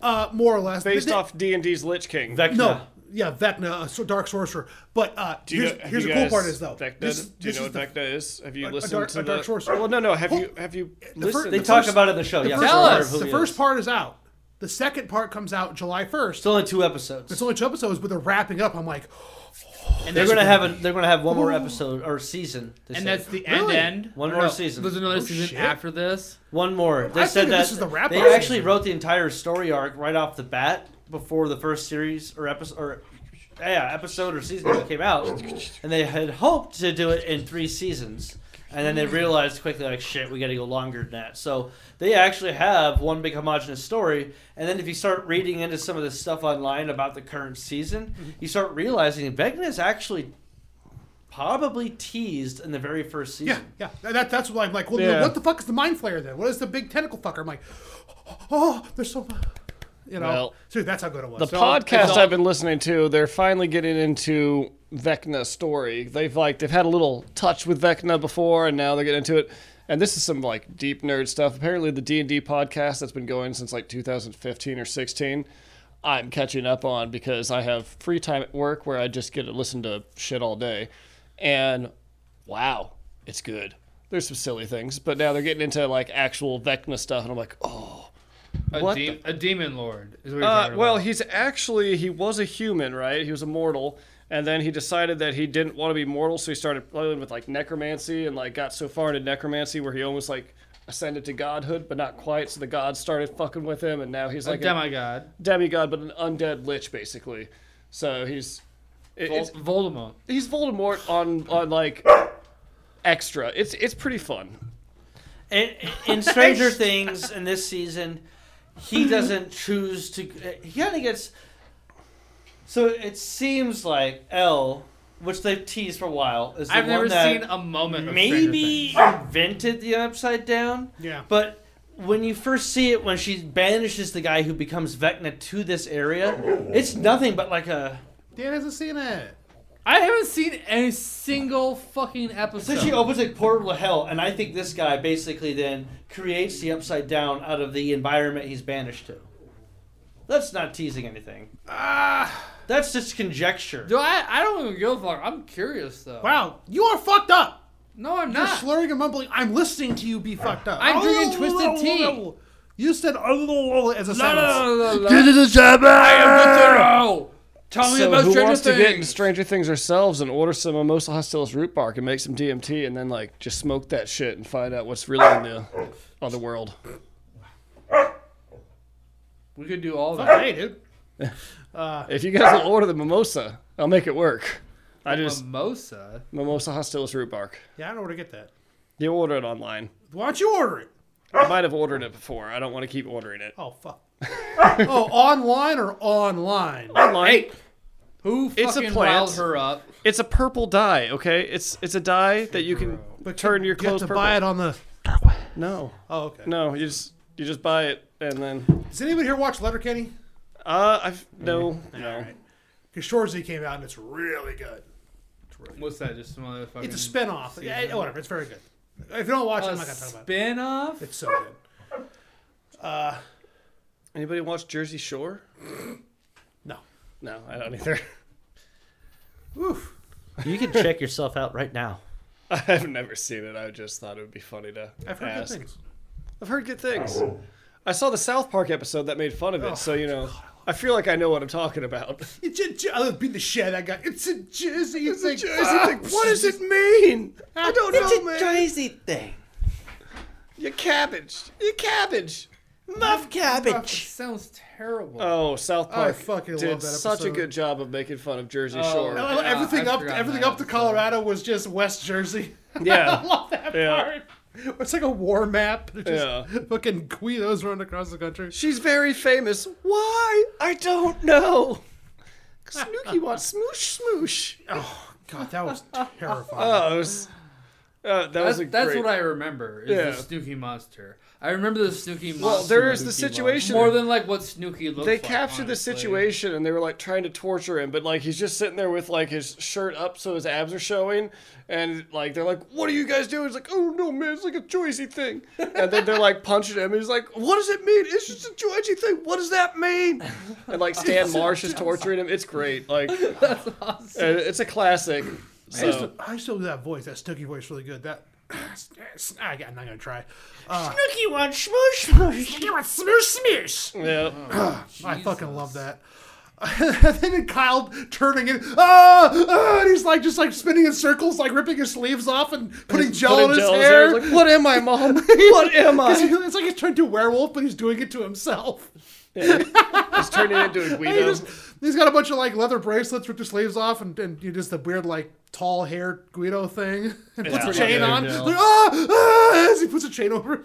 S1: uh, more or less.
S4: based
S1: They- they-
S4: off D and D's Lich King?
S3: Vecna.
S1: No, yeah, Vecna, a so- dark sorcerer. But uh,
S4: Do you
S1: here's,
S4: know- have
S1: here's the
S4: you
S1: cool
S4: guys-
S1: part is though.
S4: Vecna,
S1: this,
S4: do you
S1: this
S4: know
S1: is
S4: what
S1: the,
S4: Vecna is? Have you
S1: a
S4: listened
S1: dark-
S4: to
S1: a
S4: the?
S1: dark sorcerer.
S4: Well, no, no. Have
S1: Who-
S4: you have you
S1: the fir-
S4: listened?
S3: They
S4: the
S3: talk
S4: first-
S3: about it in the show.
S1: the
S3: Oh, yeah,
S1: first,
S2: Tell
S3: part
S1: part,
S3: of
S2: us.
S3: who
S1: the
S3: he
S1: first
S3: is.
S1: part is out. The second part comes out July first.
S3: It's only two episodes.
S1: It's only two episodes, but they're wrapping up. I'm like,
S2: and
S3: they're
S2: that's-
S3: gonna have a, they're gonna have one more episode or season. they
S2: And
S3: said.
S2: that's the
S1: Really?
S2: end. End.
S3: One
S2: Or
S3: more
S2: no,
S3: season.
S2: There's another
S1: Oh,
S2: season
S1: shit.
S2: after this.
S3: one more. They
S1: I
S3: said
S1: figured
S3: that
S1: this was the wrap-up
S3: they
S1: season.
S3: actually wrote the entire story arc right off the bat before the first series or episode or yeah episode or season that came out, and they had hoped to do it in three seasons. And then they realized quickly, like, shit, we got to go longer than that. So they actually have one big homogenous story. And then if you start reading into some of this stuff online about the current season,
S1: Mm-hmm.
S3: you start realizing Vecna is actually probably teased in the very first season.
S1: yeah, yeah. That, that's what I'm like. Well,
S4: Yeah.
S1: what the fuck is the mind flayer then? What is the big tentacle fucker? I'm like, oh, there's so, you know,
S4: Well,
S1: dude, that's how good it was.
S4: The
S1: So-
S4: podcast
S2: all-
S4: I've been listening to, they're finally getting into Vecna story. They've like they've had a little touch with Vecna before, and now they're getting into it. And this is some like deep nerd stuff. Apparently, the D and D podcast that's been going since like 2015 or 16, I'm catching up on because I have free time at work where I just get to listen to shit all day, and wow, it's good. There's some silly things, but now they're getting into like actual Vecna stuff, and I'm like, oh.
S2: A,
S4: What
S2: de- a demon lord. Is what you're
S4: Uh,
S2: talking
S4: well,
S2: about.
S4: he's actually he was a human, right? He was a mortal, and then he decided that he didn't want to be mortal, so he started playing with like necromancy and like got so far into necromancy where he almost like ascended to godhood, but not quite. So the gods started fucking with him, and now he's
S2: a
S4: like a
S2: Oh, demigod.
S4: demigod, but an undead lich basically. So he's it,
S2: Vol-
S4: it's,
S2: Voldemort.
S4: he's Voldemort on on like extra. It's it's pretty fun.
S3: In, in Stranger Things, in this season, he doesn't choose to. He kind of gets. So it seems like L, which they've teased for a while, is the
S2: I've
S3: one
S2: never
S3: that
S2: seen a moment. Of
S3: maybe
S2: Stranger Things.
S3: invented the upside down.
S1: Yeah.
S3: But when you first see it, when she banishes the guy who becomes Vecna to this area, it's nothing but like a.
S1: Dan hasn't seen it.
S2: I haven't seen a single fucking episode.
S3: So she opens a portal to hell, and I think this guy basically then creates the upside down out of the environment he's banished to. That's not teasing anything.
S1: Ah,
S3: That's just conjecture.
S2: Do I? I don't even give a fuck. I'm curious though.
S1: wow, you are fucked up.
S2: No, I'm
S1: You're
S2: not.
S1: slurring and mumbling. I'm listening to you be fucked up.
S2: Ah.
S1: Oh,
S2: I'm drinking twisted tea.
S1: You said oh, as a
S2: No,
S1: sentence.
S2: no, no, no, no. I am the Pharaoh. Tell me
S4: so
S2: about
S4: who
S2: Stranger
S4: wants
S2: Things.
S4: to get into Stranger Things ourselves and order some Mimosa Hostilis root bark and make some DMT and then like just smoke that shit and find out what's really in the other world?
S2: we could do all that.
S1: Hey, dude.
S4: If you guys will order the mimosa, I'll make it work.
S2: Um,
S4: I just
S2: Mimosa.
S4: Mimosa Hostilis root bark.
S1: Yeah, I don't know where to get that.
S4: You order it online.
S1: Why don't you order it?
S4: I might have ordered it before. I don't want to keep ordering it.
S1: Oh fuck. oh, online or online?
S4: Online.
S2: Who fucking
S4: It's a plant.
S2: riled her up?
S4: It's a purple dye, okay? It's it's a dye that you can turn your
S1: You have
S4: clothes
S1: to
S4: purple.
S1: buy it on the.
S4: No.
S1: Oh, okay.
S4: No, you just you just buy it and then
S1: Does anybody here watch Letterkenny?
S4: uh I've no no.
S1: Because Shorzy came out and it's really good.
S2: What's that? Just some other fucking.
S1: It's a spin off. Yeah, eh, whatever. It's very good. If you don't watch it, I'm
S2: A
S1: not going to talk about it.
S2: spin off?
S1: It's so good.
S4: Anybody watch Jersey Shore?
S1: No.
S4: No, I don't either.
S1: Oof.
S3: You can check yourself out right now.
S4: I've never seen it. I just thought it would be funny to
S1: I've heard
S4: ask.
S1: good things.
S4: I've heard good things. I saw the South Park episode that made fun of
S1: Oh,
S4: it, so you know, I feel like I know what I'm talking about.
S1: It's a, j- I love beat the shit out of that guy. It's a jersey. It's, like,
S4: what does it mean? I don't know, man.
S3: Crazy thing.
S4: Your cabbage. Your cabbage.
S3: Muff
S2: It
S3: cabbage.
S2: sounds terrible.
S4: Oh, South
S1: I
S4: Park
S1: fucking love
S4: did
S1: that
S4: such a
S1: episode.
S4: good job of making fun of Jersey
S2: Oh.
S4: Shore.
S1: I love
S2: Yeah,
S1: everything
S2: I've
S1: up,
S2: forgotten
S1: everything
S2: that
S1: up to Colorado was just West Jersey.
S4: Yeah,
S1: I love that
S4: Yeah.
S1: part. It's like a war map. It's just
S4: Yeah.
S1: fucking guidos running across the country.
S4: she's very famous. Why? I don't know. Snooky wants smoosh smoosh.
S1: Oh god, that was terrifying.
S4: Oh, it was, uh, that was
S2: that's,
S4: a
S2: that's
S4: great.
S2: what I remember. Is
S4: Yeah.
S2: the Snooky monster? I remember the Snooky monster.
S4: Well, there is
S3: Snooki
S4: the
S3: was-
S4: situation.
S2: more than like what Snooky looked.
S4: they
S2: like,
S4: captured the
S2: honestly.
S4: situation and they were like trying to torture him, but like he's just sitting there with like his shirt up so his abs are showing, and like they're like, "What are you guys doing?" He's like, "Oh no, man, it's like a choicey thing," and then they're like punching him. And he's like, "What does it mean? It's just a choicey thing. What does that mean?" And like Stan Marsh is torturing him. It's great. Like and it's a classic.
S1: I, used to,
S4: So
S1: I used to do that voice, that Snooky voice, really good. That I, I'm not gonna try. Uh,
S3: Snooky wants smoosh smoosh.
S4: yeah,
S1: I fucking love that. and then Kyle turning it, ah, ah, and he's like just like spinning in circles, like ripping his sleeves off and putting gel
S4: Putting
S1: in his
S4: gel in
S1: hair.
S4: He's Like, what am I, mom? What am I?
S1: it's like he's turned to a werewolf, but he's doing it to himself.
S4: He's turning into a
S1: And he
S4: Guido.
S1: just, he's got a bunch of like leather bracelets, ripped his sleeves off, and, and you know, just the weird like tall hair Guido thing, and puts a
S4: pretty
S1: chain
S4: good,
S1: on.
S2: yeah.
S1: Like, ah, ah, as he puts a chain over. it.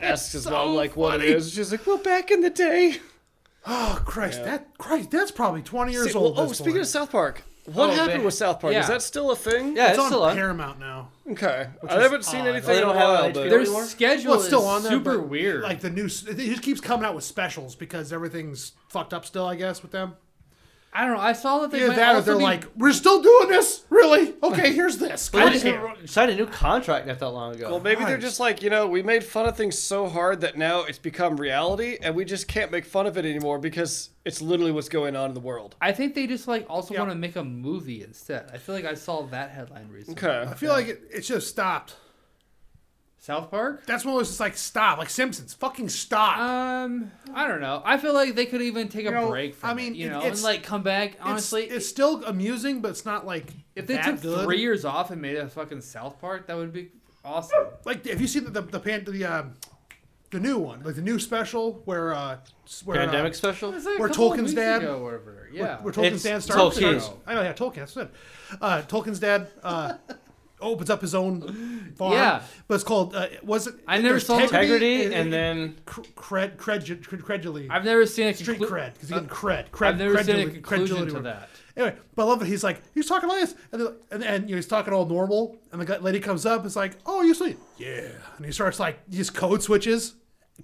S4: Asks his
S1: so
S4: mom like what it
S1: funny.
S4: is. She's like, "Well, back in the day."
S1: Oh Christ, that Christ, that's probably twenty years
S4: See, well,
S1: old. at
S4: oh,
S1: this
S4: speaking
S1: point.
S4: of South Park, what
S2: Oh,
S4: happened
S2: they-
S4: with South Park? Is
S2: yeah.
S4: that still a thing?
S3: Yeah,
S1: it's,
S3: it's still
S1: on
S3: on.
S1: Paramount now.
S4: Okay. I
S1: is
S4: haven't seen
S1: odd.
S4: anything
S3: They
S4: in a
S3: don't have
S4: while,
S3: it
S4: but
S3: on
S2: Their
S3: anymore?
S2: schedule
S1: Well, it's still
S2: is
S1: on there,
S2: super
S1: but,
S2: weird.
S1: Like the new, it just keeps coming out with specials because everything's fucked up still. I guess with them.
S2: I don't know. I saw that they
S1: Either
S2: might
S1: that, or
S2: also
S1: they're
S2: be-
S1: like, we're still doing this, really? Okay, here's this.
S3: I
S1: God damn.
S3: just signed a new contract not that long ago.
S4: well, maybe they're
S1: Christ.
S4: just like, you know, we made fun of things so hard that now it's become reality and we just can't make fun of it anymore because it's literally what's going on in the world.
S2: I think they just like also
S1: Yeah.
S2: want to make a movie instead. I feel like I saw that headline recently.
S4: Okay.
S1: I feel like it, it should have stopped.
S2: South Park.
S1: That's when it was just like stop, like Simpsons, fucking stop.
S2: Um, I don't know. I feel like they could even take a
S1: know,
S2: break from
S1: I mean,
S2: it, you
S1: it-
S2: know, and
S1: it's-
S2: like come back.
S1: It's-
S2: Honestly,
S1: it's, still amusing, but it's not like
S2: if they
S1: that
S2: took
S1: good.
S2: three years off and made a fucking South Park, that would be awesome.
S1: Like, have you seen the the the, pan, the, uh, the new one, like the new special where uh, s- where
S3: Pandemic
S1: Uh,
S3: special.
S2: It's like a
S1: Where
S2: couple of
S1: Tolkien's
S2: weeks
S1: dad-
S2: ago or whatever. Yeah.
S1: where Tolkien's
S3: It's
S1: dad starts.
S3: Tolkien.
S1: starts- I know, yeah, Tolkien. That's it. Uh, Tolkien's dad uh, opens up his own farm.
S2: Yeah.
S1: but it's called. Uh, it was it?
S2: I never
S1: there's
S2: saw the-
S3: Integrity, and then
S1: cr- cred cred credulity.
S2: I've never seen a
S1: Street
S2: conclu-
S1: cred because
S2: uh,
S1: you can cred. cred
S2: I've never seen a
S1: credulity-
S2: conclusion
S1: credulity
S2: to
S1: word.
S2: that.
S1: Anyway, but I love it. He's like, he's talking like this, and, then- and, and you know, he's talking all normal, and the guy- lady comes up, is like, "Oh, you sleep?" Yeah, and he starts like his code switches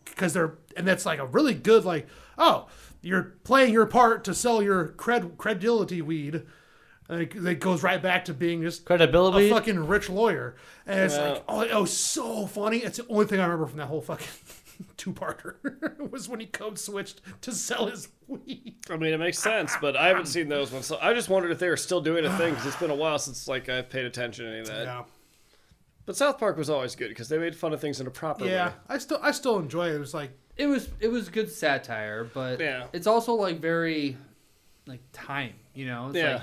S1: because they're, and that's like a really good like, oh, you're playing your part to sell your cred credulity weed, and it, it goes right back to being just a
S3: credibility.
S1: fucking rich lawyer, and it's like, oh, it was so funny. It's the only thing I remember from that whole fucking two-parter was when he code switched to sell his weed.
S4: I mean, it makes sense, but I haven't seen those ones. So I just wondered if they were still doing a thing because it's been a while since like I've paid attention to any of that.
S1: Yeah.
S4: But South Park was always good because they made fun of things in a proper
S1: Yeah,
S4: way.
S1: I still I still enjoy it. It was like
S2: It was it was good satire, but
S4: Yeah.
S2: it's also like very like time, you know? It's
S4: Yeah.
S2: like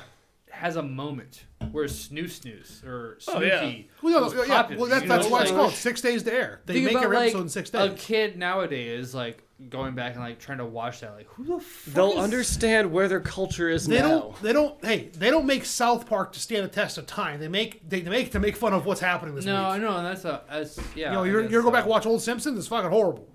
S2: has a moment where snooze snooze or Snooki
S4: Oh, yeah.
S1: Well, yeah,
S2: was
S1: yeah, yeah,
S2: popular,
S1: well that's,
S2: you
S1: that's
S2: know?
S1: why it's
S2: Like,
S1: called Six Days to Air. They
S2: think
S1: make
S2: about,
S1: every
S2: like,
S1: episode in six
S2: A
S1: days.
S2: kid nowadays, like going back and like trying to watch that, like who the fuck
S4: They'll
S2: is-
S4: understand where their culture is
S1: They
S4: now.
S1: don't. They don't. Hey, they don't make South Park to stand the test of time. They make. They make to make fun of what's happening this
S2: No, I
S1: week.
S2: know, and that's a that's yeah.
S1: You know,
S2: I
S1: you're,
S2: guess
S1: you're go
S2: so.
S1: back and watch old Simpsons. It's fucking horrible.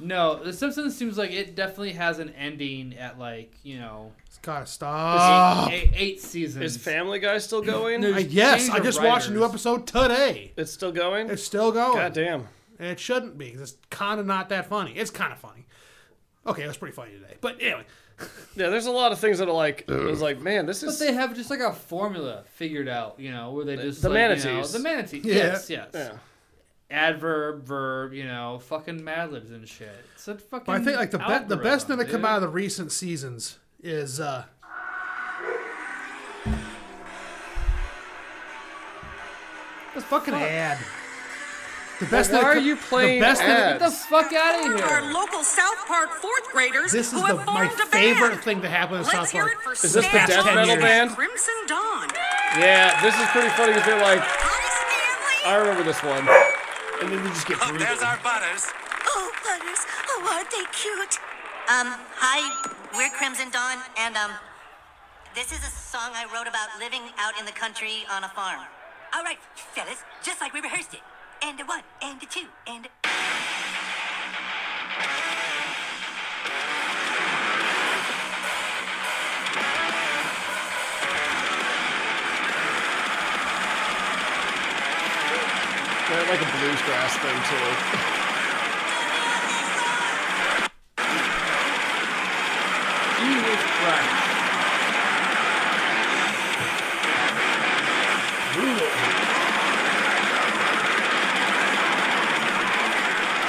S2: No, The Simpsons seems like it definitely has an ending at like you know
S1: It's gotta stop.
S2: eight, eight, eight seasons.
S4: Is Family Guy still going?
S2: No.
S1: I, yes,
S2: Change
S1: I
S2: of
S1: just watched a new
S2: writers.
S1: episode today.
S4: It's still going.
S1: It's still going.
S4: God damn.
S1: And it shouldn't be 'cause it's kind of not that funny. It's kind of funny. Okay, it was pretty funny today. But anyway,
S4: Yeah, there's a lot of things that are like. It was like, man, this
S2: But
S4: is.
S2: they have just like a formula figured out, you know, where they just
S4: the
S2: like, You know,
S4: manatees.
S2: the manatees.
S1: Yeah.
S2: Yes, yes.
S4: Yeah.
S2: Adverb, verb, you know, fucking Mad Libs and shit. It's a fucking.
S1: but I think like the be- the
S2: algorithm,
S1: best thing that come
S2: dude.
S1: out of the recent seasons is uh, this fucking ad. The best thing
S4: Why
S1: that
S4: are
S1: co-
S4: you playing
S1: the best thing that-
S2: Get the fuck out of
S5: Here
S2: here.
S5: are local South Park fourth graders
S1: This is
S5: who
S1: the,
S5: have
S1: my
S5: formed a
S1: favorite
S5: band.
S1: thing to happen in
S5: Let's
S1: South
S5: hear
S1: Park.
S5: it for
S4: Is this the
S5: Stand
S4: death
S5: Up
S4: metal
S5: and
S4: band?
S5: Crimson Dawn.
S4: Yeah, this is pretty funny because they're like,
S5: Hi, Stanley.
S4: I remember this one, and then you just get
S6: Look, there's
S4: brutal.
S6: our butters.
S5: Oh, butters. Oh, aren't they cute?
S7: Um, hi, we're Crimson Dawn, and um, this is a song I wrote about living out in the country on a farm.
S5: All right, fellas, just like we rehearsed it. And a one, and a two, and a...
S4: They're like a bluesgrass thing too.
S2: Jesus Christ.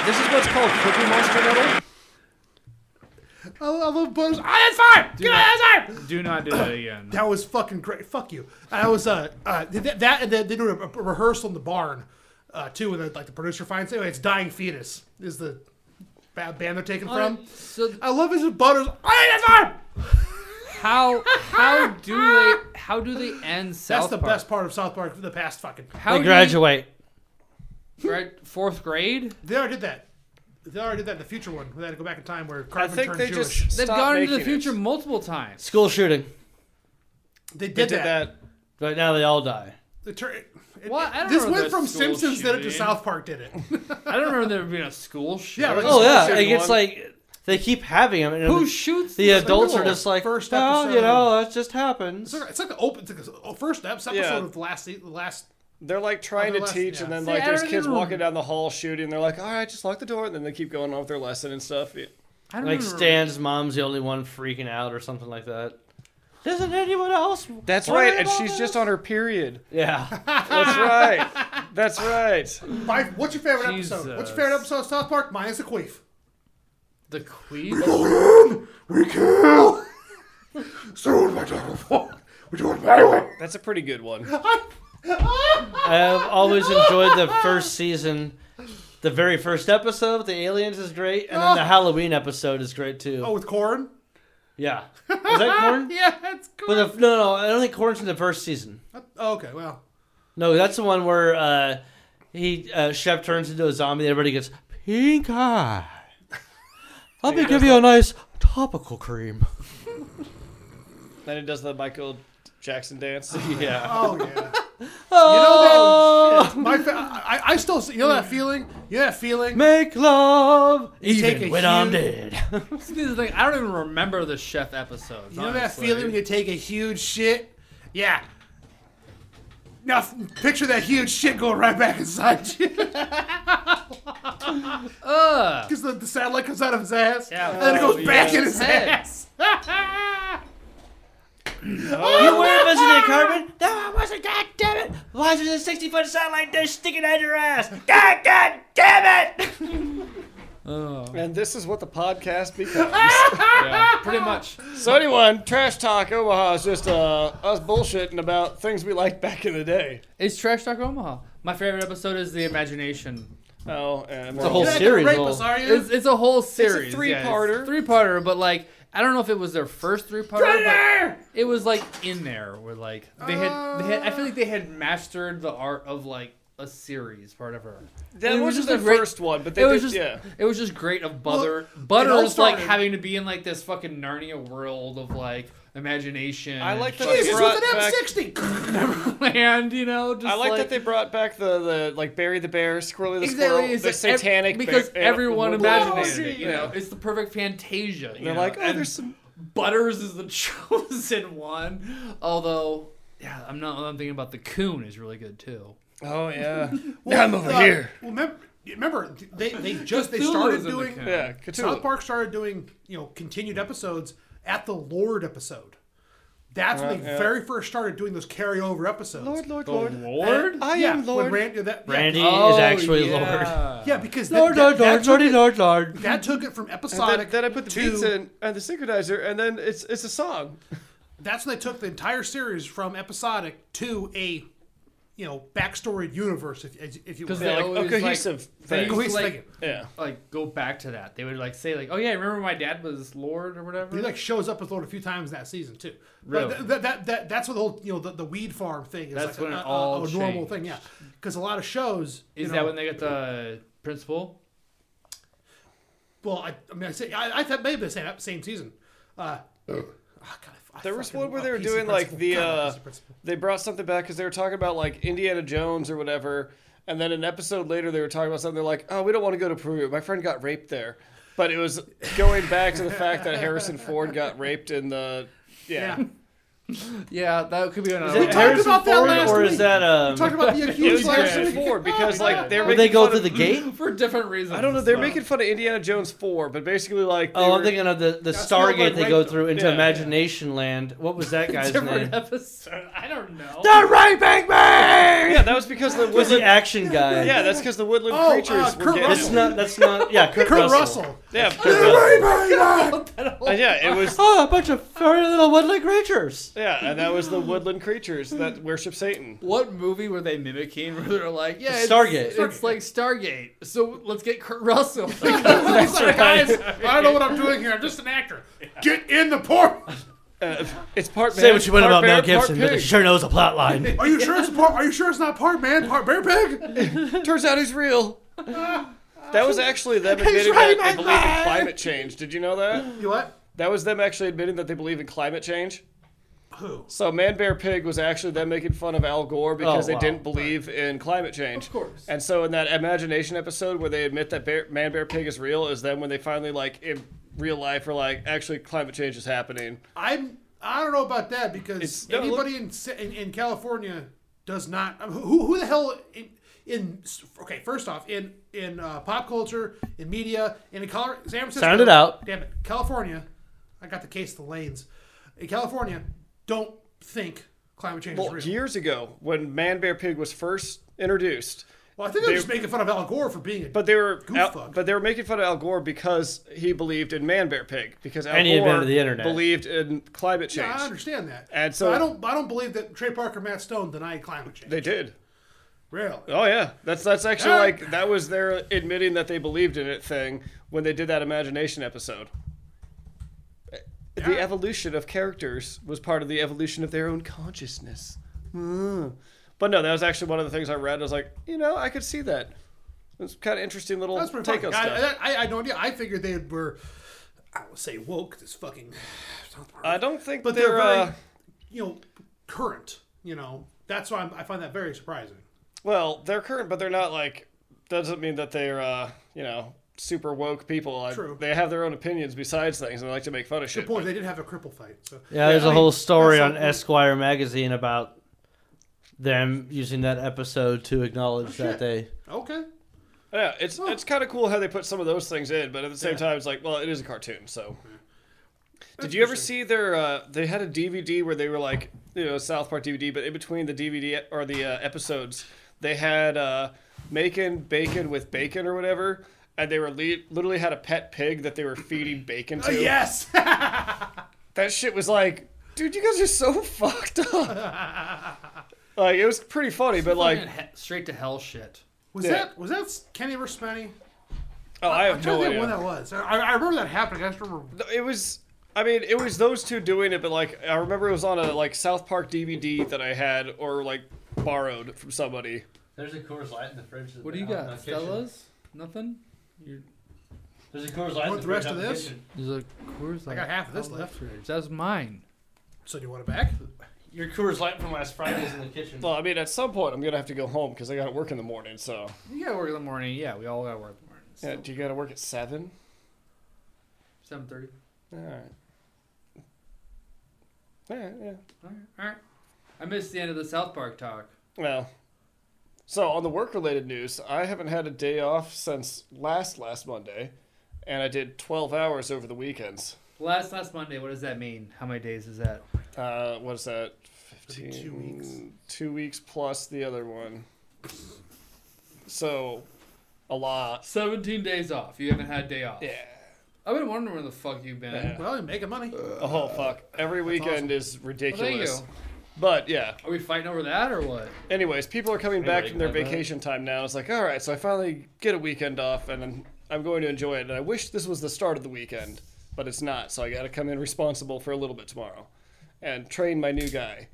S4: This is what's called Cookie Monster metal.
S1: I love I love Butters. Ah, that's fine. Get out of that's fine.
S2: Do not do that again.
S1: That was fucking great. Fuck you. I was uh, uh that, that and then they do a, a rehearsal in the barn, uh too, and the, like the producer finds anyway. It's dying fetus is the ba- band they're taking from.
S2: So th-
S1: I love his butters. I that's fine.
S2: how how do they how do they end South
S1: That's the
S2: Park?
S1: best part of South Park for the past fucking.
S2: How
S3: They
S2: do
S3: graduate.
S2: they- right, fourth grade.
S1: They already did that. They already did that in the future one. They had to go back in time where
S4: I
S1: Cartman
S4: think
S1: turned
S4: they
S1: Jewish.
S4: just
S2: They've
S4: stopped
S2: gone into the
S4: making it.
S2: future multiple times.
S3: School shooting.
S1: they did,
S4: They did that.
S3: But now they all die.
S1: The tur- it-
S2: What? I don't
S1: this
S2: remember
S1: went
S2: that
S1: from
S2: school
S1: Simpsons did it to
S2: shooting.
S1: South Park did it.
S2: I don't remember there being a school shoot.
S1: Yeah, like-
S3: Oh yeah,
S4: Shooting
S3: like, it's
S4: one.
S3: like they keep having them. And
S2: who
S3: the,
S2: shoots
S3: the adults are
S1: school?
S3: just like,
S1: First
S3: well,
S1: episode.
S3: you know, that just happens.
S1: It's like the open. It's like the first episode
S4: Yeah.
S1: of last se- last
S4: They're like trying to
S1: Other lesson,
S4: teach, and
S1: yeah.
S4: then
S1: See,
S4: like
S2: I
S4: there's
S2: don't
S4: kids
S2: even-
S4: walking down the hall shooting. They're like, all right, just lock the door, and then they keep going on with their lesson and stuff. Yeah.
S2: I don't
S3: Like
S2: remember.
S3: Stan's mom's the only one freaking out or something like that. Doesn't anyone else?
S4: That's
S3: worry
S4: right, and
S3: about
S4: she's
S3: this?
S4: just on her period.
S3: Yeah.
S4: That's right. That's right.
S1: My, what's your favorite episode?
S2: Jesus.
S1: What's your favorite episode of South Park? Mine's the Queef.
S2: The Queen.
S8: We kill. Soon my daughter will fall. We do it my way.
S4: That's a pretty good one.
S3: I've always enjoyed the first season. The very first episode with the aliens is great, and then the Halloween episode is great too.
S1: Oh, with corn.
S3: Yeah. Is that corn?
S1: Yeah, that's
S3: But
S1: corn.
S3: the, no, no, I don't think corn's in the first season.
S1: oh, okay, well,
S3: No, that's the one where uh, he uh, chef turns into a zombie. and Everybody gets pink eye. Let me give you a nice topical cream.
S4: Then it does the Michael Jackson dance.
S3: Yeah.
S1: oh yeah.
S3: Oh,
S1: My fa- I, I still see- you know that feeling. You know that feeling.
S3: make love
S1: take
S3: even
S1: a
S3: when I'm
S1: huge-
S3: dead.
S2: This is like, I don't even remember the chef episodes.
S1: you know that
S2: honestly.
S1: feeling when you take a huge shit. Yeah. Now f- picture that huge shit going right back inside you.
S2: Ugh.
S1: Because the, the satellite comes out of his ass.
S2: Yeah.
S1: And then it goes
S2: Oh,
S1: back
S2: yeah.
S1: in his
S2: Hey.
S1: ass.
S3: You were visiting Carmen? No, I wasn't. God damn it! Why is there a 60 foot satellite dish sticking out your ass? God, God damn it!
S4: and this is what the podcast becomes.
S2: Yeah, pretty much.
S4: So anyone, Trash Talk Omaha is just uh, us bullshitting about things we liked back in the day.
S2: It's Trash Talk Omaha. My favorite episode is The Imagination.
S4: Oh, and
S3: whole
S1: You're not gonna
S3: series
S1: rape
S3: will-
S1: us, are you?
S2: It's, it's a whole series.
S4: three-parter.
S2: Three parter, but like I don't know if it was their first three parter, but it was like in there where like they had, they had I feel like they had mastered the art of like a series or whatever.
S4: That
S2: It was
S4: wasn't
S2: just a
S4: the
S2: great-
S4: first one, but they
S2: It was
S4: did-
S2: just
S4: yeah.
S2: it was just great of butter
S1: Well, it all
S2: butter is like
S1: started-
S2: having to be in like this fucking Narnia world of like imagination.
S4: I
S2: and
S4: like that they
S1: Jesus,
S4: brought
S1: with an
S4: back-
S1: M60.
S2: land, you know. Just
S4: I like,
S2: like
S4: that they brought back the, the like Barry the Bear, Squirrely the
S2: exactly
S4: Squirrel,
S2: it's
S4: the
S2: like ev-
S4: satanic
S2: because
S4: bear,
S2: everyone
S4: and-
S2: imaginated it. You
S4: Yeah.
S2: know, it's the perfect fantasia. You
S4: They're
S2: know?
S4: like, oh,
S2: and
S4: there's some.
S2: Butters is the chosen one, although. Yeah, I'm not. I'm thinking about the coon is really good too.
S4: Oh yeah,
S1: I'm over here. Uh, Well, remember, remember they, they just they
S2: Cthulhu's
S1: started
S2: in the
S1: doing
S2: can.
S4: yeah.
S1: South
S4: Cthulhu.
S1: Park started doing you know continued episodes at the Lord episode. That's when they
S4: yeah.
S1: very first started doing those carryover episodes.
S4: Lord, Lord, Lord.
S2: Lord?
S4: I
S1: yeah,
S4: am
S1: When
S4: Lord.
S1: Rand, that, yeah,
S3: Randy
S2: Oh,
S3: is actually Lord.
S2: yeah.
S1: Yeah, because that,
S3: Lord,
S1: that,
S3: Lord,
S1: that,
S3: Lord,
S1: took,
S3: Lordy, Lord, Lord.
S1: that took it from
S4: Then,
S1: episodic.
S4: then I put the
S1: to,
S4: beats in and the synchronizer, and then it's it's a song.
S1: That's when they took the entire series from episodic to a, you know, backstory universe, if, as- if you will.
S2: Because they
S4: like, a
S2: always Oh,
S4: cohesive
S2: like,
S4: thing.
S2: They used
S1: Cohesive
S2: to, like,
S1: thing.
S4: Yeah,
S2: like go back to that. They would like say like, "Oh yeah, remember my dad was Lord or whatever."
S1: He like shows up as Lord a few times that season too.
S2: Really?
S1: But th- that, that that that's what the whole you know the, the weed farm thing is
S2: That's
S1: like
S2: when
S1: a,
S2: it
S1: a-
S2: all
S1: a normal
S2: changed.
S1: thing, yeah. Because a lot of shows you
S2: is
S1: know,
S2: that when they got the principal?
S1: Well, I, I mean, I say I, I thought maybe the same same season. Uh, ah, God, I- I
S4: there was
S1: fucking
S4: one where
S1: love
S4: they were
S1: PC
S4: doing like
S1: Principal.
S4: the
S1: God, I love
S4: uh,
S1: PC Principal.
S4: they brought something back because they were talking about like Indiana Jones or whatever, and then an episode later they were talking about something. They're like, oh, we don't want to go to Peru. My friend got raped there, but it was going back to the fact that Harrison Ford got raped in the yeah.
S1: yeah.
S2: Yeah, that could be another.
S1: We
S2: one.
S1: talked about that last
S3: or
S1: week.
S3: is that um?
S1: Talking about the
S4: It
S1: accused
S4: was
S1: last
S4: Harrison
S1: week.
S4: Ford because like they're
S3: Would
S4: making
S3: they go
S4: fun
S3: through
S4: of,
S3: the gate?
S2: for different reasons.
S4: I don't know. They're making fun of Indiana Jones four, but basically like they
S3: Oh, I'm
S4: were-
S3: thinking of the, the
S1: not like
S3: Stargate they go
S1: rape,
S3: through into
S4: Yeah, yeah.
S3: Imagination Land. What was that guy's name?
S2: different episode. I don't know.
S4: yeah, that was because the
S3: Was the
S4: woodland.
S3: action guy?
S4: Yeah, that's because the woodland
S1: Oh, uh,
S4: creatures were
S1: Kurt
S4: getting.
S3: That's not. That's not. Yeah, Kurt,
S1: Kurt
S3: Russell.
S1: Russell.
S4: Yeah, Kurt Russell. And yeah, it was
S3: Oh, a bunch of furry little woodland creatures.
S4: Yeah, and that was the woodland creatures that worship Satan.
S2: What movie were they mimicking where they're like, yeah, it's,
S3: Stargate.
S2: It's like Stargate. So let's get Kurt Russell. Like,
S1: He's like, guys, I don't know what I'm doing here. I'm just an actor. Get in the port.
S4: Uh, it's part man,
S3: Say what you want
S4: part
S3: about
S4: bear,
S3: Mel
S4: part
S3: Gibson, but it
S4: pig.
S3: sure knows a plot line.
S1: Are you sure it's part? Are you sure it's not part man, part bear pig?
S4: Turns out he's real. That was actually them admitting
S1: right, my
S4: that they believe in climate change. Did you know that?
S1: You what?
S4: That was them actually admitting that they believe in climate change.
S1: Who?
S4: So Man Bear Pig was actually them making fun of Al Gore because
S3: wow.
S4: they didn't believe in climate change. Of
S2: course.
S4: And so in that imagination episode where they admit that bear, Man Bear Pig is real is then when they finally like in real life are like actually climate change is happening.
S1: I'm. I don't know about that because
S4: It's- no,
S1: anybody in, Sa- in in California does not. I mean, who who the hell in, in okay? First off, in in uh, pop culture, in media, and in Color, San Francisco.
S3: Sound it out.
S1: Damn it, California. I got the case of the lanes. In California, don't think climate change
S4: Well,
S1: is real.
S4: years ago when Man Bear Pig was first introduced,
S1: Well, I think they're
S4: they-
S1: just making fun of Al Gore for being a
S4: But they were
S1: Goof
S4: Al-
S1: fuck.
S4: but they were making fun of Al Gore because he believed in Man Bear Pig because Al
S3: And he
S4: Gore
S3: invented the internet.
S4: believed in climate change.
S1: Yeah, I understand that.
S4: And
S1: And
S4: so-
S1: so I don't I don't believe that Trey Parker, and Matt Stone denied climate change.
S4: They did.
S1: really?
S4: Oh yeah, that's that's actually
S1: Ah.
S4: like that was their admitting that they believed in it thing when they did that imagination episode.
S1: Ah.
S4: The evolution of characters was part of the evolution of their own consciousness. Mm. But no, that was actually one of the things I read. I was like, you know, I could see that. It's kind of interesting little
S1: That's
S4: take
S1: pretty
S4: on
S1: funny.
S4: stuff.
S1: I, I, I had no idea. I figured they were, I would say woke. This fucking.
S4: I don't think,
S1: But
S4: Uh, they're,
S1: they're, very,
S4: uh,
S1: you know, current. You know, that's why I'm, I find that very surprising.
S4: Well, they're current, but they're not like. Doesn't mean that they're uh, you know super woke people. I-
S1: True.
S4: They have their own opinions besides things, and they like to make fun of shit.
S1: Good point. They did have a cripple fight. So
S3: Yeah, there's a whole story on
S1: S.
S3: Esquire magazine about them using that episode to acknowledge that they.
S1: Okay.
S4: Yeah, it's it's kind of cool how they put some of those things in, but at the same time, it's like, well, it is a cartoon, so.
S1: Mm-hmm.
S4: Did you ever see their? Uh, they had a DVD where they were like, you know, South Park DVD, but in between the DVD or the uh, episodes, they had uh, making bacon with bacon or whatever, and they were le- literally had a pet pig that they were feeding bacon to.
S1: Uh, Yes.
S4: that shit was like, dude, you guys are so fucked up. like it was pretty funny, but like,
S2: straight to hell shit.
S1: was
S4: Yeah.
S1: that was that Kenny versus Manny?
S4: oh, I
S1: I'm
S4: have
S1: trying
S4: no
S1: to think of when
S4: idea.
S1: that was. I, I remember that happening. I just remember
S4: It was I mean, it was those two doing it, but like I remember it was on a like South Park DVD that I had or like borrowed from somebody.
S3: There's a Coors Light in the fridge.
S2: What do you got? Stella's? Nothing. You're
S3: There's a Coors Light.
S1: Want the rest of this?
S2: there's a Coors
S1: I got half of this left.
S2: That's mine.
S1: So do you want it back?
S3: Your Coors Light from last Friday is in the kitchen.
S4: Well, I mean, at some point I'm gonna have to go home because I got to work in the morning. So,
S2: You gotta work in the morning. Yeah, we all gotta work in the morning.
S4: yeah, do you got to work at seven?
S2: Seven thirty.
S4: All right. All right. Yeah.
S2: All right. All right. I missed the end of the South Park talk.
S4: Well, so on the work-related news, I haven't had a day off since last last Monday, and I did 12 hours over the weekends.
S2: Last last Monday. What does that mean? How many days is that?
S4: Uh, what is that? 15,
S1: two weeks.
S4: Two weeks plus the other one. So, a lot.
S2: Seventeen days off. You haven't had a day off.
S4: Yeah.
S2: I've been wondering where the fuck you've been.
S4: Yeah.
S1: Well, you're making money.
S4: Oh fuck! Every weekend is
S2: Well, thank
S4: ridiculous.
S2: you.
S4: But yeah.
S2: Are we fighting over that or what?
S4: Anyways, people are coming back
S3: Anyway,
S4: from their
S3: like that.
S4: vacation time now. It's like, all right, so I finally get a weekend off, and I'm, I'm going to enjoy it. And I wish this was the start of the weekend, but it's not. So I got to come in responsible for a little bit tomorrow, and train my new guy,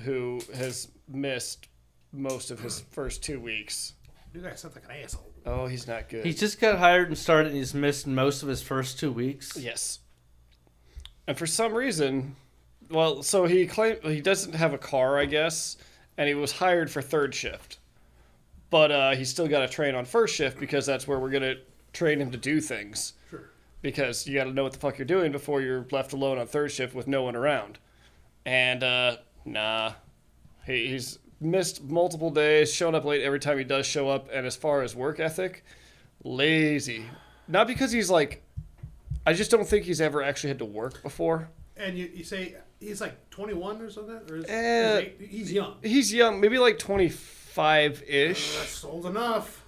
S4: who has missed most of his first two weeks.
S1: You guys sound like an asshole.
S4: Oh, he's not good.
S3: He's just got hired and started, and he's missed most of his first two weeks.
S4: Yes. And for some reason, well, so he claim he doesn't have a car, I guess, and he was hired for third shift, but uh, he's still got to train on first shift because that's where we're gonna train him to do things.
S1: Sure.
S4: Because you got to know what the fuck you're doing before you're left alone on third shift with no one around. And uh, nah, he, he's missed multiple days, shown up late every time he does show up, and as far as work ethic, lazy. Not because he's like I just don't think he's ever actually had to work before.
S1: And you, you say he's like 21 or something? Or is,
S4: Eh.
S1: is he- he's young.
S4: He's young, maybe like 25 ish
S1: That's old enough.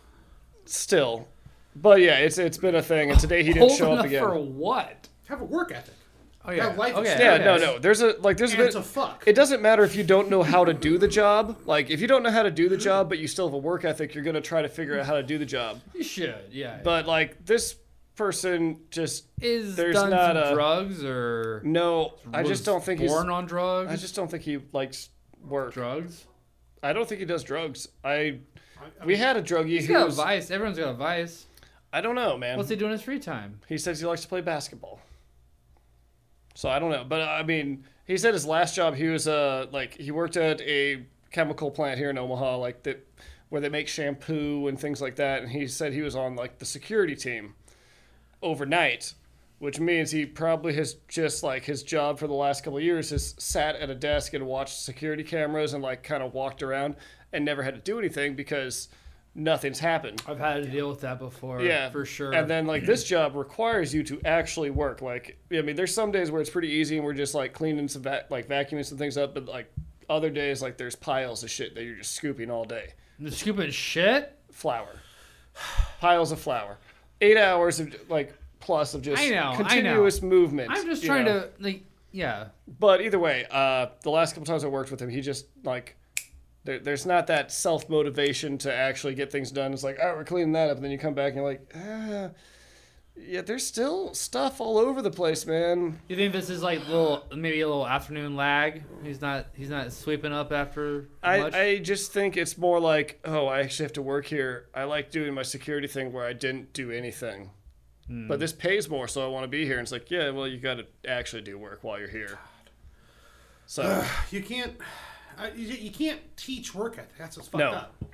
S4: still. But yeah, it's it's been a thing, and today he didn't
S2: Old
S4: show up
S2: enough
S4: again.
S2: for what?
S1: Have a work ethic.
S2: Oh yeah.
S1: Got life
S2: okay.
S4: yeah,
S1: experience.
S4: no, no. There's a like, there's a
S1: And it's a
S4: bit.
S1: fuck.
S4: It doesn't matter if you don't know how to do the job. Like, if you don't know how to do the job, but you still have a work ethic, you're gonna try to figure out how to do the job.
S2: You should. Yeah.
S4: But like this person just
S2: is
S4: there's
S2: done
S4: not
S2: some
S4: a-
S2: drugs or
S4: no. I
S2: was
S4: just don't think he's.
S2: born on drugs.
S4: I just don't think he likes work.
S2: drugs.
S4: I don't think he does drugs. I.
S1: I
S4: We had a druggie
S2: He's
S4: who
S2: got a
S4: was- Um,
S2: vice. Everyone's got a vice.
S4: I don't know, man.
S2: What's he doing in his free time?
S4: He says he likes to play basketball. So I don't know, but I mean, he said his last job he was uh like he worked at a chemical plant here in Omaha, like that where they make shampoo and things like that. And he said he was on like the security team overnight, which means he probably has just like his job for the last couple of years has sat at a desk and watched security cameras and like kind of walked around and never had to do anything because nothing's happened.
S2: I've had to deal with that before.
S4: Yeah,
S2: for sure.
S4: And then like this job requires you to actually work. Like I mean, there's some days where it's pretty easy and we're just like cleaning some va- like vacuuming some things up, but like other days like there's piles of shit that you're just scooping all day.
S2: The scooping shit.
S4: Flour, piles of flour, eight hours of like plus of just
S2: I know, I know.
S4: continuous movement.
S2: I'm just
S4: you
S2: trying
S4: know?
S2: to like. Yeah.
S4: But either way, uh, the last couple times I worked with him, he just like. There, there's not that self motivation to actually get things done. It's like, all right, we're cleaning that up, and then you come back and you're like, ah, yeah, there's still stuff all over the place, man.
S2: You think this is like little maybe a little afternoon lag? He's not he's not sweeping up after
S4: I,
S2: much.
S4: I just think it's more like, oh, I actually have to work here. I like doing my security thing where I didn't do anything, but this pays more, so I want to be here. And it's like, yeah, well, you got to actually do work while you're here. So.
S1: You can't. I, you, you can't teach work ethic. That's what's fucked
S4: No.
S1: up.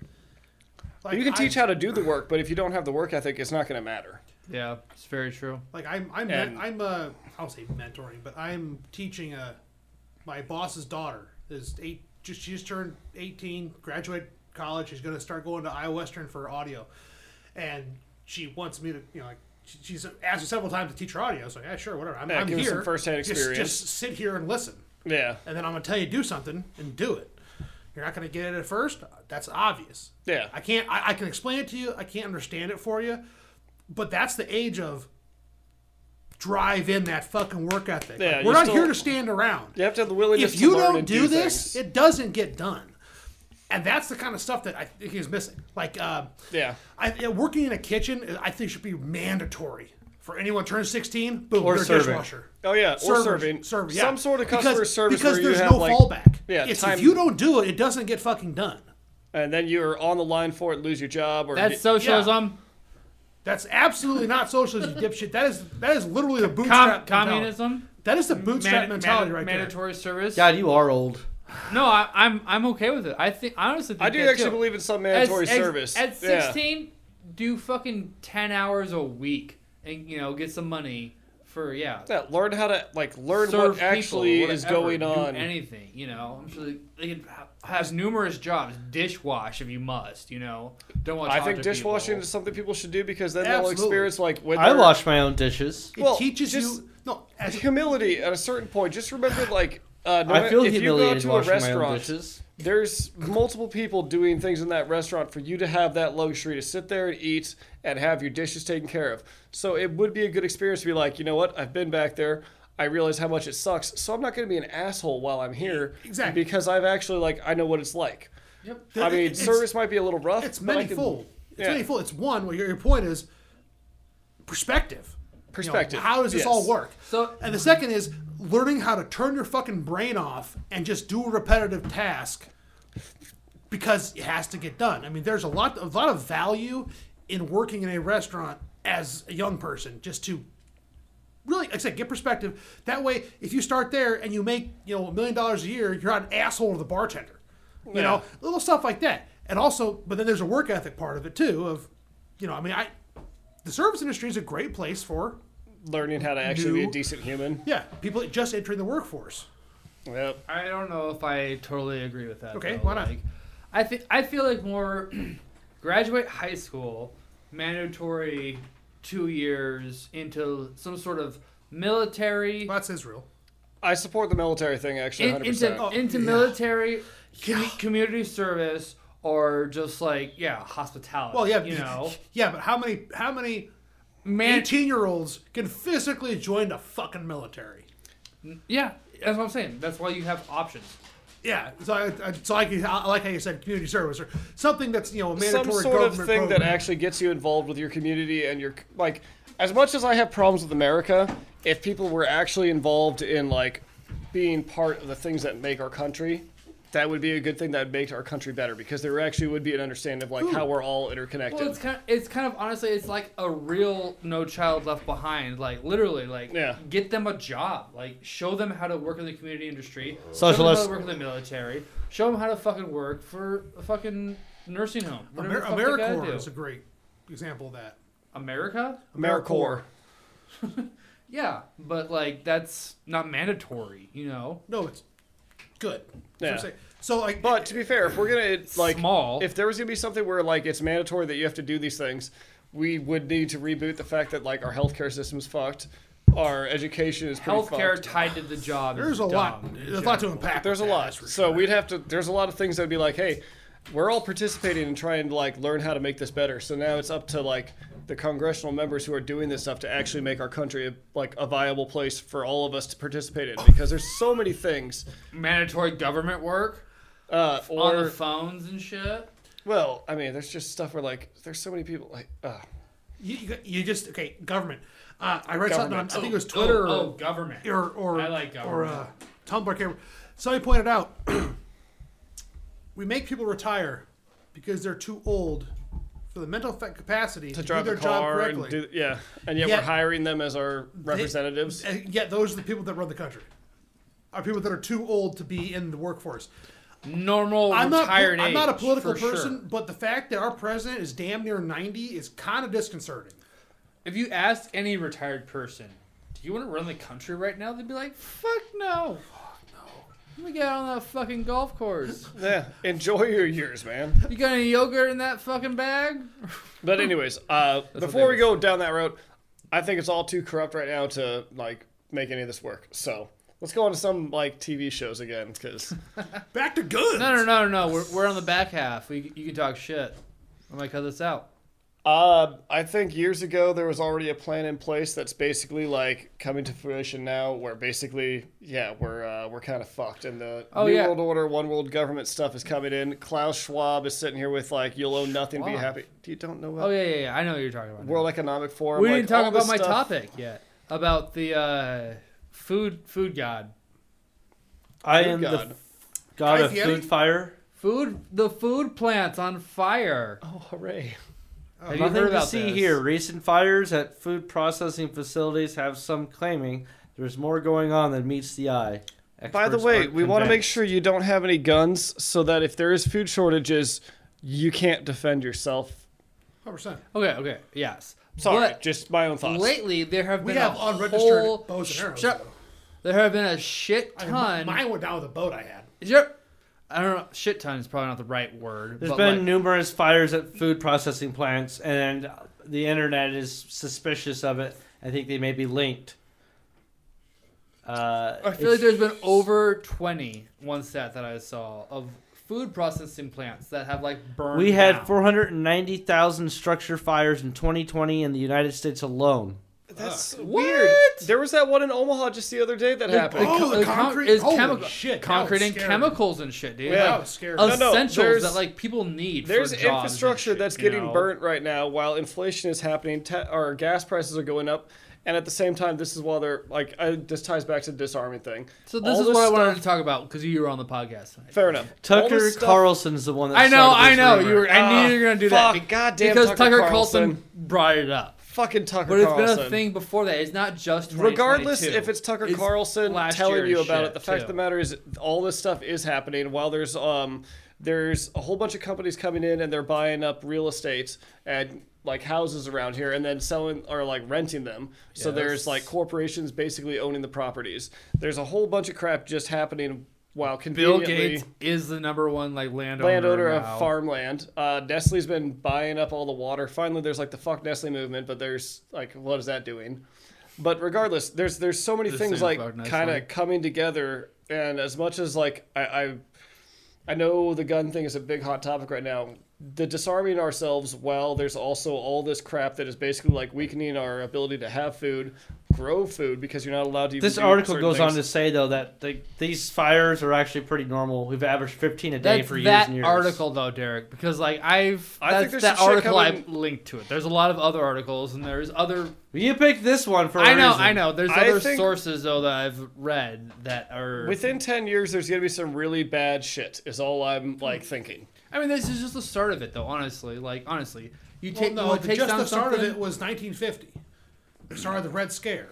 S1: Like,
S4: You can teach
S1: I,
S4: how to do the work, but if you don't have the work ethic, it's not going to matter.
S2: yeah, it's very true.
S1: like I'm. I'm.
S4: and-
S1: I'm. Uh, I'll say mentoring, but I'm teaching a. My boss's daughter is eight. Just she just turned eighteen. Graduate college. She's going to start going to Iowa Western for audio, and she wants me to. You know, like she- she's asked me several times to teach her audio. So yeah, sure, whatever. I'm,
S4: Yeah,
S1: I'm
S4: give her
S1: here.
S4: some firsthand
S1: Just-
S4: experience.
S1: just sit here and listen.
S4: Yeah.
S1: and then I'm gonna tell you to do something and do it. You're not gonna get it at first. That's obvious.
S4: Yeah.
S1: I can't. I, I can explain it to you. I can't understand it for you. But that's the age of drive in that fucking work ethic. Like,
S4: Yeah, you
S1: we're not
S4: still-
S1: here to stand around.
S4: You have to have the willingness
S1: If you
S4: to learn
S1: don't
S4: and
S1: do, this,
S4: things.
S1: it doesn't get done. And that's the kind of stuff that I think is missing. Like, uh,
S4: Yeah.
S1: I, yeah, working in a kitchen, I think should be mandatory for for anyone turns 16, boom,
S3: Or
S1: they're a
S3: serving.
S1: dishwasher.
S4: Oh yeah, or
S1: Servers-
S4: serving,
S1: server, yeah.
S4: some sort of customer
S1: because,
S4: service
S1: because
S4: where
S1: there's
S4: you have
S1: no
S4: like,
S1: fallback.
S4: Yeah,
S1: It's
S4: time-
S1: if you don't do it, it doesn't get fucking done.
S4: and then you're on the line for it, lose your job, or
S2: That's socialism.
S1: That's absolutely not socialism, you dipshit. That is that is literally the
S2: Com-
S1: bootstrap mentality.
S2: communism.
S1: That is the bootstrap
S2: Manda-
S1: mentality
S2: manda-
S1: right there.
S2: mandatory service.
S3: God, you are old.
S2: No, I, I'm I'm okay with it. I think I honestly think
S4: I do
S2: that,
S4: actually
S2: too.
S4: believe in some
S2: As-
S4: mandatory
S2: as-
S4: service.
S2: At
S4: Yeah.
S2: 16, do fucking 10 hours a week and you know get some money for yeah.
S4: Yeah, learn how to like learn
S2: serve
S4: what
S2: people,
S4: actually is
S2: whatever,
S4: going
S2: do
S4: on.
S2: Anything, you know. I'm sure they, they could ha- have numerous jobs. Dishwash if you must, you know. Don't want. To
S4: I
S2: talk
S4: think
S2: to
S4: dishwashing
S2: people.
S4: is something people should do because then they'll
S1: Absolutely.
S4: experience like when
S3: I
S4: they're-
S3: wash my own dishes.
S1: It
S4: Well,
S1: teaches
S4: just-
S1: you no as,
S4: humility at a certain point. Just remember, like, uh, no,
S3: I feel
S4: if you go
S3: humiliated
S4: to a
S3: washing my own
S4: restaurant,
S3: dishes.
S4: there's multiple people doing things in that restaurant for you to have that luxury to sit there and eat and have your dishes taken care of. So it would be a good experience to be like, you know what? I've been back there. I realize how much it sucks, so I'm not going to be an asshole while I'm here.
S1: Exactly.
S4: Because I've actually like I know what it's like. Yep. I
S1: It-
S4: mean,
S1: it's-
S4: service might be a little rough.
S1: it's
S4: but I can-
S1: manifold. It's
S4: yeah.
S1: manifold. It's one. Well, your, your point is perspective. You know,
S4: Perspective,
S1: how does this
S4: yes.
S1: all work?
S2: So-
S1: and the second is learning how to turn your fucking brain off and just do a repetitive task because it has to get done. I mean, there's a lot, a lot of value in working in a restaurant as a young person, just to really, like I said, get perspective. That way, if you start there and you make you know a million dollars a year, you're not an asshole to the bartender. You know, little stuff like that. And also, but then there's a work ethic part of it too. Of, you know, I mean, I, the service industry is a great place for
S4: learning how to actually be a
S1: New.
S4: decent human.
S1: yeah people just entering the workforce.
S4: Yep.
S2: I don't know if I totally agree with that.
S1: Okay,
S2: though.
S1: why not?
S2: Like, I think I feel like more graduate high school, mandatory two years into some sort of military
S1: Well, that's Israel.
S4: I support the military thing actually.
S2: in,
S4: 100%.
S2: into
S1: Oh,
S2: into
S1: yeah.
S2: military commu- community service or just like yeah hospitality.
S1: Well, yeah,
S2: you know,
S1: yeah, but how many how many
S2: man,
S1: eighteen year olds can physically join the fucking military?
S2: yeah, that's what I'm saying. That's why you have options.
S1: Yeah, so I, I, so I, can- I like how you said community service or something that's you know a
S4: some
S1: mandatory
S4: sort of
S1: government
S4: thing that
S1: program.
S4: actually gets you involved with your community and your like as much as i have problems with america if people were actually involved in like being part of the things that make our country that would be a good thing that would make our country better because there actually would be an understanding of like how we're all interconnected
S2: Well, it's kind of, it's kind of honestly, it's like a real No Child Left Behind. Like literally, like
S4: Yeah.
S2: get them a job. Like show them how to work in the community industry.
S3: Socialist.
S2: Show them how to work in the military. Show them how to fucking work for a fucking nursing home. Whatever
S1: Amer-
S2: the fuck they gotta
S1: AmeriCorps
S2: do.
S1: is a great example of that.
S2: America.
S4: americorps
S2: Yeah, but like that's not mandatory. You know.
S1: No, it's good. That's what I'm
S4: Yeah.
S1: saying. So like,
S4: But to be fair, if we're gonna it, like
S2: Small.
S4: if there was gonna be something where like it's mandatory that you have to do these things, we would need to reboot the fact that like our healthcare system's fucked, our education is pretty
S2: Healthcare
S4: fucked.
S2: tied to the job. is
S1: there's a
S2: dumb
S1: lot.
S2: in
S1: There's a lot to
S2: general.
S1: unpack.
S4: there's a
S1: with that,
S4: lot,
S1: that's for
S4: so
S1: sure.
S4: we'd have to. There's a lot of things that'd be like, hey, we're all participating and trying to like learn how to make this better. So now it's up to like the congressional members who are doing this stuff to actually make our country a, like a viable place for all of us to participate in because there's so many things.
S2: Mandatory government work
S4: Uh, or
S2: on the phones and shit.
S4: well, I mean, there's just stuff where like there's so many people like. Uh,
S1: you, you, you just okay government. Uh, I read something. On, I
S4: Government.
S1: think it was Twitter
S2: Oh, oh,
S1: or
S2: government.
S1: or or,
S2: I like
S1: or
S2: government.
S1: uh, Tumblr. Camera. Somebody pointed out we make people retire because they're too old for the mental fa- capacity to,
S4: to drive
S1: do
S4: the
S1: their job
S4: car
S1: correctly.
S4: and do yeah, and yet
S1: Yeah.
S4: we're hiring them as our representatives.
S1: And yet those are the people that run the country. Are people that are too old to be in the workforce.
S2: Normal
S1: I'm not.
S2: retired
S1: I'm not a
S2: age,
S1: political
S2: for sure.
S1: person, but the fact that our president is damn near 90 is kind of disconcerting.
S2: If you ask any retired person, do you want to run the country right now? They'd be like, fuck no. Let me get out on that fucking golf course.
S4: yeah, enjoy your years, man.
S2: You got any yogurt in that fucking bag?
S4: But anyways, uh, before we go down that road, I think it's all too corrupt right now to like make any of this work. So let's go on to some like TV shows again because
S1: Back to guns.
S2: No, no, no, no. no. We're, we're on the back half. We, you can talk shit. I might cut this out.
S4: Uh, I think years ago there was already a plan in place that's basically like coming to fruition now, where basically, yeah, we're uh, we're kind of fucked, and the
S2: Oh,
S4: new
S2: yeah.
S4: world order, one world government stuff is coming in. Klaus Schwab is sitting here with like, you'll own nothing, be
S2: Schwab?
S4: happy. You don't know about
S2: Oh yeah, yeah, yeah. I know what you're talking about.
S4: World Economic Forum.
S2: we
S4: like,
S2: didn't talk
S4: all this
S2: about my
S4: stuff.
S2: topic yet about the uh, food food god.
S3: I
S4: Good
S3: am
S4: God.
S3: the god
S1: Guy
S3: of
S1: Fieri?
S3: food fire.
S2: Food the food plants on fire.
S4: Oh, hooray! Oh,
S2: Have you
S3: Oh, Nothing
S2: heard
S3: to
S2: about
S3: see
S2: this?
S3: here. Recent fires at food processing facilities have some claiming there's more going on than meets the eye.
S4: By the
S3: Experts
S4: way,
S3: aren't
S4: we want to make
S3: convinced.
S4: sure you don't have any guns, so that if there is food shortages, you can't defend yourself.
S1: 100%.
S2: Okay, okay, yes.
S4: Sorry,
S2: But
S4: just my own thoughts.
S2: lately there have
S1: We
S2: been
S1: have
S2: a
S1: unregistered
S2: whole
S1: bows and arrows.
S2: shit-
S1: though.
S2: there have been a shit
S1: I-
S2: ton.
S1: Mine went down with a boat I had.
S2: Yep. I don't know. Shit ton is probably not the right word.
S3: There's
S2: but
S3: been
S2: like,
S3: numerous fires at food processing plants, and the internet is suspicious of it. I think they may be linked. Uh,
S2: I feel like
S3: it's-
S2: there's been over 20 one stat that I saw of food processing plants that have like burned.
S3: we had
S2: down.
S3: 490,000 structure fires in 2020 in the United States alone.
S4: That's weird.
S2: What?
S4: There was that one in Omaha just the other day that happened.
S1: Oh, the
S2: con-
S1: concrete-
S2: is
S1: holy
S2: chemical-
S1: shit, that
S2: concrete
S1: was
S2: and
S1: scary.
S2: chemicals and shit, dude.
S4: Yeah.
S1: That
S2: Like,
S1: was scary.
S4: Uh, No, no,
S2: essentials
S4: there's-
S2: that like people need.
S4: There's
S2: for jobs and
S4: infrastructure
S2: shit,
S4: that's
S2: you
S4: getting
S2: know?
S4: burnt right now while inflation is happening, te- or gas prices are going up, and at the same time, this is while they're like I, this ties back to the disarming thing.
S2: So this
S4: All
S2: is what I wanted
S4: stuff-
S2: to talk about because you were on the podcast tonight.
S4: Fair enough. All
S3: Tucker
S4: this stuff-
S3: Carlson's the one that
S2: I know,
S3: started
S2: I
S3: this
S2: know.
S3: rumor.
S2: You were. I knew you were gonna do that.
S4: Ah, fuck,
S2: be-
S4: goddamn
S2: because
S4: Tucker
S2: Tucker
S4: Carlson.
S2: Carlson brought it up.
S4: Fucking Tucker
S2: But it's
S4: Carlson.
S2: been a thing before that. It's not just
S4: Regardless
S2: 2022.
S4: if it's Tucker
S2: It's
S4: Carlson
S2: last
S4: telling
S2: year's
S4: you about
S2: shit,
S4: it, the fact
S2: too.
S4: of the matter is all this stuff is happening while there's um there's a whole bunch of companies coming in and they're buying up real estate and like houses around here and then selling or like renting them. So there's
S2: Yes.
S4: like corporations basically owning the properties. There's a whole bunch of crap just happening while
S2: Bill
S4: conveniently
S2: Gates is the number one like landowner.
S4: landowner
S2: now.
S4: of farmland. Uh, Nestle's been buying up all the water. Finally, there's like the fuck Nestle movement, but there's like, what is that doing? But regardless, there's there's so many
S2: Just
S4: things
S2: saying
S4: like
S2: fuck Nestle.
S4: kind of coming together. And as much as like I, I, I know the gun thing is a big hot topic right now. The disarming ourselves while there's also all this crap that is basically like weakening our ability to have food, grow food because you're not allowed to. Even
S3: This
S4: do
S3: article
S4: certain
S3: goes
S4: things.
S3: on to say though that the, these fires are actually pretty normal. We've averaged 15 a day
S2: That's
S3: for years
S2: that
S3: and years.
S2: article though, Derek, because like I've
S4: I
S2: that's
S4: think there's
S2: that
S4: some shit
S2: article
S4: coming-
S2: I've linked to it. There's a lot of other articles and there's other
S3: You picked this one for. I
S2: I know, I know. There's
S4: I
S2: other
S4: think-
S2: sources though that I've read that are
S4: Within ten years, there's gonna be some really bad shit. Is all I'm like thinking.
S2: I mean this is just the start of it though, honestly. Like honestly. You
S1: Well,
S2: take
S1: no,
S2: you
S1: the-
S2: take
S1: just
S2: down
S1: the start
S2: something,
S1: of it was 1950. The start of the Red Scare.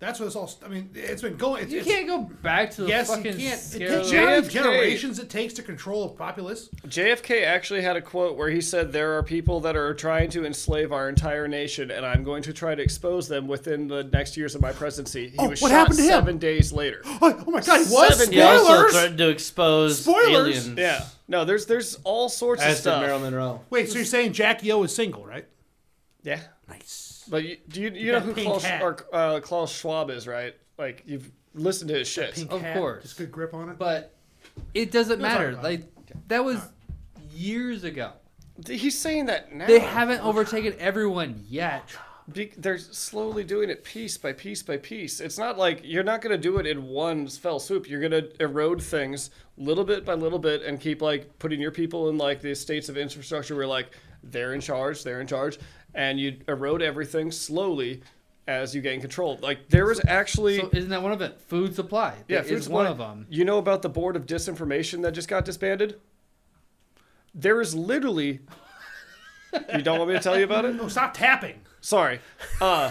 S1: That's what it's all. I mean, it's been going. It's,
S2: You
S1: it's-
S2: can't go back to the
S1: Yes, you
S2: fucking
S1: can't. It
S2: scare
S1: takes you know how many
S4: JFK.
S1: generations it takes to control a populace.
S4: JFK actually had a quote where he said, There are people that are trying to enslave our entire nation, and I'm going to try to expose them within the next years of my presidency. He
S1: Oh,
S4: was
S1: what
S4: shot
S1: happened to him?
S4: seven days later.
S1: Oh, oh my god, it was
S4: Seven
S3: He also
S1: spoilers.
S3: threatened to expose
S1: Spoilers!
S3: aliens.
S4: Yeah. No, there's there's all sorts of
S3: As did
S4: stuff.
S3: Marilyn Monroe.
S1: Wait, so you're saying Jackie O is single, right?
S4: Yeah.
S1: Nice.
S4: But you, do you, you know
S1: that
S4: who
S1: pink
S4: Klaus,
S1: hat.
S4: or, uh, Klaus Schwab is, right? Like, you've listened to his shit. Oh,
S1: Pink
S2: Of
S1: hat,
S2: course.
S1: just good grip on it.
S2: but it doesn't
S1: talk
S2: matter.
S1: about
S2: Like that was years ago.
S4: He's saying that now.
S2: They haven't overtaken everyone yet.
S4: Be- they're slowly doing it piece by piece by piece. It's not like you're not going to do it in one fell swoop. You're going to erode things little bit by little bit and keep like putting your people in like the states of infrastructure where like they're in charge, they're in charge, and you erode everything slowly as you gain control. Like there is actually
S2: So isn't that one of it? Food supply.
S4: yeah,
S2: That
S4: food
S2: is one
S4: supply.
S2: of them.
S4: You know about the board of disinformation that just got disbanded? There is literally. you don't want me to tell you about it?
S1: no, stop tapping.
S4: Sorry. Uh,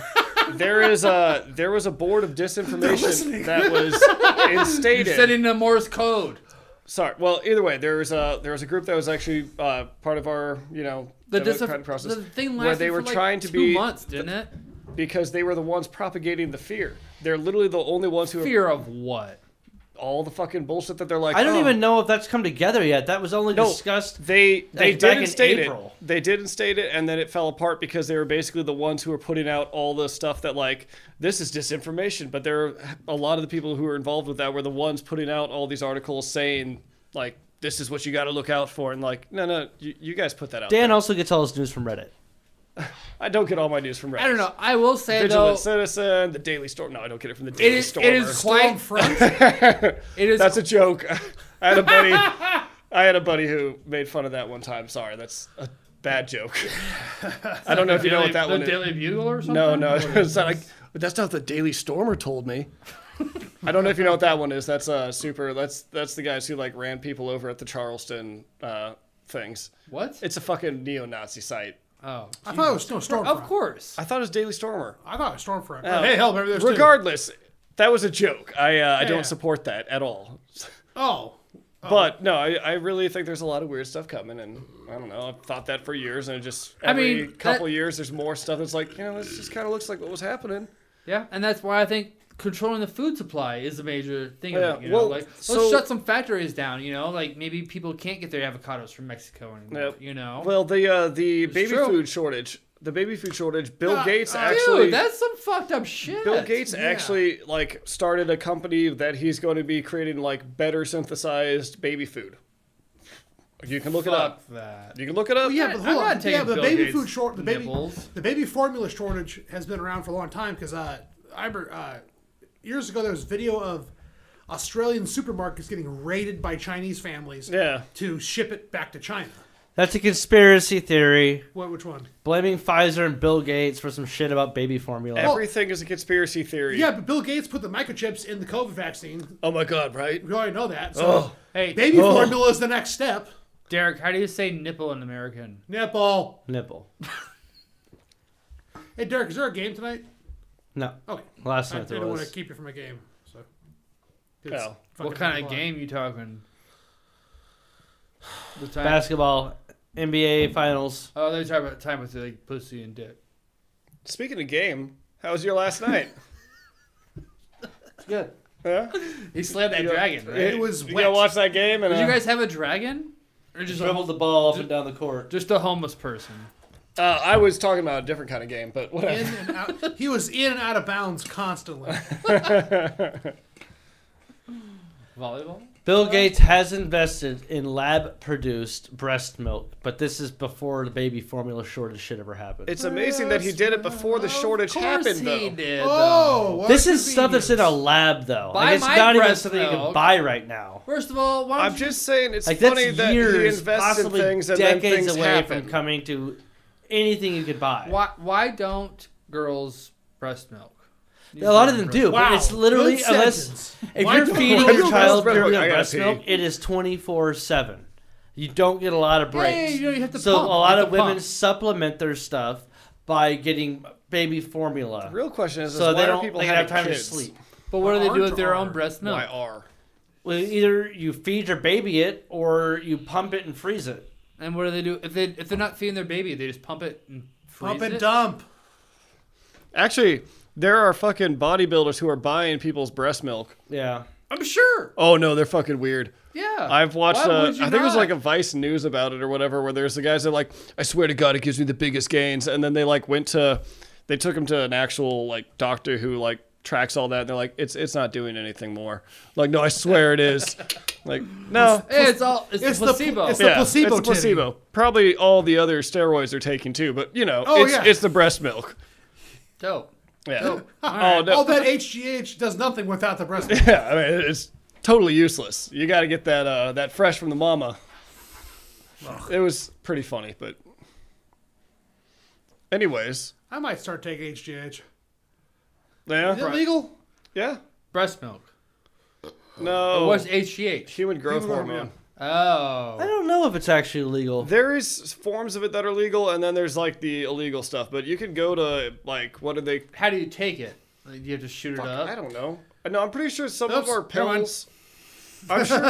S4: there is a there was a board of disinformation that was instated.
S2: You're setting the Morse code.
S4: Sorry. Well, either way, there was a there was a group that was actually uh, part of our you know
S2: The,
S4: democratic
S2: disin-
S4: process
S2: the thing
S4: where
S2: lasted
S4: they were
S2: for like
S4: trying to
S2: two
S4: be
S2: months, didn't it?
S4: because they were the ones propagating the fear. They're literally the only ones who
S2: Fear of what?
S4: all the fucking bullshit that they're like.
S3: I don't
S4: "Oh,
S3: even know if that's come together yet. That was only
S4: No,
S3: discussed.
S4: Oh, They they
S3: back
S4: did
S3: in
S4: instate it.
S3: April.
S4: They did instate it, and then it fell apart because they were basically the ones who were putting out all the stuff that like this is disinformation. But there are a lot of the people who were involved with that were the ones putting out all these articles saying like this is what you got to look out for, and like no no you, you guys put that out.
S3: Dan
S4: there.
S3: also gets all his news from Reddit.
S4: I don't get all my news from Reddit.
S2: I don't know. I will say though,
S4: Vigilant Citizen, the Daily Storm. No, I don't get it from the
S2: it
S4: Daily
S2: is
S4: Storm.
S2: it is quite it is
S4: That's a joke. I had a buddy. I had a buddy who made fun of that one time. Sorry, that's a bad joke. I don't know if you know
S2: Daily-
S4: what that
S2: the
S4: one is.
S2: Daily Bugle or something.
S4: No, no, it's not like. But that's not what the Daily Stormer told me. I don't know if you know what that one is. That's uh super. That's that's the guys who like ran people over at the Charleston uh things.
S2: What?
S4: It's a fucking neo-Nazi site.
S2: oh,
S1: I thought it was still Stormfront.
S2: of course.
S4: I thought it was Daily Stormer.
S1: I thought it was Stormfront.
S2: Oh.
S1: But hey, hell, maybe there's two.
S4: Regardless, that was a joke. I uh, I
S1: yeah.
S4: don't support that at all.
S1: Oh,
S4: But no, I, I really think there's a lot of weird stuff coming, and I don't know. I've thought that for years, and it just every
S2: mean, that-
S4: couple years there's more stuff that's like you know this just kind of looks like what was happening.
S2: Yeah, and that's why I think controlling the food supply is a major thing.
S4: Oh, Yeah,
S2: of it, you know?
S4: well,
S2: like let's
S4: so-
S2: shut some factories down. You know, like maybe people can't get their avocados from Mexico anymore.
S4: Yep.
S2: You know,
S4: Well, the uh, the baby
S2: true.
S4: food shortage, the baby food shortage. Bill
S1: Uh,
S4: Gates
S1: uh,
S4: actually,
S2: dude, that's some fucked up shit.
S4: Bill Gates
S2: Yeah.
S4: actually like started a company that he's going to be creating like better synthesized baby food. You can look it up.
S2: Fuck that.
S4: You can look it up.
S1: yeah, but
S2: I'm
S1: hold
S2: not
S1: on.
S2: taking
S1: Yeah, the
S2: Bill
S1: baby
S2: Gates'
S1: food short, the baby,
S2: nibbles.
S1: the baby formula shortage has been around for a long time because uh, I remember, uh, years ago there was video of Australian supermarkets getting raided by Chinese families
S4: Yeah.
S1: to ship it back to China.
S3: That's a conspiracy theory.
S1: What? Which one?
S3: Blaming Pfizer and Bill Gates for some shit about baby formula.
S4: Everything is a conspiracy theory.
S1: Yeah, but Bill Gates put the microchips in the COVID vaccine.
S4: Oh my god, right?
S1: We already know that. So
S4: Oh.
S2: Hey,
S1: baby formula is the next step.
S2: Derek, how do you say nipple in American?
S1: Nipple.
S3: Nipple.
S1: Hey Derek, is there a game tonight?
S3: No.
S1: Okay.
S3: Last
S1: Oh, I
S3: night there
S1: didn't want to
S3: was.
S1: keep you from a game. So.
S4: No.
S2: What kind of game you talking? The time.
S3: Basketball, NBA finals.
S2: oh, they talk about time with like pussy and dick.
S4: Speaking of game, how was your last night?
S3: Good.
S4: Huh?
S2: He slammed that dragon, right?
S1: It was
S4: You
S1: wet.
S4: gotta watch that game, and
S2: Did
S4: uh,
S2: you guys have a dragon? Or just
S3: Dribbled
S2: a,
S3: the ball up and down the court.
S2: just a homeless person?
S4: uh, I was talking about a different kind of game, but whatever.
S1: in and out. He was in and out of bounds constantly.
S2: Volleyball?
S3: Bill Gates has invested in lab-produced breast milk, but this is before the baby formula shortage shit ever happened.
S4: It's amazing that he did it before the shortage happened,
S2: he
S4: though.
S2: did. uh,
S1: Oh, what
S3: this
S1: a
S3: is stuff that's in a
S1: convenience.
S3: lab, though.
S2: Buy
S3: like, it's
S2: my
S3: not even
S2: breast
S3: something you can
S2: milk.
S3: buy right now.
S2: First of all, why don't
S4: I'm
S2: you-
S4: just saying it's
S3: Like
S4: funny
S3: that's
S4: that he
S3: years,
S4: invests in
S3: possibly
S4: things and then
S3: decades
S4: things
S3: away
S4: happen.
S3: from coming to anything you could buy.
S2: why why don't girls breast milk?
S3: A lot of them do, but
S1: Wow.
S3: it's literally
S1: Good
S3: unless
S1: sentence.
S3: if
S1: Why
S3: you're
S1: don't-
S3: feeding
S1: why
S3: your
S1: don't-
S3: child
S4: breast milk?
S3: pure
S4: I gotta
S3: breast
S4: pee.
S3: milk, it is twenty four seven. You don't get a lot of breaks.
S2: yeah, you know, you have to
S3: so
S2: pump.
S3: a lot
S2: You have
S3: of
S2: to
S3: women
S2: pump.
S3: supplement their stuff by getting baby formula,
S4: Real question is, is
S3: so
S4: why
S3: they
S4: are
S3: don't
S4: people
S3: they
S4: having
S3: have time
S4: kids?
S3: to sleep.
S2: But what do they do with their
S1: Orange
S2: own breast milk?
S4: Why are?
S3: Well, either you feed your baby it or you pump it and freeze it.
S2: And what do they do if they if they're not feeding their baby? They just pump it and freeze
S1: Pump and
S2: it?
S1: dump.
S4: Actually, there are fucking bodybuilders who are buying people's breast milk.
S3: Yeah.
S2: I'm sure.
S4: Oh no, they're fucking weird.
S2: Yeah.
S4: I've watched.
S2: Why
S4: uh, I
S2: would you
S4: think it was
S2: not?
S4: like a Vice News about it or whatever, where there's the guys that are like, I swear to God, it gives me the biggest gains, and then they like went to, they took him to an actual like doctor who like tracks all that, and they're like, it's it's not doing anything more. Like, no, I swear it is. like, no,
S2: Hey, it's all it's,
S1: It's
S2: the
S1: the-
S2: placebo.
S1: it's the- placebo
S4: It's the placebo. Probably all the other steroids they're taking too, but you know,
S1: Oh,
S4: it's
S1: yeah.
S4: it's the breast milk.
S2: dope.
S4: Yeah.
S2: All
S4: Oh
S2: right.
S4: no.
S1: All that HGH does nothing without the breast milk.
S4: yeah, I mean, it's totally useless. You got to get that uh, that fresh from the mama. It was pretty funny, but anyways,
S1: I might start taking HGH.
S4: yeah,
S1: Is it legal? Oh.
S4: yeah,
S2: Breast milk.
S4: no,
S2: What's HGH?
S4: human growth
S1: Human
S4: hormone.
S1: hormone,
S3: I
S2: Oh.
S3: don't know if it's actually legal.
S4: There is forms of it that are legal, and then there's like the illegal stuff. But you can go to like what are they?
S2: How do you take it? Like, you have to shoot it up.
S4: I don't know. No, I'm pretty sure some
S1: Oops,
S4: of our
S1: never mind.
S4: pills. I'm sure.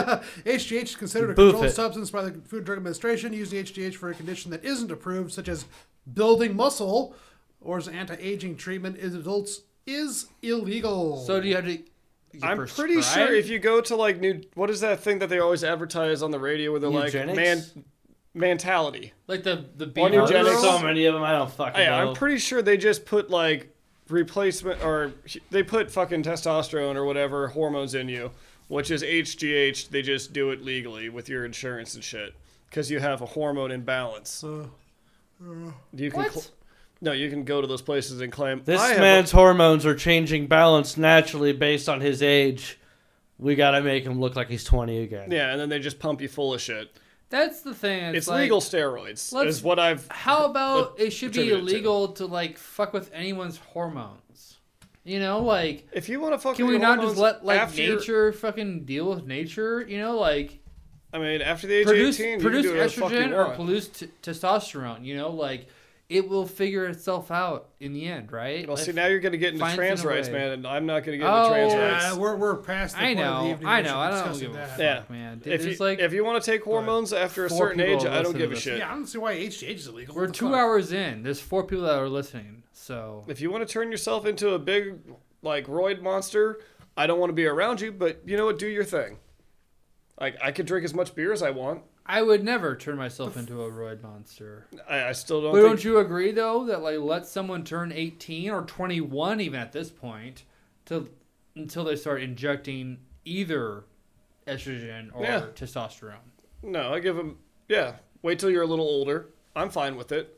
S1: HGH is considered a
S3: Boof
S1: controlled
S3: it.
S1: substance by the Food and Drug Administration. Using HGH for a condition that isn't approved, such as building muscle or as anti-aging treatment, is adults is illegal.
S2: So do you have to? you
S4: I'm pretty sure
S2: prescribe?
S4: if you go to like new, what is that thing that they always advertise on the radio where they're like man,
S3: Eugenics?
S4: mentality.
S2: like the the
S4: Or
S2: Beaver
S4: eugenics.
S2: girls?
S3: so many of them. I don't fucking
S4: Yeah,
S3: know.
S4: I'm pretty sure they just put like replacement or they put fucking testosterone or whatever hormones in you, which is HGH. They just do it legally with your insurance and shit because you have a hormone imbalance.
S1: Uh,
S4: You can.
S2: What?
S4: cl- No, you can go to those places and claim
S3: This
S4: I have a-
S3: man's hormones are changing balance naturally based on his age. We gotta make him look like he's 20 again.
S4: yeah, and then they just pump you full of shit.
S2: That's the thing. It's,
S4: It's
S2: like,
S4: legal steroids.
S2: let's-
S4: Is what I've
S2: How about it should be
S4: attributed to.
S2: illegal to. like fuck with anyone's hormones? You know, like
S4: If you want to fuck,
S2: can
S4: with
S2: we
S4: your
S2: not just
S4: hormones
S2: let like
S4: after your-
S2: nature fucking deal with nature? You know, like
S4: I mean, after the age
S2: produce
S4: of eighteen,
S2: produce
S4: you can do whatever the fuck you
S2: estrogen or
S4: want.
S2: produce t- testosterone. You know, like it will figure itself out in the end, right?
S4: Well,
S2: Like,
S4: see, now you're going to get into
S2: Finds
S4: trans
S2: in a
S4: rights,
S2: way.
S4: man, and I'm not going to get into
S2: Oh,
S4: trans
S2: yeah,
S1: Yeah,
S4: rights.
S1: Uh, we're, we're past the
S2: I
S1: point of the
S2: know,
S1: evening.
S2: I
S1: We should be
S2: know, I don't
S1: discussing
S2: give a
S1: that.
S2: fuck,
S4: Yeah.
S2: man. Dude,
S4: If
S2: there's,
S4: you,
S2: like
S4: if you want to take hormones after a
S2: four
S4: certain
S2: people
S4: age, I
S2: listen
S4: don't
S2: to
S4: give a
S2: this.
S4: shit.
S1: Yeah, I don't see why age to age is illegal.
S2: we're
S1: What the
S2: two
S1: fuck?
S2: hours in, there's four people that are listening. So
S4: If you want to turn yourself into a big, like, roid monster, I don't want to be around you, but you know what? Do your thing. Like, I can drink as much beer as I want.
S2: I would never turn myself into a roid monster.
S4: I, I still don't
S2: But
S4: think...
S2: don't you agree though that like let someone turn 18 or 21 even at this point to until they start injecting either estrogen or
S4: Yeah.
S2: testosterone.
S4: No, I give them... Yeah, wait till you're a little older. I'm fine with it.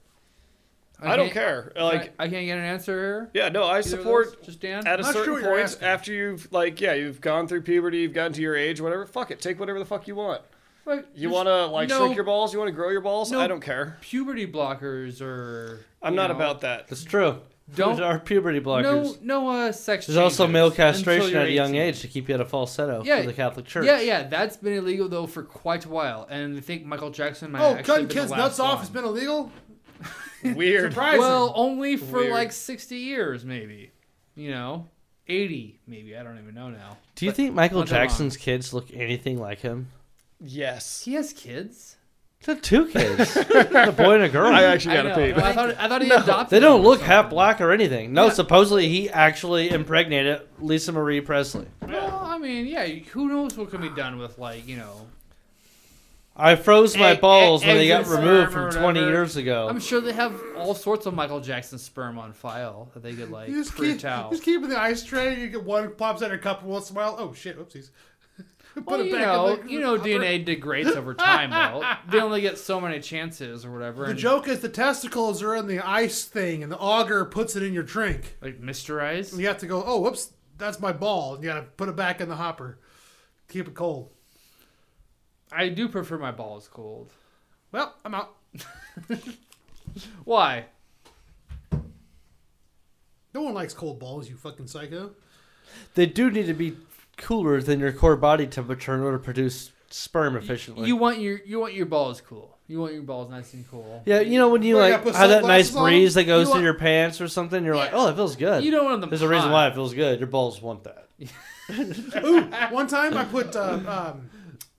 S4: I, don't
S2: can't-
S4: care.
S2: I-
S4: Like...
S2: I, can't get an answer here.
S4: yeah, no, I
S2: Either of
S4: support
S2: those? just Dan.
S4: at a
S1: Not sure
S4: certain
S1: what you're
S4: point
S1: asking.
S4: after you've like yeah you've gone through puberty you've gotten to your age whatever fuck it take whatever the fuck you want
S2: Like,
S4: you
S2: there's
S4: want to like
S2: no
S4: shrink your balls you want to grow your balls
S2: no-
S4: i don't care
S2: puberty blockers or
S4: i'm
S2: you
S4: not
S2: know,
S4: about that
S3: That's true.
S2: Don't-
S3: Those are puberty blockers.
S2: no no uh, sex.
S3: There's also
S2: changes
S3: male
S2: until
S3: castration
S2: you're
S3: at a young
S2: 18.
S3: age to keep you at a falsetto
S2: Yeah,
S3: for the Catholic Church.
S2: Yeah, yeah, that's been illegal though for quite a while, and I think Michael Jackson might.
S1: Oh,
S2: have actually
S1: cutting
S2: been the
S1: kids'
S2: last
S1: nuts off
S2: one.
S1: has been illegal.
S4: weird
S1: Surprising.
S2: Well, only for
S4: Weird.
S2: like 60 years, maybe. You know? 80, maybe. I don't even know now.
S3: Do you
S2: But
S3: think Michael
S2: not that long.
S3: Jackson's kids look anything like him?
S4: yes
S2: He has kids?
S3: They're two kids, a boy and a girl.
S4: i actually
S2: I,
S4: gotta
S2: know.
S4: pee
S2: I thought, I thought he adopted
S3: They don't
S2: them or
S3: look half
S2: something.
S3: black or anything. No,
S2: Yeah.
S3: supposedly he actually impregnated Lisa Marie Presley.
S2: Well, I mean, yeah, who knows what can be done with, like, you know.
S3: I froze my
S2: Egg-
S3: balls when they
S2: eggs
S3: got
S2: and
S3: removed
S2: sperm
S3: from
S2: or
S3: 20
S2: whatever.
S3: years ago.
S2: I'm sure they have all sorts of Michael Jackson sperm on file that they could, like,
S1: You just, keep,
S2: print out.
S1: just keep it in the ice tray. You get one pops out of your cup once in a while. Oh shit! Oopsies. Put
S2: Well,
S1: it
S2: you
S1: back in
S2: know,
S1: the
S2: you know,
S1: upper-
S2: DNA degrades over time, though. they only get so many chances or whatever.
S1: The
S2: and,
S1: joke is the testicles are in the ice thing, and the auger puts it in your drink.
S2: Like, mysterize.
S1: You have to go. Oh, whoops! That's my ball. And you got to put it back in the hopper. Keep it cold.
S2: I do prefer my balls cold.
S1: Well, I'm out.
S2: Why?
S1: No one likes cold balls. You fucking psycho.
S3: They do need to be cooler than your core body temperature in order to produce sperm efficiently.
S2: You want your you want your balls cool. You want your balls nice and cool.
S3: yeah, you know when you
S1: Or you
S3: like
S1: gotta put
S3: have that nice
S1: sunglasses on?
S3: breeze that goes
S2: You
S3: through
S2: want-
S3: your pants or something, you're like, oh, it feels good.
S2: You don't want them.
S3: There's a reason why it feels good. Your balls want that.
S1: Ooh, one time I put um, um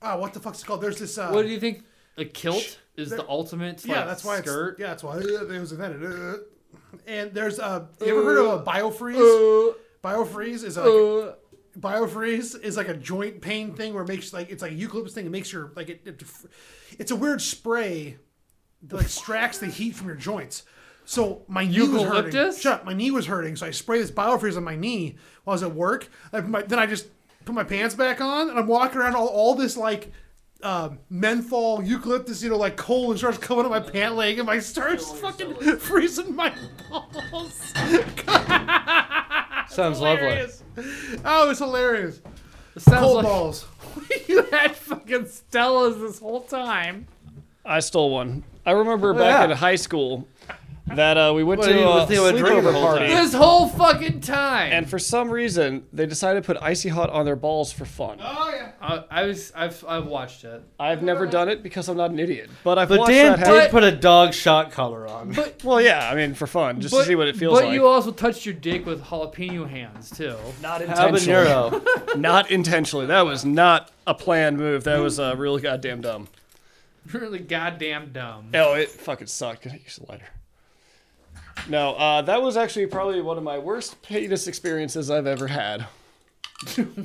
S1: ah, what the fuck's it called? There's this. Uh,
S2: What do you think? A kilt is
S1: There-
S2: the ultimate.
S1: yeah,
S2: like,
S1: that's why. It's,
S2: Skirt.
S1: yeah, that's why it was invented. Uh, And there's uh, you ever heard of a biofreeze?
S2: Uh,
S1: Biofreeze is like
S2: uh,
S1: biofreeze is like a joint pain thing where it makes like it's like a eucalyptus thing. It makes your like it, it it's a weird spray that extracts the heat from your joints. So my knee was hurting.
S2: Eucalyptus?
S1: Shut up, my knee was hurting. So I sprayed this biofreeze on my knee while I was at work. I put my, then I just put my pants back on and I'm walking around all, all this like um, menthol eucalyptus, you know, like cold and starts coming up my pant leg and my starts fucking freezing my balls.
S3: Sounds lovely.
S1: Hilarious. Oh, it's hilarious.
S2: it sounds
S1: Cold
S2: like
S1: balls.
S2: you had fucking Stella's this whole time.
S4: i stole one i remember back
S3: yeah.
S4: in high school that uh, we went
S3: Well,
S4: to
S3: you
S4: a
S3: would think I would drink the
S4: sleepover
S3: whole
S4: party
S3: time.
S2: This whole fucking time.
S4: and for some reason they decided to put icy hot on their balls for fun
S1: Oh yeah.
S2: I, I was I've I've watched it.
S4: i've never done it because i'm not an idiot but i've
S3: But
S4: watched
S3: Dan
S4: that
S3: did
S4: happen
S3: put a dog shot collar on.
S4: well yeah i mean for fun just to see what it feels
S2: but
S4: like
S2: you also touched your dick with jalapeno hands too.
S4: not
S3: Habanero.
S4: Not intentionally. That was not a planned move. That was uh, really goddamn dumb.
S2: Really goddamn dumb.
S4: Oh, it fucking sucked. Can I use a lighter? No, uh, that was actually probably one of my worst penis experiences I've ever had.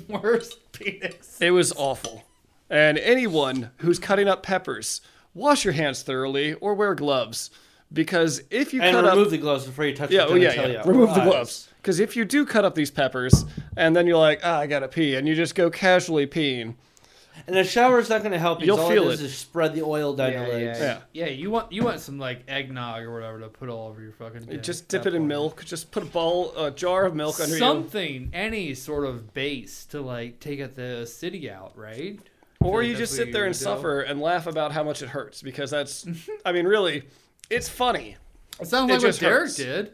S2: Worst penis.
S4: It was awful. And anyone who's cutting up peppers, wash your hands thoroughly or wear gloves. Because if you
S3: and
S4: cut
S3: remove
S4: up,
S3: the gloves before you touch
S4: yeah,
S3: the
S4: oh, yeah,
S3: genitalia
S4: yeah.
S3: or
S4: remove the
S3: eyes.
S4: gloves. Because if you do cut up these peppers and then you're like, ah, I gotta pee, and you just go casually peeing,
S3: And a shower's not going to help you.
S4: You'll
S3: All
S4: feel
S3: it is
S4: it.
S3: is spread the oil down your legs.
S4: yeah.
S2: Yeah, you want you want some like eggnog or whatever to put all over your fucking. Dick
S4: Just
S2: at
S4: dip
S2: that
S4: it in
S2: point.
S4: milk. Just put a bowl, a jar of milk under you.
S2: Something, any sort of base to like take out the city out, right?
S4: Or
S2: Like,
S4: you
S2: that's
S4: just
S2: what
S4: sit there
S2: you
S4: and
S2: do.
S4: suffer and laugh about how much it hurts because that's, I mean, really, it's funny.
S2: It sounds
S4: It
S2: like what
S4: just
S2: Derek
S4: hurts.
S2: did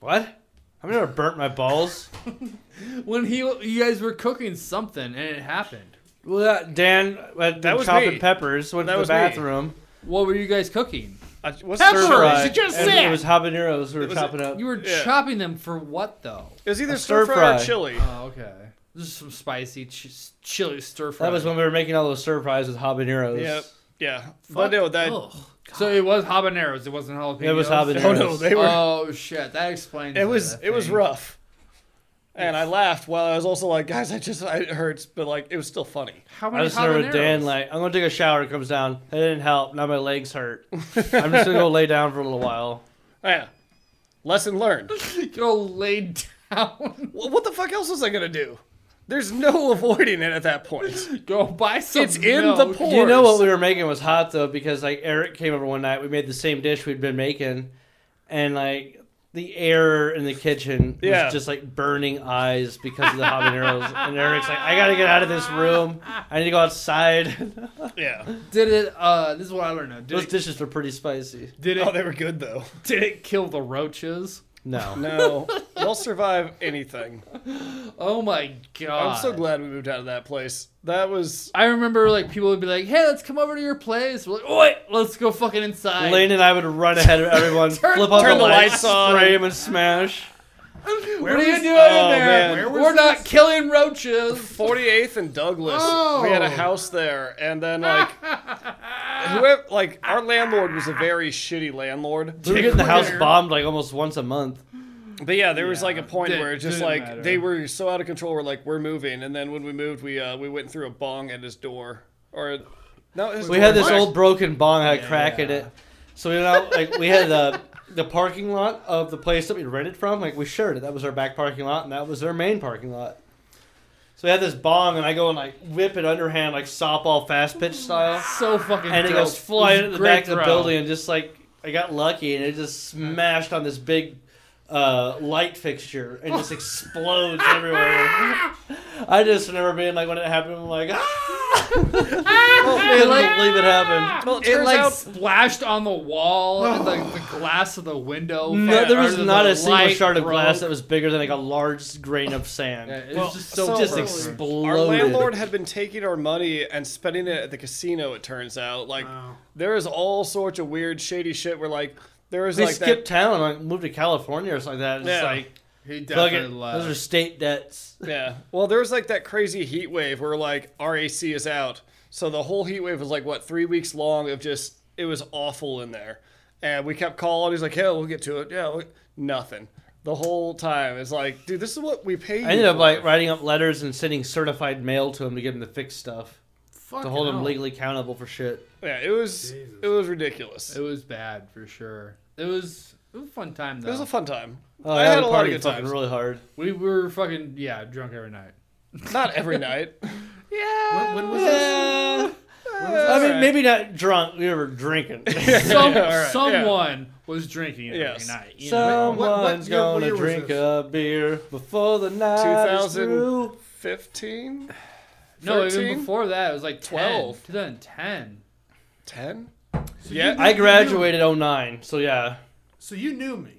S3: What? I've never burnt my balls.
S2: when he you guys were cooking something and it happened.
S3: well, that- Dan, uh, that
S4: was
S3: chopping
S4: me.
S3: peppers went
S4: That
S3: to the
S4: was me.
S3: bathroom.
S2: What were you guys cooking?
S4: I, what's
S2: Pepper!
S4: stir fry?
S2: Did you just
S3: and
S2: say
S3: It was habaneros we were
S4: was-
S3: chopping up.
S2: You were
S4: Yeah.
S2: chopping them for what though?
S4: It was either
S3: A
S4: stir
S3: stir
S4: fry or
S3: fry.
S4: chili.
S2: Oh, okay. This is some spicy ch- chili stir fry.
S3: that was when we were making all those stir fries with habaneros.
S4: Yep. Yeah. But no, that.
S2: Ugh. So it was habaneros. It wasn't jalapenos.
S3: It was habaneros.
S4: Oh no, they were.
S2: Oh shit, that explains.
S4: it was.
S2: that, I
S4: It was
S2: think.
S4: rough. And I laughed while I was also like, guys, I just I, it hurts, but like it was still funny.
S2: How many
S3: I just remember
S2: habaneros?
S3: Dan like, I'm gonna take a shower. It comes down. That didn't help. Now my legs hurt. I'm just gonna go lay down for a little while.
S4: Oh, Yeah. Lesson learned.
S2: go lay down.
S4: Wh- what the fuck else was I gonna do? There's no avoiding it at that point.
S2: go buy some.
S4: It's in
S2: milk.
S4: the pour.
S3: You know what we were making was hot though, because like Eric came over one night. We made the same dish we'd been making, and like the air in the kitchen was
S4: Yeah.
S3: just like burning eyes because of the habaneros. and Eric's like, I gotta get out of this room. I need to go outside.
S4: Yeah.
S2: Did it? Uh, this is what I don't know.
S3: Those
S2: Did it,
S3: dishes were pretty spicy.
S2: did
S4: Oh,
S2: it?
S4: they were good though.
S2: Did it kill the roaches?
S3: No.
S4: No, they'll survive anything.
S2: Oh my god!
S4: I'm so glad we moved out of that place. That was
S2: I remember like people would be like, "Hey, let's come over to your place." We're like, "Wait, let's go fucking inside."
S3: Lane and I would run ahead of everyone, flip on
S4: turn
S3: the,
S4: the
S3: lights,
S4: lights on.
S3: spray 'em and smash.
S2: what are you doing
S4: Oh,
S2: in
S4: man.
S2: there?
S4: Where
S2: We're not killing roaches.
S4: 48th and Douglas. We had a
S2: Oh.
S4: house there, and then like whoever, like our landlord was a very shitty landlord.
S3: We were getting the house
S2: Clear.
S3: bombed like almost once a month.
S4: But yeah, there was like a point
S2: Didn't-
S4: where it's just
S2: didn't
S4: like
S2: matter.
S4: they were so out of control. We're like we're moving, and then when we moved, we uh we went through a bong at his door, or no, his
S3: We
S4: door
S3: had this
S4: was-
S3: old broken bong had a crack in
S2: yeah.
S3: it. So you know, like we had the the parking lot of the place that we rented from, like we shared it. That was our back parking lot, and that was their main parking lot. So we had this bong, and I go and like whip it underhand, like softball fast pitch style,
S2: So fucking.
S3: and it
S2: dope.
S3: goes flying
S2: It
S3: to
S2: was
S3: the
S2: great
S3: back of the
S2: throw.
S3: building, and just like I got lucky, and it just smashed on this big uh, light fixture, and just explodes everywhere. I just remember being like when it happened, I'm like, ah! I couldn't
S2: like-
S3: believe it happened.
S4: Well, it
S2: It
S4: turns
S2: like
S4: out
S2: splashed on the wall, and like the glass of the window.
S3: No,
S2: fucking-
S3: there was
S2: or the
S3: not a single
S2: light
S3: shard of glass that
S2: broke.
S3: was bigger than like a large grain of sand.
S2: Yeah,
S3: It
S2: it was just so,
S4: so
S3: just
S2: broken.
S3: exploded.
S4: Our landlord had been taking our money and spending it at the casino. It turns out, like there is all sorts of weird, shady shit. Where like there is
S3: they
S4: like
S3: skipped town, like moved to California or something like that. It's
S4: Yeah.
S3: like
S2: He
S3: fuck
S2: definitely
S3: it. Those are state debts.
S4: that. Yeah. Well, there was like that crazy heat wave where like our AC is out, so the whole heat wave was like what three weeks long of just it was awful in there, and we kept calling. He's like, "Yeah, we'll get to it. Yeah, we nothing." The whole time it's like, dude, this is what we pay.
S3: I ended up like writing up letters and sending certified mail to him to get him to fix stuff to hold him legally accountable for shit.
S4: yeah, it was it was ridiculous.
S2: It was bad for sure. It was it was a fun time though.
S4: It was a fun time.
S3: Oh,
S4: I
S3: that
S4: had a lot of
S3: party
S4: good
S3: fucking
S4: times.
S3: really hard.
S2: we were fucking yeah drunk every night.
S4: Not every night.
S1: When, when was this?
S3: Yeah. I mean, maybe not drunk. We were drinking.
S2: Some,
S4: yeah.
S2: someone was drinking every
S4: Yes.
S2: night. You know?
S3: Someone's
S1: what- what year- what
S3: gonna
S1: year was
S3: drink
S1: this?
S3: a beer before the night is
S4: 2000.
S3: through.
S4: 15?
S2: No,
S4: 13?
S2: even before that, it was like 12.
S4: 12.
S2: 2010.
S4: 10? yeah.
S3: I graduated 09, so yeah.
S1: So you knew me,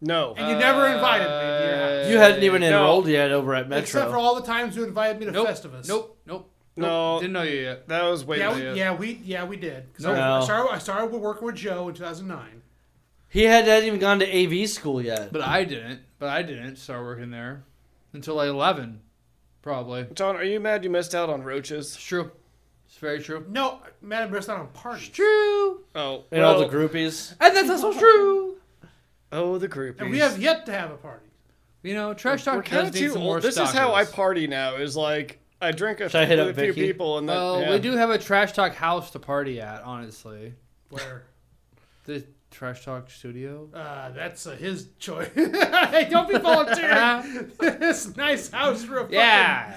S4: no.
S1: and you never invited me to your house,
S3: Uh, You hadn't even
S4: no.
S3: enrolled yet over at
S1: except for
S3: Metro.
S1: all the times you invited me to
S2: Nope.
S1: Festivus.
S2: Nope. Nope.
S4: No.
S2: Didn't know you yet.
S4: that was way
S1: Yeah,
S4: later.
S1: we, yeah, we yeah we did. 'Cause I,
S3: No.
S1: I started I started working with Joe in 2009.
S3: He had, hadn't even gone to AV school yet.
S2: But I didn't. But I didn't start working there until like 11, probably.
S4: John, are you mad you missed out on roaches?
S2: It's true. It's very true.
S1: No, man, it's not on parties.
S2: True.
S4: Oh.
S3: And all the
S4: well,
S3: groupies.
S2: And that's also true.
S4: Oh, the groupies.
S1: And we have yet to have a party.
S2: You know, trash
S4: We're
S2: talk
S4: kind
S2: does
S4: of
S2: need
S4: too
S2: some more
S4: old. This is how I
S2: stalkers.
S4: party now. Is like I drink a,
S3: I hit
S4: with
S3: up
S4: a few
S3: Vicky?
S4: people, and then
S2: Well,
S4: yeah.
S2: we do have a trash talk house to party at, honestly.
S1: Where
S2: The trash talk studio.
S1: uh, that's uh, his choice. hey, don't be volunteering. this nice house for a fucking.
S2: Yeah.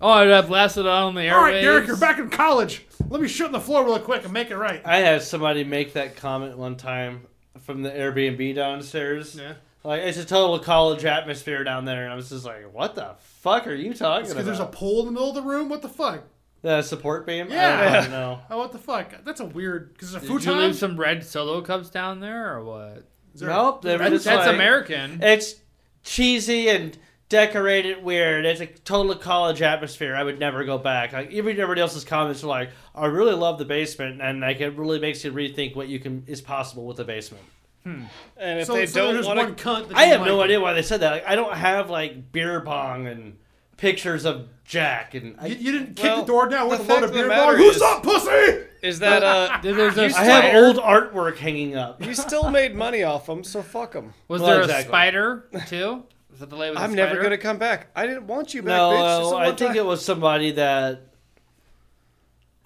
S2: Oh, it have lasted out on the airwaves.
S1: All right, Derek, you're back in college. Let me shoot on the floor real quick and make it right.
S3: I had somebody make that comment one time from the Airbnb downstairs.
S1: Yeah.
S3: Like it's a total college atmosphere down there, and I was just like, "What the fuck are you talking about?"
S1: Because there's a pool in the middle of the room. What the fuck?
S3: The support beam. I
S1: Yeah.
S3: don't know.
S1: Oh, what the fuck? That's a weird. Because there's a
S2: Did you
S1: futon.
S2: leave some red solo cups down there or what?
S1: Is there-
S3: Nope. they were
S2: That's,
S3: just
S2: that's
S3: like-
S2: American.
S3: It's cheesy and decorated weird. It's a total college atmosphere. I would never go back. Like even everybody else's comments were like, "I really love the basement," and like it really makes you rethink what you can is possible with the basement.
S4: And if
S1: So,
S4: they
S1: so
S4: don't
S1: there's
S4: want
S1: one
S4: to,
S1: cunt. That
S3: I
S1: didn't
S3: have no
S1: like it.
S3: idea why they said that. Like, I don't have like beer pong and pictures of Jack and I,
S1: You, you didn't kick
S4: Well,
S1: the door down with
S4: the
S1: a load
S4: fact
S1: of
S4: of the
S1: beer
S4: matter
S1: bong. Who's
S4: is-
S1: up, pussy?
S4: is that uh?
S1: Ah,
S2: There's a
S3: I have
S2: spider.
S3: old artwork hanging up.
S4: you still made money off them, so fuck them.
S2: Was
S3: Well,
S2: there
S3: exactly.
S2: a spider too? Is that the lady with the
S4: I'm never
S2: spider?
S4: gonna come back. I didn't want you back,
S3: No,
S4: bitch. This is
S3: uh,
S4: a
S3: I
S4: one
S3: think
S4: time.
S3: it was somebody that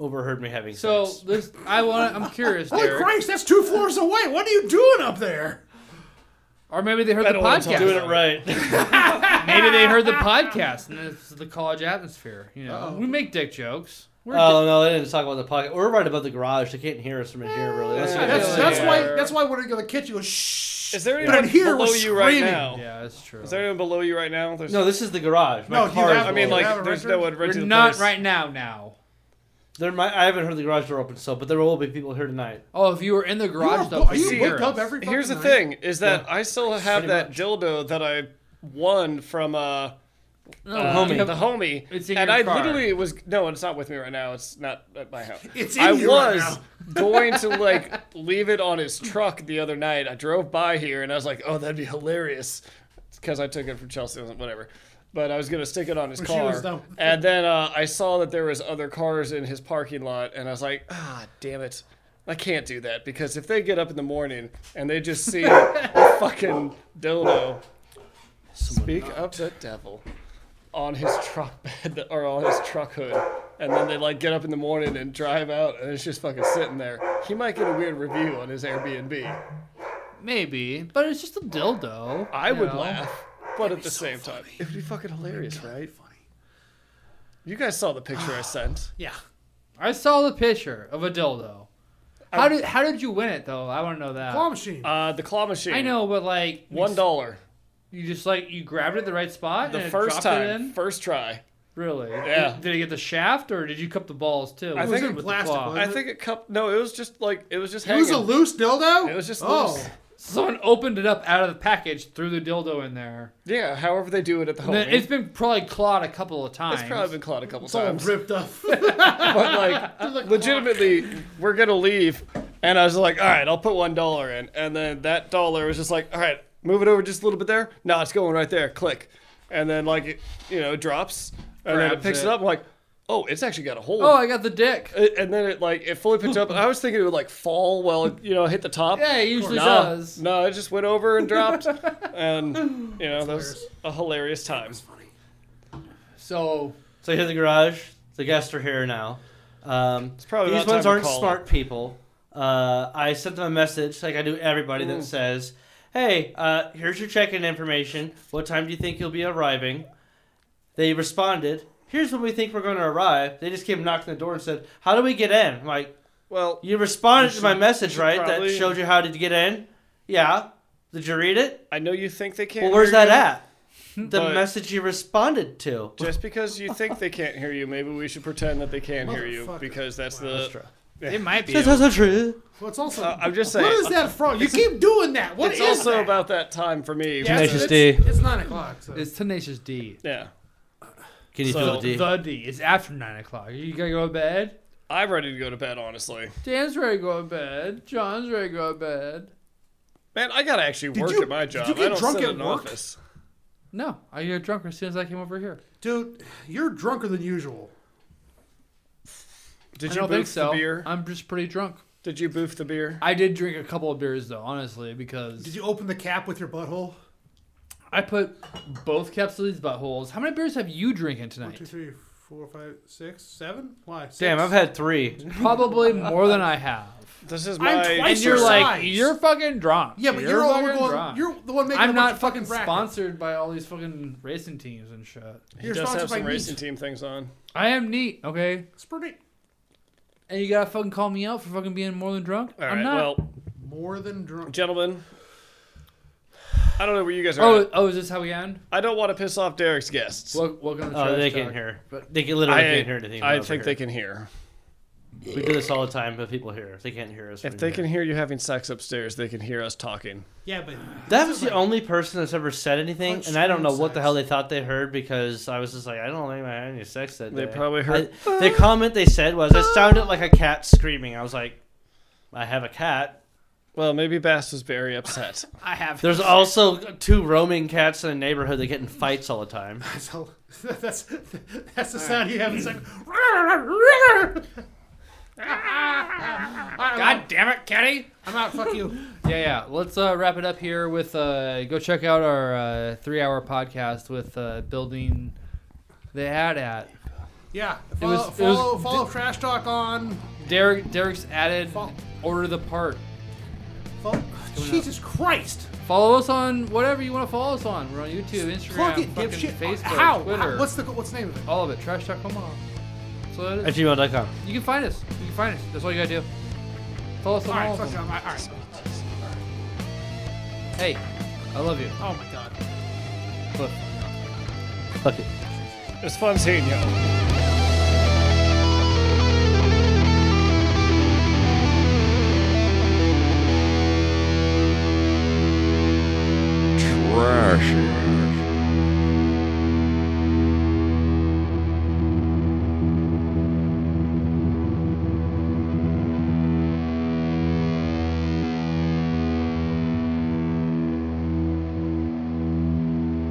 S3: overheard me having
S2: So
S3: sex.
S2: this, I want. I'm curious,
S1: Holy
S2: Derek,
S1: Christ, that's two floors away. What are you doing up there?
S2: or maybe they heard the
S4: Better ones
S2: podcast.
S3: Oh, doing it right.
S2: Maybe they heard the podcast and this is the college atmosphere. You know, we make dick jokes. We're
S3: Oh no, they didn't talk about the pocket. We're right above the garage. They can't hear us from in here, really. That's the
S4: Yeah,
S1: That's,
S3: good
S2: yeah.
S1: that's
S3: thing.
S1: why. That's why when I go to the kitchen, you go shh.
S4: Is there
S1: But
S4: anyone
S1: I'm here
S4: below
S1: we're
S4: you right
S1: screaming.
S4: now?
S2: dick- yeah, that's true.
S4: Is there anyone below you right now? There's
S3: No, this is the garage. My
S1: No, you
S3: car
S1: have-
S3: is
S4: I mean,
S1: Do
S3: below.
S1: you have
S4: like,
S1: a
S4: there's
S1: record?
S4: no one renting
S2: We're
S4: the
S2: not
S4: place.
S2: right now. Now,
S3: there might. I haven't heard the garage door open, so but there will be people here tonight.
S2: oh, if you were in the
S1: You
S2: garage,
S1: are,
S2: though,
S1: are you
S2: hear
S1: booked up
S2: us.
S1: every?
S4: Here's the
S1: fucking night?
S4: thing: is that I still have
S3: Pretty
S4: that
S3: much.
S4: dildo that I won from uh,
S2: No,
S4: uh,
S2: you
S4: the
S2: have-
S4: homie,
S2: It's in
S4: and
S2: your
S4: I
S2: car.
S4: literally was no, it's not with me right now. It's not at my house.
S1: It's in
S4: I
S1: you right
S4: was going to like leave it on his truck the other night. I drove by here and I was like, oh, that'd be hilarious, because I took it from Chelsea, whatever. But I was gonna stick it on his
S1: She
S4: car,
S1: was dumb.
S4: and then uh, I saw that there was other cars in his parking lot, and I was like, ah, damn it. I can't do that because if they get up in the morning and they just see a fucking dildo speak of the devil on his truck bed or on his truck hood, and then they like get up in the morning and drive out, and it's just fucking sitting there. He might get a weird review on his Airbnb.
S2: maybe, but it's just a dildo.
S4: I
S2: you
S4: would
S2: know?
S4: laugh, but at the same time, it would be fucking hilarious, right? You guys saw the picture I sent.
S1: Yeah.
S2: I saw the picture of a dildo. How did how did you win it though? I want to know that.
S1: Claw machine.
S4: Uh, the claw machine.
S2: I know, but like you
S4: One
S2: s-
S4: dollar.
S2: You just like you grabbed it at the right spot.
S4: The
S2: and it
S4: first
S2: dropped It in?
S4: time, first try.
S2: Really?
S4: Yeah.
S2: Did, did it get the shaft or did you cup the balls too?
S4: I
S2: Was it
S4: think it
S2: with the
S1: plastic
S2: claw?
S1: was-
S4: I think it cup. No, it was just like it was just
S1: it
S4: hanging.
S1: was a loose dildo.
S4: It was just
S1: oh.
S4: loose.
S2: Someone opened it up out of the package, threw the dildo in there.
S4: Yeah, however they do it at the home.
S2: And then it's been probably clawed a couple of times.
S4: It's probably been clawed a couple
S1: It's all
S4: times.
S1: ripped up.
S4: But like, legitimately, we're gonna leave, and I was like, all right, I'll put one dollar in, and then that dollar was just like, all right, move it over just a little bit there. No, it's going right there. Click, and then like it, you know, drops, and then it
S2: Grabs
S4: picks it,
S2: it.
S4: up. I'm like, oh, it's actually got a hole.
S2: Oh, I got the dick.
S4: It- and then it like it fully picked up. I was thinking it would like fall while it, you know hit the top.
S2: Yeah, it usually
S4: no,
S2: does.
S4: No, it just went over and dropped, and you know that was a hilarious time.
S2: So
S3: So here the garage. The guests are here now. Um,
S4: probably
S3: these
S4: about
S3: ones
S4: time to
S3: aren't
S4: call.
S3: smart people. Uh, I sent them a message like I do everybody
S4: Mm.
S3: that says, "Hey, uh, here's your check-in information. What time do you think you'll be arriving?" They responded, "Here's when we think we're going to arrive." They just came knocking the door and said, "How do we get in?" I'm like,
S4: Well,
S3: "You responded to my message,
S4: should
S3: right?
S4: probably-
S3: That showed you how to get in." Yeah. Did you read it?
S4: I know you think they can't.
S3: Well, where's
S4: hear
S3: that
S4: you.
S3: at? The
S4: But-
S3: message you responded to.
S4: Just because you think they can't hear you, maybe we should pretend that they can hear you
S1: Motherfucker.
S4: because that's
S3: That's
S4: the.
S3: true.
S2: it might be.
S3: That's also true.
S1: well, it's also.
S4: Uh, I'm just saying.
S1: what is that from? You keep doing that. What
S4: It's
S1: is
S4: also
S1: that?
S4: about that time for me.
S1: Yeah,
S3: Tenacious
S1: it's,
S3: D.
S1: It's, it's nine o'clock. So.
S2: It's Tenacious D.
S4: Yeah.
S3: Can you
S4: So,
S3: feel it?
S2: The D. It's after nine o'clock. You gotta go to bed.
S4: I'm ready to go to bed, honestly.
S2: Dan's ready to go to bed. John's ready to go to bed.
S4: Man, I gotta actually work
S1: you-
S4: at my
S1: did you
S4: job.
S1: get
S4: I don't
S1: drunk
S4: sit
S1: at
S4: in an
S1: work?
S4: office.
S2: No, I got drunk as soon as I came over here.
S1: Dude, you're drunker than usual.
S4: Did
S2: I
S4: you
S2: don't
S4: boof
S2: think so.
S4: the beer?
S2: I'm just pretty drunk.
S4: Did you boof the beer?
S2: I did drink a couple of beers though, honestly, because
S1: Did you open the cap with your butthole?
S2: I put both caps of these buttholes. How many beers have you drinking
S1: Two,
S2: tonight?
S1: three, four, five, six, seven. Why? Six?
S3: Damn, I've had three.
S2: Probably more than I have.
S4: This is
S1: I'm
S4: my.
S1: twice
S2: And you're
S1: your
S2: like,
S1: size.
S2: you're fucking drunk.
S1: Yeah, but you're, all
S2: fucking
S1: going.
S2: drunk.
S1: You're the one making. a
S2: I'm
S1: bunch
S2: not
S1: of
S2: fucking
S1: brackets.
S2: sponsored by all these fucking racing teams and shit.
S1: You're
S4: does
S1: sponsored
S4: have
S1: by
S4: some racing
S1: me.
S4: team things on.
S2: I am neat, okay?
S1: Spurt it
S2: And you gotta fucking call me out for fucking being more than drunk.
S4: All
S2: I'm
S4: right,
S2: not.
S4: well,
S1: more than drunk.
S4: gentlemen, I don't know where you guys are. at.
S2: oh, oh, is this how we end?
S4: I don't want to piss off Derek's guests.
S2: Wel- welcome to
S3: Oh,
S2: Trash
S3: they
S2: Talk.
S3: can hear. They can literally
S4: I,
S3: can't hear anything.
S4: I
S3: over
S4: think
S3: here.
S4: they can hear.
S3: We do this all the time, but people hear. If they can't hear us,
S4: If
S3: we
S4: they can hear you having sex upstairs, they can hear us talking.
S1: Yeah, but
S3: That was the only person that's ever said anything, and I don't know what the hell they thought they heard because I was just like, I don't think I had any sex that
S4: They
S3: day.
S4: probably heard-
S3: I, the comment they said was, "It sounded like a cat screaming." I was like, I have a cat.
S4: Well, maybe Bass was very upset.
S2: I have.
S3: There's also two roaming cats in the neighborhood that get in fights all the time.
S1: so that's that's the sound you have. It's like. God
S2: God damn it, Kenny!
S1: I'm out. Fuck you.
S2: Yeah, yeah. Let's uh, wrap it up here with uh, go check out our uh, three hour podcast with uh, building the ad at
S1: Yeah.
S2: It
S1: Follow,
S2: was- it was-
S1: follow, follow trash talk on.
S2: Derek. Derek's added
S1: Fo-
S2: order the part.
S1: Follow, Jesus Christ.
S2: Follow us on whatever you want to follow us on. We're on YouTube, Instagram,
S1: Plug it,
S2: fucking
S1: dipshit.
S2: Facebook,
S1: How?
S2: Twitter,
S1: How? What's the what's the name of it?
S2: all of it. Trash Talk Omaha. So that is-
S3: At gmail.com.
S2: you can find us. You can find us. That's all you gotta do. Follow us on
S1: All
S2: all,
S1: right.
S2: of
S1: Fuck you.
S2: them.
S1: All right.
S2: Hey, I love you.
S1: Oh my God.
S2: Cliff.
S3: Fuck it.
S4: It was fun seeing you.